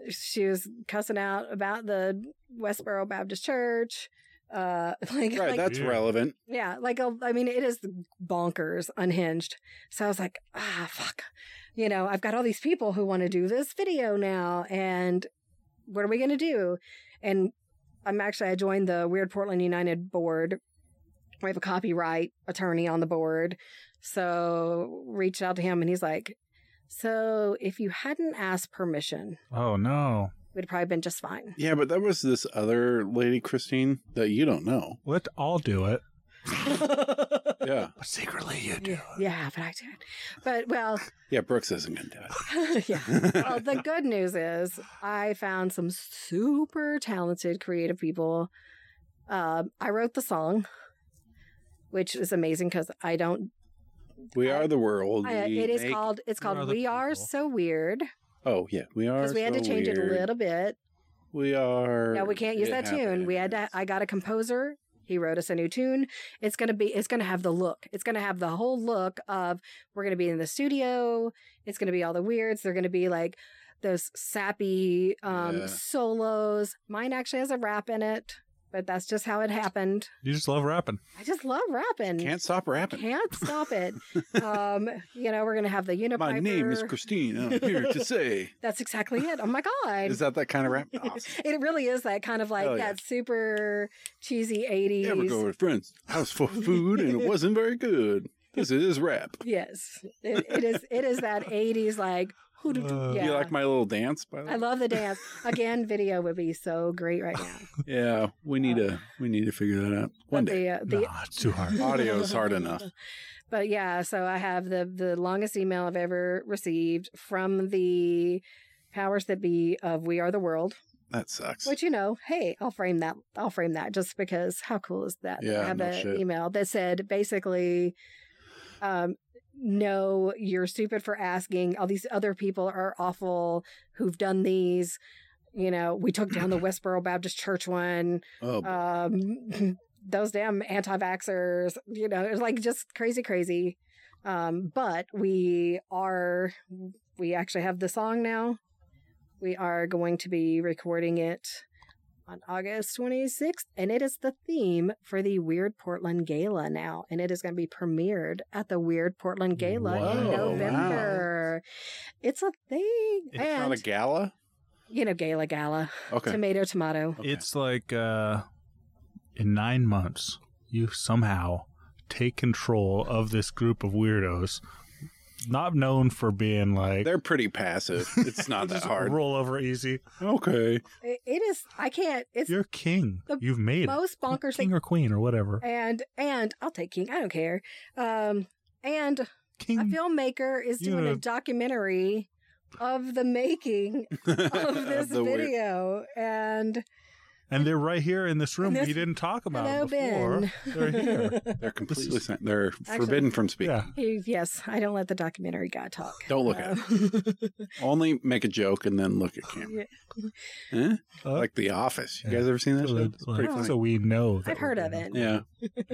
[SPEAKER 1] She was cussing out about the Westboro Baptist Church. Uh, like,
[SPEAKER 2] right.
[SPEAKER 1] like
[SPEAKER 2] that's
[SPEAKER 3] Yeah.
[SPEAKER 2] relevant.
[SPEAKER 1] yeah, like a, I mean, it is bonkers, unhinged. So I was like, ah, fuck. You know, I've got all these people who want to do this video now, and what are we going to do? And I'm actually I joined the Weird Portland United board. We have a copyright attorney on the board, so reached out to him, and he's like, "So if you hadn't asked permission,
[SPEAKER 3] Oh no!
[SPEAKER 1] we'd probably been just fine."
[SPEAKER 2] Yeah, but there was this other lady, Christine, that you don't know.
[SPEAKER 3] Let all do it.
[SPEAKER 2] Yeah.
[SPEAKER 3] But secretly, you do.
[SPEAKER 1] Yeah, yeah, but I did. But well,
[SPEAKER 2] Yeah. Brooks isn't going to do
[SPEAKER 1] yeah. well,
[SPEAKER 2] it.
[SPEAKER 1] the good news is I found some super talented creative people. Um, I wrote the song, which is amazing because I don't.
[SPEAKER 2] we are the world.
[SPEAKER 1] I,
[SPEAKER 2] we
[SPEAKER 1] it is
[SPEAKER 2] make-
[SPEAKER 1] called. It's
[SPEAKER 3] Who are
[SPEAKER 1] called.
[SPEAKER 3] the
[SPEAKER 1] We are
[SPEAKER 3] people?
[SPEAKER 1] so weird
[SPEAKER 2] Oh yeah, we are.
[SPEAKER 1] because we had to
[SPEAKER 2] so
[SPEAKER 1] change it a
[SPEAKER 2] weird.
[SPEAKER 1] little bit.
[SPEAKER 2] We are.
[SPEAKER 1] No, we can't use
[SPEAKER 2] It
[SPEAKER 1] that tune. We had to.
[SPEAKER 2] happens.
[SPEAKER 1] I got a composer. He wrote us a new tune. It's gonna be. It's gonna have the look. It's gonna have the whole look of. We're gonna be in the studio. It's gonna be all the weirds. They're gonna be like those sappy um,
[SPEAKER 2] Yeah.
[SPEAKER 1] solos. Mine actually has a rap in it, but that's just how it happened.
[SPEAKER 3] You just love rapping.
[SPEAKER 1] I just love rapping.
[SPEAKER 2] Can't stop rapping.
[SPEAKER 1] Can't stop it. um, you know, we're gonna have the unipiper.
[SPEAKER 2] My name is Christine. I'm here to say.
[SPEAKER 1] That's exactly it. Oh my god.
[SPEAKER 2] Is that that kind of rap? Awesome.
[SPEAKER 1] it really is that kind of like
[SPEAKER 2] Hell yeah.
[SPEAKER 1] that super cheesy 80s.
[SPEAKER 2] Yeah, we go to a friend's house for food, and it wasn't very good. This is rap.
[SPEAKER 1] Yes, it, it is. It is that '80s like. who do-
[SPEAKER 3] Uh,
[SPEAKER 1] yeah,
[SPEAKER 2] You like my little dance, by the way?
[SPEAKER 1] I love the dance. Again, video would be so great right now.
[SPEAKER 2] yeah, we need to we need to figure that out
[SPEAKER 1] But
[SPEAKER 2] one day.
[SPEAKER 1] The, uh, the,
[SPEAKER 3] nah, it's too hard.
[SPEAKER 2] Audio's hard enough.
[SPEAKER 1] But yeah, so I have the the longest email I've ever received from the powers that be of We Are the World.
[SPEAKER 2] That sucks.
[SPEAKER 1] Which you know, hey, I'll frame that. I'll frame that just because how cool is that?
[SPEAKER 2] Yeah,
[SPEAKER 1] I have
[SPEAKER 2] no
[SPEAKER 1] an
[SPEAKER 2] shit.
[SPEAKER 1] email that said basically, um, no, you're stupid for asking. All these other people are awful who've done these. You know, we took down the Westboro Baptist Church one.
[SPEAKER 2] oh, boy.
[SPEAKER 1] Um, those damn anti-vaxxers. You know, it's like just crazy, crazy. Um, but we are. We actually have the song now. We are going to be recording it on August 26th, and it is the theme for the Weird Portland Gala now, and it is going to be premiered at the Weird Portland Gala in
[SPEAKER 3] Whoa,
[SPEAKER 1] November. It's a thing,
[SPEAKER 2] it's
[SPEAKER 1] and
[SPEAKER 2] not a gala.
[SPEAKER 1] you know, Gala Gala,
[SPEAKER 2] Okay,
[SPEAKER 1] tomato, tomato.
[SPEAKER 2] Okay.
[SPEAKER 3] It's like uh, in nine months, you somehow take control of this group of weirdos not known for being like
[SPEAKER 2] They're pretty passive. It's not that
[SPEAKER 3] just
[SPEAKER 2] hard.
[SPEAKER 3] roll over easy.
[SPEAKER 2] Okay.
[SPEAKER 1] It, it is. I can't. It's
[SPEAKER 3] You're king.
[SPEAKER 1] The
[SPEAKER 3] You've made it.
[SPEAKER 1] most bonkers
[SPEAKER 3] king
[SPEAKER 1] thing.
[SPEAKER 3] or queen or whatever.
[SPEAKER 1] And and I'll take King. I don't care. Um, and
[SPEAKER 3] King.
[SPEAKER 1] a filmmaker is
[SPEAKER 3] Hmm. You
[SPEAKER 1] doing
[SPEAKER 3] know-
[SPEAKER 1] a documentary of the making of this
[SPEAKER 2] The weird-
[SPEAKER 1] video, and
[SPEAKER 3] and they're right here in this room
[SPEAKER 1] And this-
[SPEAKER 3] we didn't talk about
[SPEAKER 1] hello,
[SPEAKER 3] it before.
[SPEAKER 1] Ben.
[SPEAKER 3] They're here.
[SPEAKER 2] They're completely sen- they're forbidden from speaking.
[SPEAKER 3] yeah.
[SPEAKER 1] He- yes, I don't let the documentary guy talk. Um,
[SPEAKER 2] Don't look at
[SPEAKER 1] it.
[SPEAKER 2] Only make a joke and then look at camera. Eh?
[SPEAKER 3] Uh,
[SPEAKER 2] Like The Office. You
[SPEAKER 3] Yeah.
[SPEAKER 2] guys ever seen that
[SPEAKER 3] so,
[SPEAKER 2] show?
[SPEAKER 3] that-
[SPEAKER 2] It's pretty
[SPEAKER 1] Oh.
[SPEAKER 2] funny.
[SPEAKER 3] so we know. That
[SPEAKER 1] I've heard
[SPEAKER 3] we're
[SPEAKER 1] of
[SPEAKER 3] doing
[SPEAKER 1] it.
[SPEAKER 2] yeah.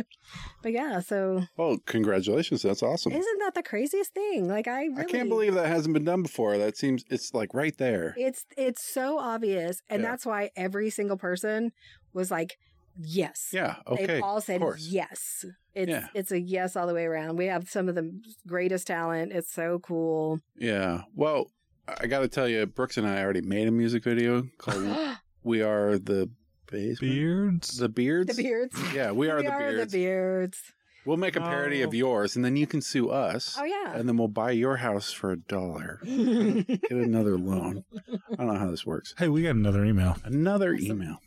[SPEAKER 1] But yeah, so
[SPEAKER 2] Oh, congratulations. That's awesome.
[SPEAKER 1] isn't that the craziest thing? Like I really
[SPEAKER 2] Hmm. I can't believe that hasn't been done before. That seems it's like right there.
[SPEAKER 1] It's it's so obvious, and
[SPEAKER 2] Yeah.
[SPEAKER 1] that's why every single person was like, "Yes."
[SPEAKER 2] Yeah. Okay.
[SPEAKER 1] They've all said
[SPEAKER 2] course.
[SPEAKER 1] yes. It's
[SPEAKER 2] Yeah.
[SPEAKER 1] it's a yes all the way around. We have some of the greatest talent. It's so cool.
[SPEAKER 2] Yeah. Well, I got to tell you, Brooks and I already made a music video called "We Are the Basement."
[SPEAKER 3] Beards.
[SPEAKER 2] The beards.
[SPEAKER 1] the beards.
[SPEAKER 2] Yeah, we are
[SPEAKER 1] We
[SPEAKER 2] the beards.
[SPEAKER 1] the beards.
[SPEAKER 2] We'll make a parody
[SPEAKER 3] No.
[SPEAKER 2] of yours, and then you can sue us,
[SPEAKER 1] Oh yeah.
[SPEAKER 2] and then we'll buy your house for a dollar. Get another loan. I don't know how this works.
[SPEAKER 3] hey, we got another email.
[SPEAKER 2] Another email.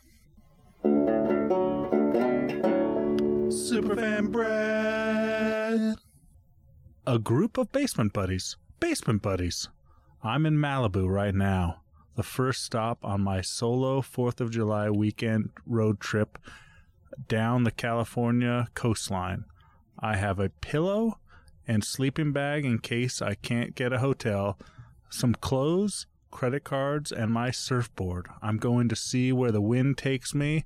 [SPEAKER 2] Superfan Brad.
[SPEAKER 3] a group of basement buddies. Basement buddies. I'm in Malibu right now. The first stop on my solo 4th of July weekend road trip down the California coastline. I have a pillow and sleeping bag in case I can't get a hotel, some clothes, credit cards, and my surfboard. I'm going to see where the wind takes me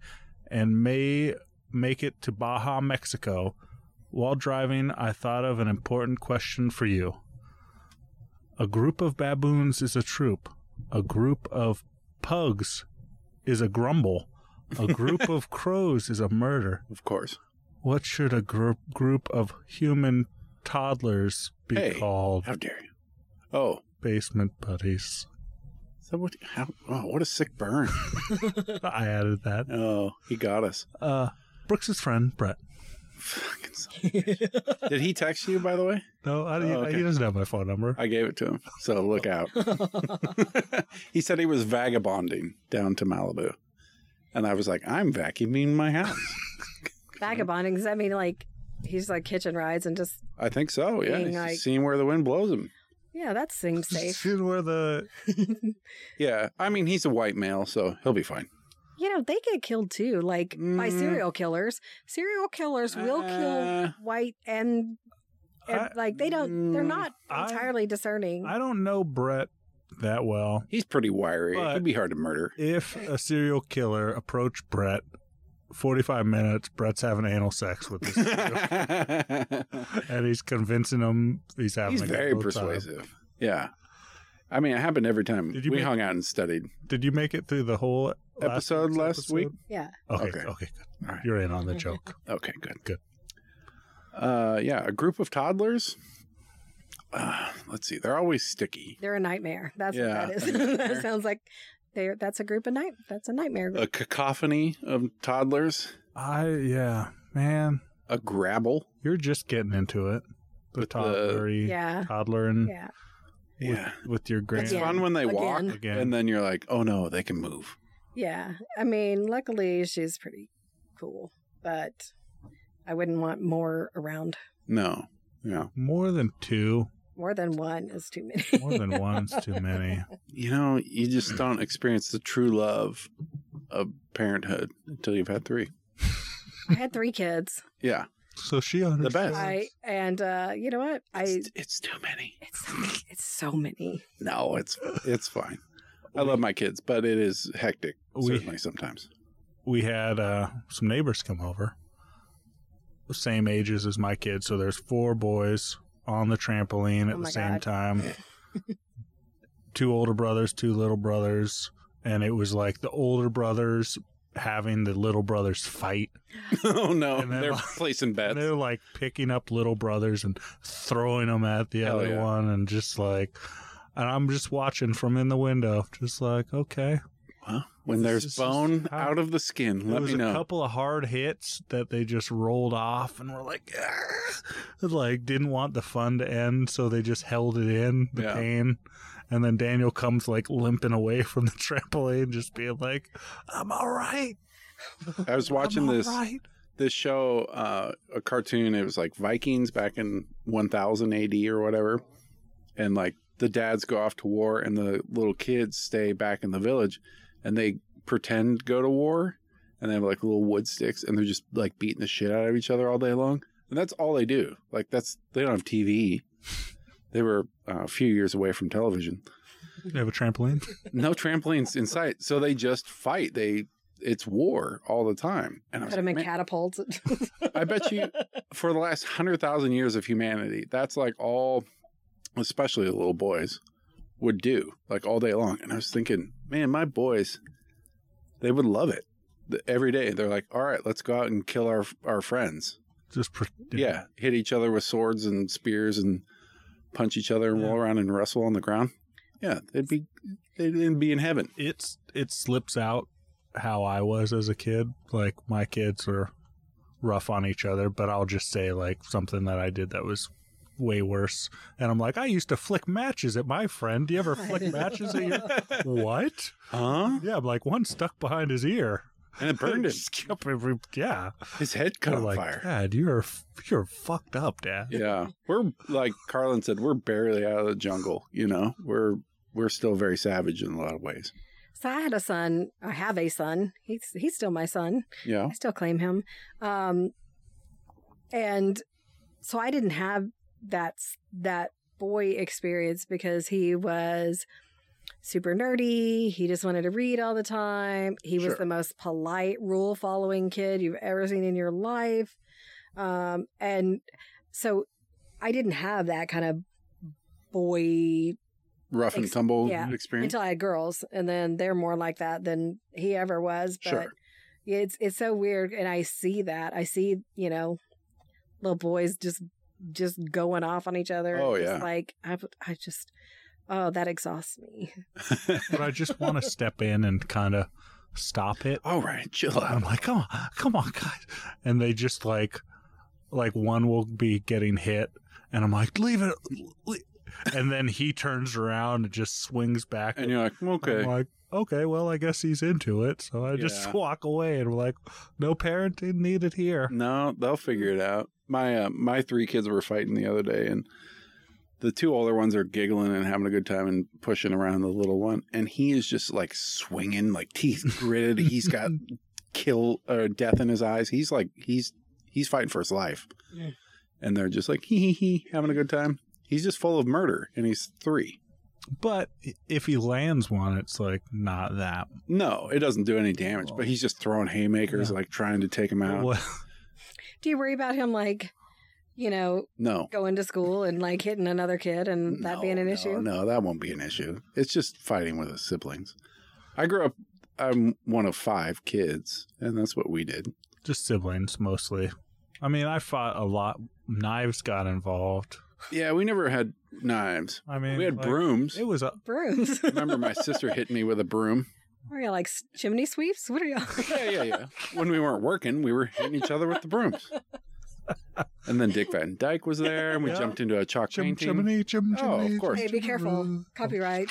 [SPEAKER 3] and may make it to Baja, Mexico. While driving, I thought of an important question for you. A group of baboons is a troop. A group of pugs is a grumble. A group of crows is a murder.
[SPEAKER 2] Of course.
[SPEAKER 3] What should a group group of human toddlers be
[SPEAKER 2] Hey.
[SPEAKER 3] called?
[SPEAKER 2] How dare you? Oh,
[SPEAKER 3] Basement buddies.
[SPEAKER 2] so what? How? Oh, what a sick burn.
[SPEAKER 3] I added that.
[SPEAKER 2] oh, he got us.
[SPEAKER 3] Uh, Brooks's friend Brett.
[SPEAKER 2] Fucking son of a bitch. Did he text you, by the way?
[SPEAKER 3] No, I,
[SPEAKER 2] Oh, okay.
[SPEAKER 3] he doesn't have my phone number.
[SPEAKER 2] I gave it to him. So
[SPEAKER 3] Oh.
[SPEAKER 2] look out. he said he was vagabonding down to Malibu. And I was like, I'm vacuuming my house.
[SPEAKER 1] Vagabonding. Does that mean like he's like kitchen rides and just
[SPEAKER 2] I think so. Yeah.
[SPEAKER 1] Being
[SPEAKER 2] He's
[SPEAKER 1] like-
[SPEAKER 2] seeing where the wind blows him.
[SPEAKER 1] yeah, that seems safe.
[SPEAKER 3] Dude, where the
[SPEAKER 2] Yeah. I mean, he's a white male, so he'll be fine.
[SPEAKER 1] You know, they get killed too, like by
[SPEAKER 2] Mm.
[SPEAKER 1] serial killers. Serial killers will
[SPEAKER 2] Uh,
[SPEAKER 1] kill white and, and,
[SPEAKER 3] I-
[SPEAKER 1] like they don't. They're
[SPEAKER 2] Mm.
[SPEAKER 1] not
[SPEAKER 3] I-
[SPEAKER 1] entirely discerning.
[SPEAKER 3] I don't know Brett that well.
[SPEAKER 2] He's pretty wiry.
[SPEAKER 3] But-
[SPEAKER 2] It'd be hard to murder.
[SPEAKER 3] if a serial killer approached Brett, 45 minutes, Brett's having anal sex with this dude. and he's convincing him he's having
[SPEAKER 2] he's
[SPEAKER 3] a good
[SPEAKER 2] very
[SPEAKER 3] old time.
[SPEAKER 2] persuasive. Yeah. I mean, it happened every time
[SPEAKER 3] Did you
[SPEAKER 2] we
[SPEAKER 3] make-
[SPEAKER 2] hung out and studied.
[SPEAKER 3] Did you make it through the whole last
[SPEAKER 2] Episode
[SPEAKER 3] week's
[SPEAKER 2] last
[SPEAKER 3] episode?
[SPEAKER 2] week?
[SPEAKER 1] yeah,
[SPEAKER 3] Okay,
[SPEAKER 2] Okay.
[SPEAKER 3] okay, good.
[SPEAKER 2] All right.
[SPEAKER 3] You're in on the joke.
[SPEAKER 2] Okay, good.
[SPEAKER 3] Good.
[SPEAKER 2] Uh, yeah, a group of toddlers. Uh, let's see. They're always sticky.
[SPEAKER 1] they're a nightmare. That's
[SPEAKER 2] Yeah,
[SPEAKER 1] what that
[SPEAKER 2] a
[SPEAKER 1] is.
[SPEAKER 2] nightmare.
[SPEAKER 1] that sounds like they're that's a group of night. That's a nightmare. group.
[SPEAKER 2] A cacophony of toddlers.
[SPEAKER 3] I, yeah, man,
[SPEAKER 2] A grabble.
[SPEAKER 3] you're just getting into it. The
[SPEAKER 2] With the-
[SPEAKER 3] toddlery,
[SPEAKER 1] yeah,
[SPEAKER 3] toddler
[SPEAKER 2] Mm.
[SPEAKER 3] and
[SPEAKER 1] yeah.
[SPEAKER 2] Yeah.
[SPEAKER 3] with your grand.
[SPEAKER 2] It's fun when they walk,
[SPEAKER 1] Again.
[SPEAKER 3] Again.
[SPEAKER 2] and then you're like, oh no, they can move.
[SPEAKER 1] Yeah. I mean, luckily she's pretty cool, but I wouldn't want more around.
[SPEAKER 2] No. No.
[SPEAKER 3] More than two,
[SPEAKER 1] More than one is too many.
[SPEAKER 3] more than one's too many.
[SPEAKER 2] You know, you just don't experience the true love of parenthood until you've had three.
[SPEAKER 1] I had three kids.
[SPEAKER 2] Yeah.
[SPEAKER 3] So she understands.
[SPEAKER 2] best.
[SPEAKER 1] I and uh you know what? I
[SPEAKER 2] It's, it's too many.
[SPEAKER 1] it's so many- it's so many.
[SPEAKER 2] No, it's it's fine. I love my kids, but it is hectic
[SPEAKER 3] We-
[SPEAKER 2] certainly sometimes.
[SPEAKER 3] we had uh, some neighbors come over, the same ages as my kids. So there's four boys on the trampoline at
[SPEAKER 1] Oh
[SPEAKER 3] the
[SPEAKER 1] my
[SPEAKER 3] same
[SPEAKER 1] God.
[SPEAKER 3] time. two older brothers, two little brothers, and it was like the older brothers having the little brothers fight.
[SPEAKER 2] oh no,
[SPEAKER 3] And then,
[SPEAKER 2] they're
[SPEAKER 3] like-
[SPEAKER 2] placing bets.
[SPEAKER 3] And they're like picking up little brothers and throwing them at the
[SPEAKER 2] Hell
[SPEAKER 3] other
[SPEAKER 2] yeah.
[SPEAKER 3] one, and just like, and I'm just watching from in the window, just like, okay,
[SPEAKER 2] Well, when
[SPEAKER 3] This
[SPEAKER 2] there's
[SPEAKER 3] is just
[SPEAKER 2] bone
[SPEAKER 3] how-
[SPEAKER 2] out of the skin,
[SPEAKER 3] There
[SPEAKER 2] let
[SPEAKER 3] was
[SPEAKER 2] me
[SPEAKER 3] a
[SPEAKER 2] know.
[SPEAKER 3] couple of hard hits that they just rolled off and were like, "Ah," like didn't want the fun to end, so they just held it in the
[SPEAKER 2] Yeah.
[SPEAKER 3] pain. And then Daniel comes like limping away from the trampoline, just being like, "I'm all right."
[SPEAKER 2] I was watching
[SPEAKER 3] I'm all
[SPEAKER 2] this
[SPEAKER 3] right."
[SPEAKER 2] this show, uh, a cartoon. It was like Vikings back in 1000 AD or whatever, and like the dads go off to war, and the little kids stay back in the village, and they pretend go to war, and they have like little wood sticks, and they're just like beating the shit out of each other all day long, and that's all they do. Like that's they don't have TV. They were uh, a few years away from television.
[SPEAKER 3] You have a trampoline.
[SPEAKER 2] no trampolines in sight. So they just fight. They it's war all the time. And I, was
[SPEAKER 1] Put them
[SPEAKER 2] like,
[SPEAKER 1] in
[SPEAKER 2] "Man,
[SPEAKER 1] catapults.
[SPEAKER 2] I bet you for the last hundred thousand years of humanity, that's like all, especially the little boys, would do like all day long. And I was thinking, man, my boys, they would love it. The- Every day they're like, all right, let's go out and kill our our friends.
[SPEAKER 3] Just pre-
[SPEAKER 2] Yeah, hit each other with swords and spears and punch each other and roll around and wrestle on the ground. Yeah, they'd be they'd be in heaven.
[SPEAKER 3] it's it slips out how I was as a kid. Like my kids are rough on each other, but I'll just say like something that I did that was way worse. And I'm like, I used to flick matches at my friend. Do you ever flick matches at your what?
[SPEAKER 2] Huh?
[SPEAKER 3] Yeah, I'm like one stuck behind his ear.
[SPEAKER 2] And it burned him.
[SPEAKER 3] Just kept every- yeah.
[SPEAKER 2] His head caught
[SPEAKER 3] I'm
[SPEAKER 2] on
[SPEAKER 3] like,
[SPEAKER 2] fire.
[SPEAKER 3] Dad, you're you're fucked up, Dad.
[SPEAKER 2] Yeah. We're like Carlin said, we're barely out of the jungle, you know. We're we're still very savage in a lot of ways.
[SPEAKER 1] so I had a son. I have a son. He's he's still my son.
[SPEAKER 2] Yeah.
[SPEAKER 1] I still claim him. Um, and so I didn't have that s- that boy experience because he was super nerdy. He just wanted to read all the time. He was
[SPEAKER 2] Sure.
[SPEAKER 1] the most polite, rule following kid you've ever seen in your life. Um, and so I didn't have that kind of boy
[SPEAKER 2] Rough and
[SPEAKER 1] Ex-
[SPEAKER 2] tumble
[SPEAKER 1] yeah.
[SPEAKER 2] experience.
[SPEAKER 1] until I had girls, and then they're more like that than he ever was. But
[SPEAKER 2] Sure.
[SPEAKER 1] yeah, it's it's so weird, and I see that. I see you know little boys just just going off on each other.
[SPEAKER 2] Oh,
[SPEAKER 1] Just
[SPEAKER 2] yeah.
[SPEAKER 1] like I I just oh that exhausts me.
[SPEAKER 3] But I just want to step in and kind of stop it.
[SPEAKER 2] All right, chill
[SPEAKER 3] And
[SPEAKER 2] out.
[SPEAKER 3] I'm like, come on, come on, guys. And they just like, like one will be getting hit, and I'm like, leave it. le- And then he turns around and just swings back.
[SPEAKER 2] And you're like,
[SPEAKER 3] I'm
[SPEAKER 2] okay.
[SPEAKER 3] like, okay, well, I guess he's into it. So I just
[SPEAKER 2] Yeah.
[SPEAKER 3] walk away and we're like, no parenting needed here.
[SPEAKER 2] No, they'll figure it out. My uh, my three kids were fighting the other day and the two older ones are giggling and having a good time and pushing around the little one and he is just like swinging like teeth gritted. he's got kill or death in his eyes. He's like he's he's fighting for his life.
[SPEAKER 1] Yeah.
[SPEAKER 2] And they're just like hee hee hee, having a good time. He's just full of murder and he's three.
[SPEAKER 3] But if he lands one, it's like not that.
[SPEAKER 2] No, it doesn't do any damage, but he's just throwing haymakers,
[SPEAKER 3] Yeah.
[SPEAKER 2] like trying to take him out.
[SPEAKER 3] Well,
[SPEAKER 1] Do you worry about him like you know
[SPEAKER 2] No.
[SPEAKER 1] going to school and like hitting another kid and that being an
[SPEAKER 2] no,
[SPEAKER 1] issue?
[SPEAKER 2] No, that won't be an issue. It's just fighting with his siblings. I grew up. I'm one of five kids, and that's what we did.
[SPEAKER 3] just siblings mostly. I mean, I fought a lot. Knives got involved.
[SPEAKER 2] Yeah, we never had knives.
[SPEAKER 3] I mean,
[SPEAKER 2] we had
[SPEAKER 3] like,
[SPEAKER 2] brooms.
[SPEAKER 3] It was a,
[SPEAKER 1] Brooms.
[SPEAKER 2] Remember, my sister hit me with a broom.
[SPEAKER 1] Are you like s- chimney sweeps? What are y'all?
[SPEAKER 2] Yeah, yeah, yeah. When we weren't working, we were hitting each other with the brooms. And then Dick Van Dyke was there, and we
[SPEAKER 3] Yeah.
[SPEAKER 2] jumped into a chalk
[SPEAKER 3] Chim
[SPEAKER 2] painting.
[SPEAKER 3] chimney, chim
[SPEAKER 2] Oh, of
[SPEAKER 3] chimney,
[SPEAKER 2] course.
[SPEAKER 1] Hey, be careful. Copyright.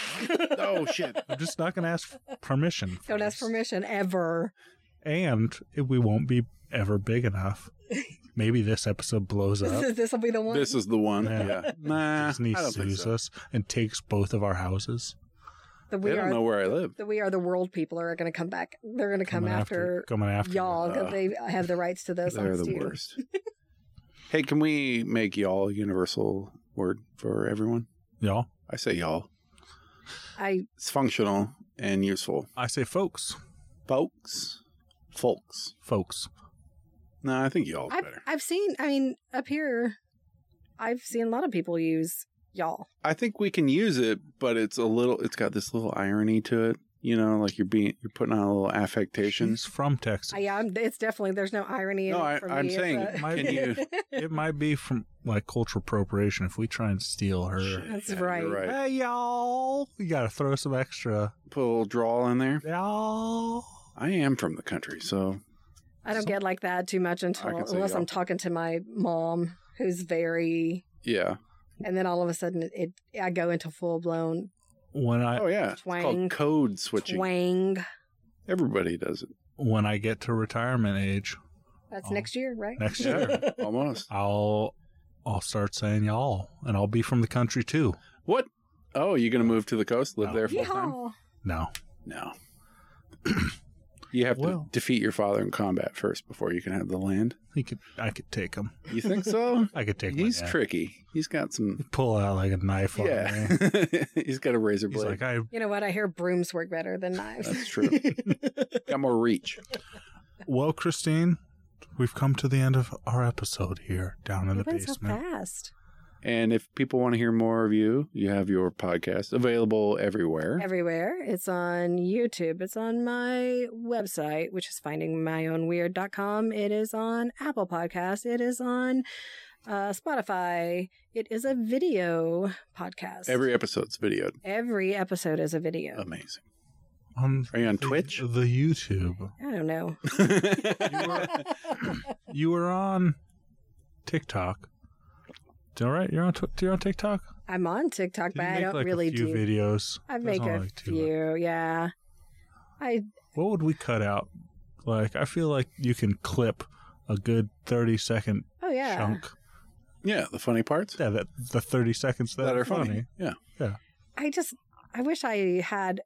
[SPEAKER 2] Oh shit!
[SPEAKER 3] I'm just not going to ask permission.
[SPEAKER 1] Don't ask
[SPEAKER 3] first.
[SPEAKER 1] permission ever.
[SPEAKER 3] And it, we won't be ever big enough. Maybe this episode blows up.
[SPEAKER 1] This will be the one.
[SPEAKER 2] This is the one.
[SPEAKER 3] Yeah. uh,
[SPEAKER 2] Yeah, nah,
[SPEAKER 3] Disney
[SPEAKER 2] I don't think
[SPEAKER 3] sues
[SPEAKER 2] so.
[SPEAKER 3] us and takes both of our houses.
[SPEAKER 1] the we
[SPEAKER 2] They
[SPEAKER 1] are
[SPEAKER 2] don't know where I live.
[SPEAKER 1] the we are the world people are going to come back. They're going to come
[SPEAKER 3] coming
[SPEAKER 1] after,
[SPEAKER 3] coming after
[SPEAKER 1] y'all because
[SPEAKER 2] Ugh.
[SPEAKER 1] they have the rights to those.
[SPEAKER 2] They're
[SPEAKER 1] songs
[SPEAKER 2] the
[SPEAKER 1] too.
[SPEAKER 2] worst. hey, can we make y'all a universal word for everyone?
[SPEAKER 3] y'all.
[SPEAKER 2] I say y'all.
[SPEAKER 1] I
[SPEAKER 2] It's functional and useful.
[SPEAKER 3] I say, folks,
[SPEAKER 2] Folks, folks.
[SPEAKER 3] folks.
[SPEAKER 2] No, I think y'all's
[SPEAKER 1] I've,
[SPEAKER 2] better.
[SPEAKER 1] I've seen. I mean, up here, I've seen a lot of people use y'all.
[SPEAKER 2] I think we can use it, but it's a little. It's got this little irony to it You know, like you're being you're putting on a little affectation.
[SPEAKER 3] She's from Texas.
[SPEAKER 1] I, yeah, I'm, it's definitely there's no irony. In
[SPEAKER 2] No,
[SPEAKER 1] it
[SPEAKER 2] I-
[SPEAKER 1] for
[SPEAKER 2] I'm
[SPEAKER 1] me. It's
[SPEAKER 2] saying,
[SPEAKER 1] a-
[SPEAKER 3] My-
[SPEAKER 2] can you-
[SPEAKER 3] it might be from like cultural appropriation if we try and steal her.
[SPEAKER 1] That's
[SPEAKER 2] you're
[SPEAKER 1] right.
[SPEAKER 3] Hey y'all, you gotta throw some extra
[SPEAKER 2] Put a little drawl in there.
[SPEAKER 3] y'all.
[SPEAKER 2] I am from the country, so
[SPEAKER 1] I don't get like that too much until
[SPEAKER 2] can see
[SPEAKER 1] unless
[SPEAKER 2] y'all.
[SPEAKER 1] I'm talking to my mom, who's very,
[SPEAKER 2] yeah.
[SPEAKER 1] and then all of a sudden it, it I go into full blown
[SPEAKER 3] When I
[SPEAKER 2] Oh yeah. It's
[SPEAKER 1] Twang.
[SPEAKER 2] called code switching.
[SPEAKER 1] twang.
[SPEAKER 2] Everybody does it.
[SPEAKER 3] when I get to retirement age
[SPEAKER 1] That's
[SPEAKER 3] Oh.
[SPEAKER 1] next year, right?
[SPEAKER 3] next
[SPEAKER 2] Yeah.
[SPEAKER 3] year,
[SPEAKER 2] Almost.
[SPEAKER 3] I'll I'll start saying y'all, and I'll be from the country too.
[SPEAKER 2] What? Oh, you gonna move to the coast, live
[SPEAKER 3] No.
[SPEAKER 2] there full time?
[SPEAKER 1] Yeehaw!
[SPEAKER 3] No,
[SPEAKER 2] No. you have
[SPEAKER 3] Well.
[SPEAKER 2] to defeat your father in combat first before you can have the land.
[SPEAKER 3] he could I could take him.
[SPEAKER 2] You think so?
[SPEAKER 3] I could take. my
[SPEAKER 2] He's
[SPEAKER 3] dad.
[SPEAKER 2] tricky. He's got some.
[SPEAKER 3] Pull out like a knife. on
[SPEAKER 2] Yeah,
[SPEAKER 3] me.
[SPEAKER 2] he's got a razor
[SPEAKER 3] He's
[SPEAKER 2] blade.
[SPEAKER 3] like I
[SPEAKER 1] You know what? I hear brooms work better than knives.
[SPEAKER 2] That's true. got more reach.
[SPEAKER 3] Well, Christine, we've come to the end of our episode here down in
[SPEAKER 1] It
[SPEAKER 3] the
[SPEAKER 1] went so
[SPEAKER 3] basement.
[SPEAKER 1] fast.
[SPEAKER 2] And if people want to hear more of you, you have your podcast available everywhere.
[SPEAKER 1] Everywhere. It's on YouTube. It's on my website, which is findingmyownweird.com. It is on Apple Podcasts. It is on uh, Spotify. It is a video podcast.
[SPEAKER 2] Every episode's videoed.
[SPEAKER 1] Every episode is a video.
[SPEAKER 3] Um,
[SPEAKER 2] Amazing.
[SPEAKER 3] on
[SPEAKER 2] Are you on
[SPEAKER 3] the-
[SPEAKER 2] Twitch?
[SPEAKER 3] The YouTube.
[SPEAKER 1] I don't know.
[SPEAKER 3] You were on TikTok. All right, you're on Twi- you're on TikTok.
[SPEAKER 1] I'm on TikTok,
[SPEAKER 3] Did
[SPEAKER 1] but
[SPEAKER 3] you
[SPEAKER 1] I
[SPEAKER 3] make,
[SPEAKER 1] don't
[SPEAKER 3] like,
[SPEAKER 1] really
[SPEAKER 3] a few
[SPEAKER 1] do.
[SPEAKER 3] videos.
[SPEAKER 1] I
[SPEAKER 3] There's
[SPEAKER 1] make
[SPEAKER 3] only,
[SPEAKER 1] a
[SPEAKER 3] like, two left.
[SPEAKER 1] few, yeah. I
[SPEAKER 3] What would we cut out? Like I feel like you can clip a good thirty second
[SPEAKER 1] oh yeah.
[SPEAKER 3] chunk.
[SPEAKER 2] yeah, the funny parts
[SPEAKER 3] Yeah, that the thirty seconds that,
[SPEAKER 2] that are funny. Yeah,
[SPEAKER 1] I just I wish I had.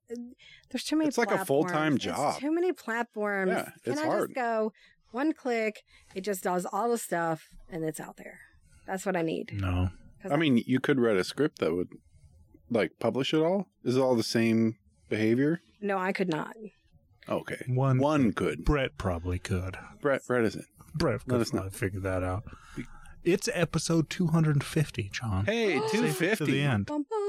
[SPEAKER 1] There's too many.
[SPEAKER 2] It's like a full-time
[SPEAKER 1] platforms.
[SPEAKER 2] job.
[SPEAKER 1] There's too many platforms.
[SPEAKER 2] Yeah,
[SPEAKER 1] Can
[SPEAKER 2] it's
[SPEAKER 1] I
[SPEAKER 2] hard.
[SPEAKER 1] just go one click? It just does all the stuff and it's out there. That's what I need.
[SPEAKER 3] No,
[SPEAKER 1] 'Cause
[SPEAKER 2] I mean, you could write a script that would like publish it all. Is it all the same behavior?
[SPEAKER 1] no, I could not.
[SPEAKER 2] Okay,
[SPEAKER 3] one,
[SPEAKER 2] one could.
[SPEAKER 3] Brett probably could.
[SPEAKER 2] Brett, Brett isn't.
[SPEAKER 3] Brett
[SPEAKER 2] No,
[SPEAKER 3] could
[SPEAKER 2] it's not.
[SPEAKER 3] probably figure that out. It's episode two hundred and fifty, John.
[SPEAKER 2] Hey,
[SPEAKER 1] Oh.
[SPEAKER 2] two
[SPEAKER 3] to the
[SPEAKER 2] fifty.
[SPEAKER 3] end.
[SPEAKER 1] Bum, bum.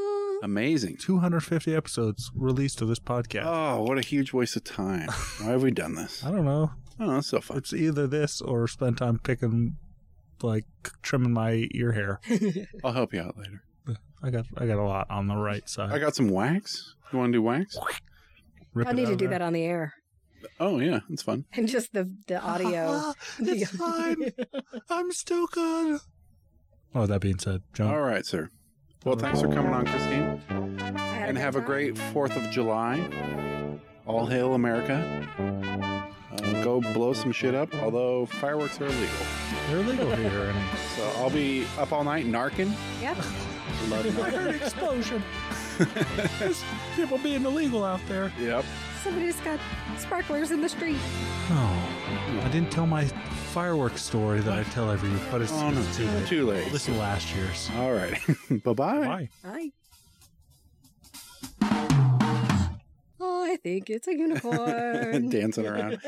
[SPEAKER 2] Amazing.
[SPEAKER 3] 250 episodes released to this podcast.
[SPEAKER 2] Oh, what a huge waste of time. Why have we done this?
[SPEAKER 3] I don't know.
[SPEAKER 2] Oh, that's so fun.
[SPEAKER 3] It's either this or spend time picking, like trimming my ear hair.
[SPEAKER 2] I'll help you out later.
[SPEAKER 3] I got I got a lot on the right side.
[SPEAKER 2] I got some wax. You want to do wax?
[SPEAKER 3] Rip
[SPEAKER 1] I
[SPEAKER 3] it
[SPEAKER 1] need
[SPEAKER 3] out
[SPEAKER 1] to
[SPEAKER 3] of
[SPEAKER 1] do
[SPEAKER 3] there.
[SPEAKER 1] that on the air
[SPEAKER 2] Oh yeah, that's fun.
[SPEAKER 1] and just the the audio.
[SPEAKER 3] Ah, it's fine. I'm still good. Oh, that being said, John.
[SPEAKER 2] All right, sir. Well, thanks for coming on, Christine,
[SPEAKER 1] I had
[SPEAKER 2] and
[SPEAKER 1] good
[SPEAKER 2] have a
[SPEAKER 1] time.
[SPEAKER 2] great Fourth of July. All hail America! Uh, go blow some shit up. Although fireworks are illegal,
[SPEAKER 3] They're legal here. And
[SPEAKER 2] so I'll be up all night narking.
[SPEAKER 1] Yep.
[SPEAKER 2] Love narking.
[SPEAKER 3] explosion. There's people being illegal out there.
[SPEAKER 2] yep.
[SPEAKER 1] Somebody's got sparklers in the street.
[SPEAKER 3] Oh, I didn't tell my fireworks story that I tell every year, but it's,
[SPEAKER 2] Oh
[SPEAKER 3] it's too
[SPEAKER 2] no,
[SPEAKER 3] late.
[SPEAKER 2] too late.
[SPEAKER 3] This is last year's.
[SPEAKER 2] All right. Bye-bye.
[SPEAKER 3] Bye.
[SPEAKER 1] Hi. I think it's a unicorn.
[SPEAKER 2] Dancing around.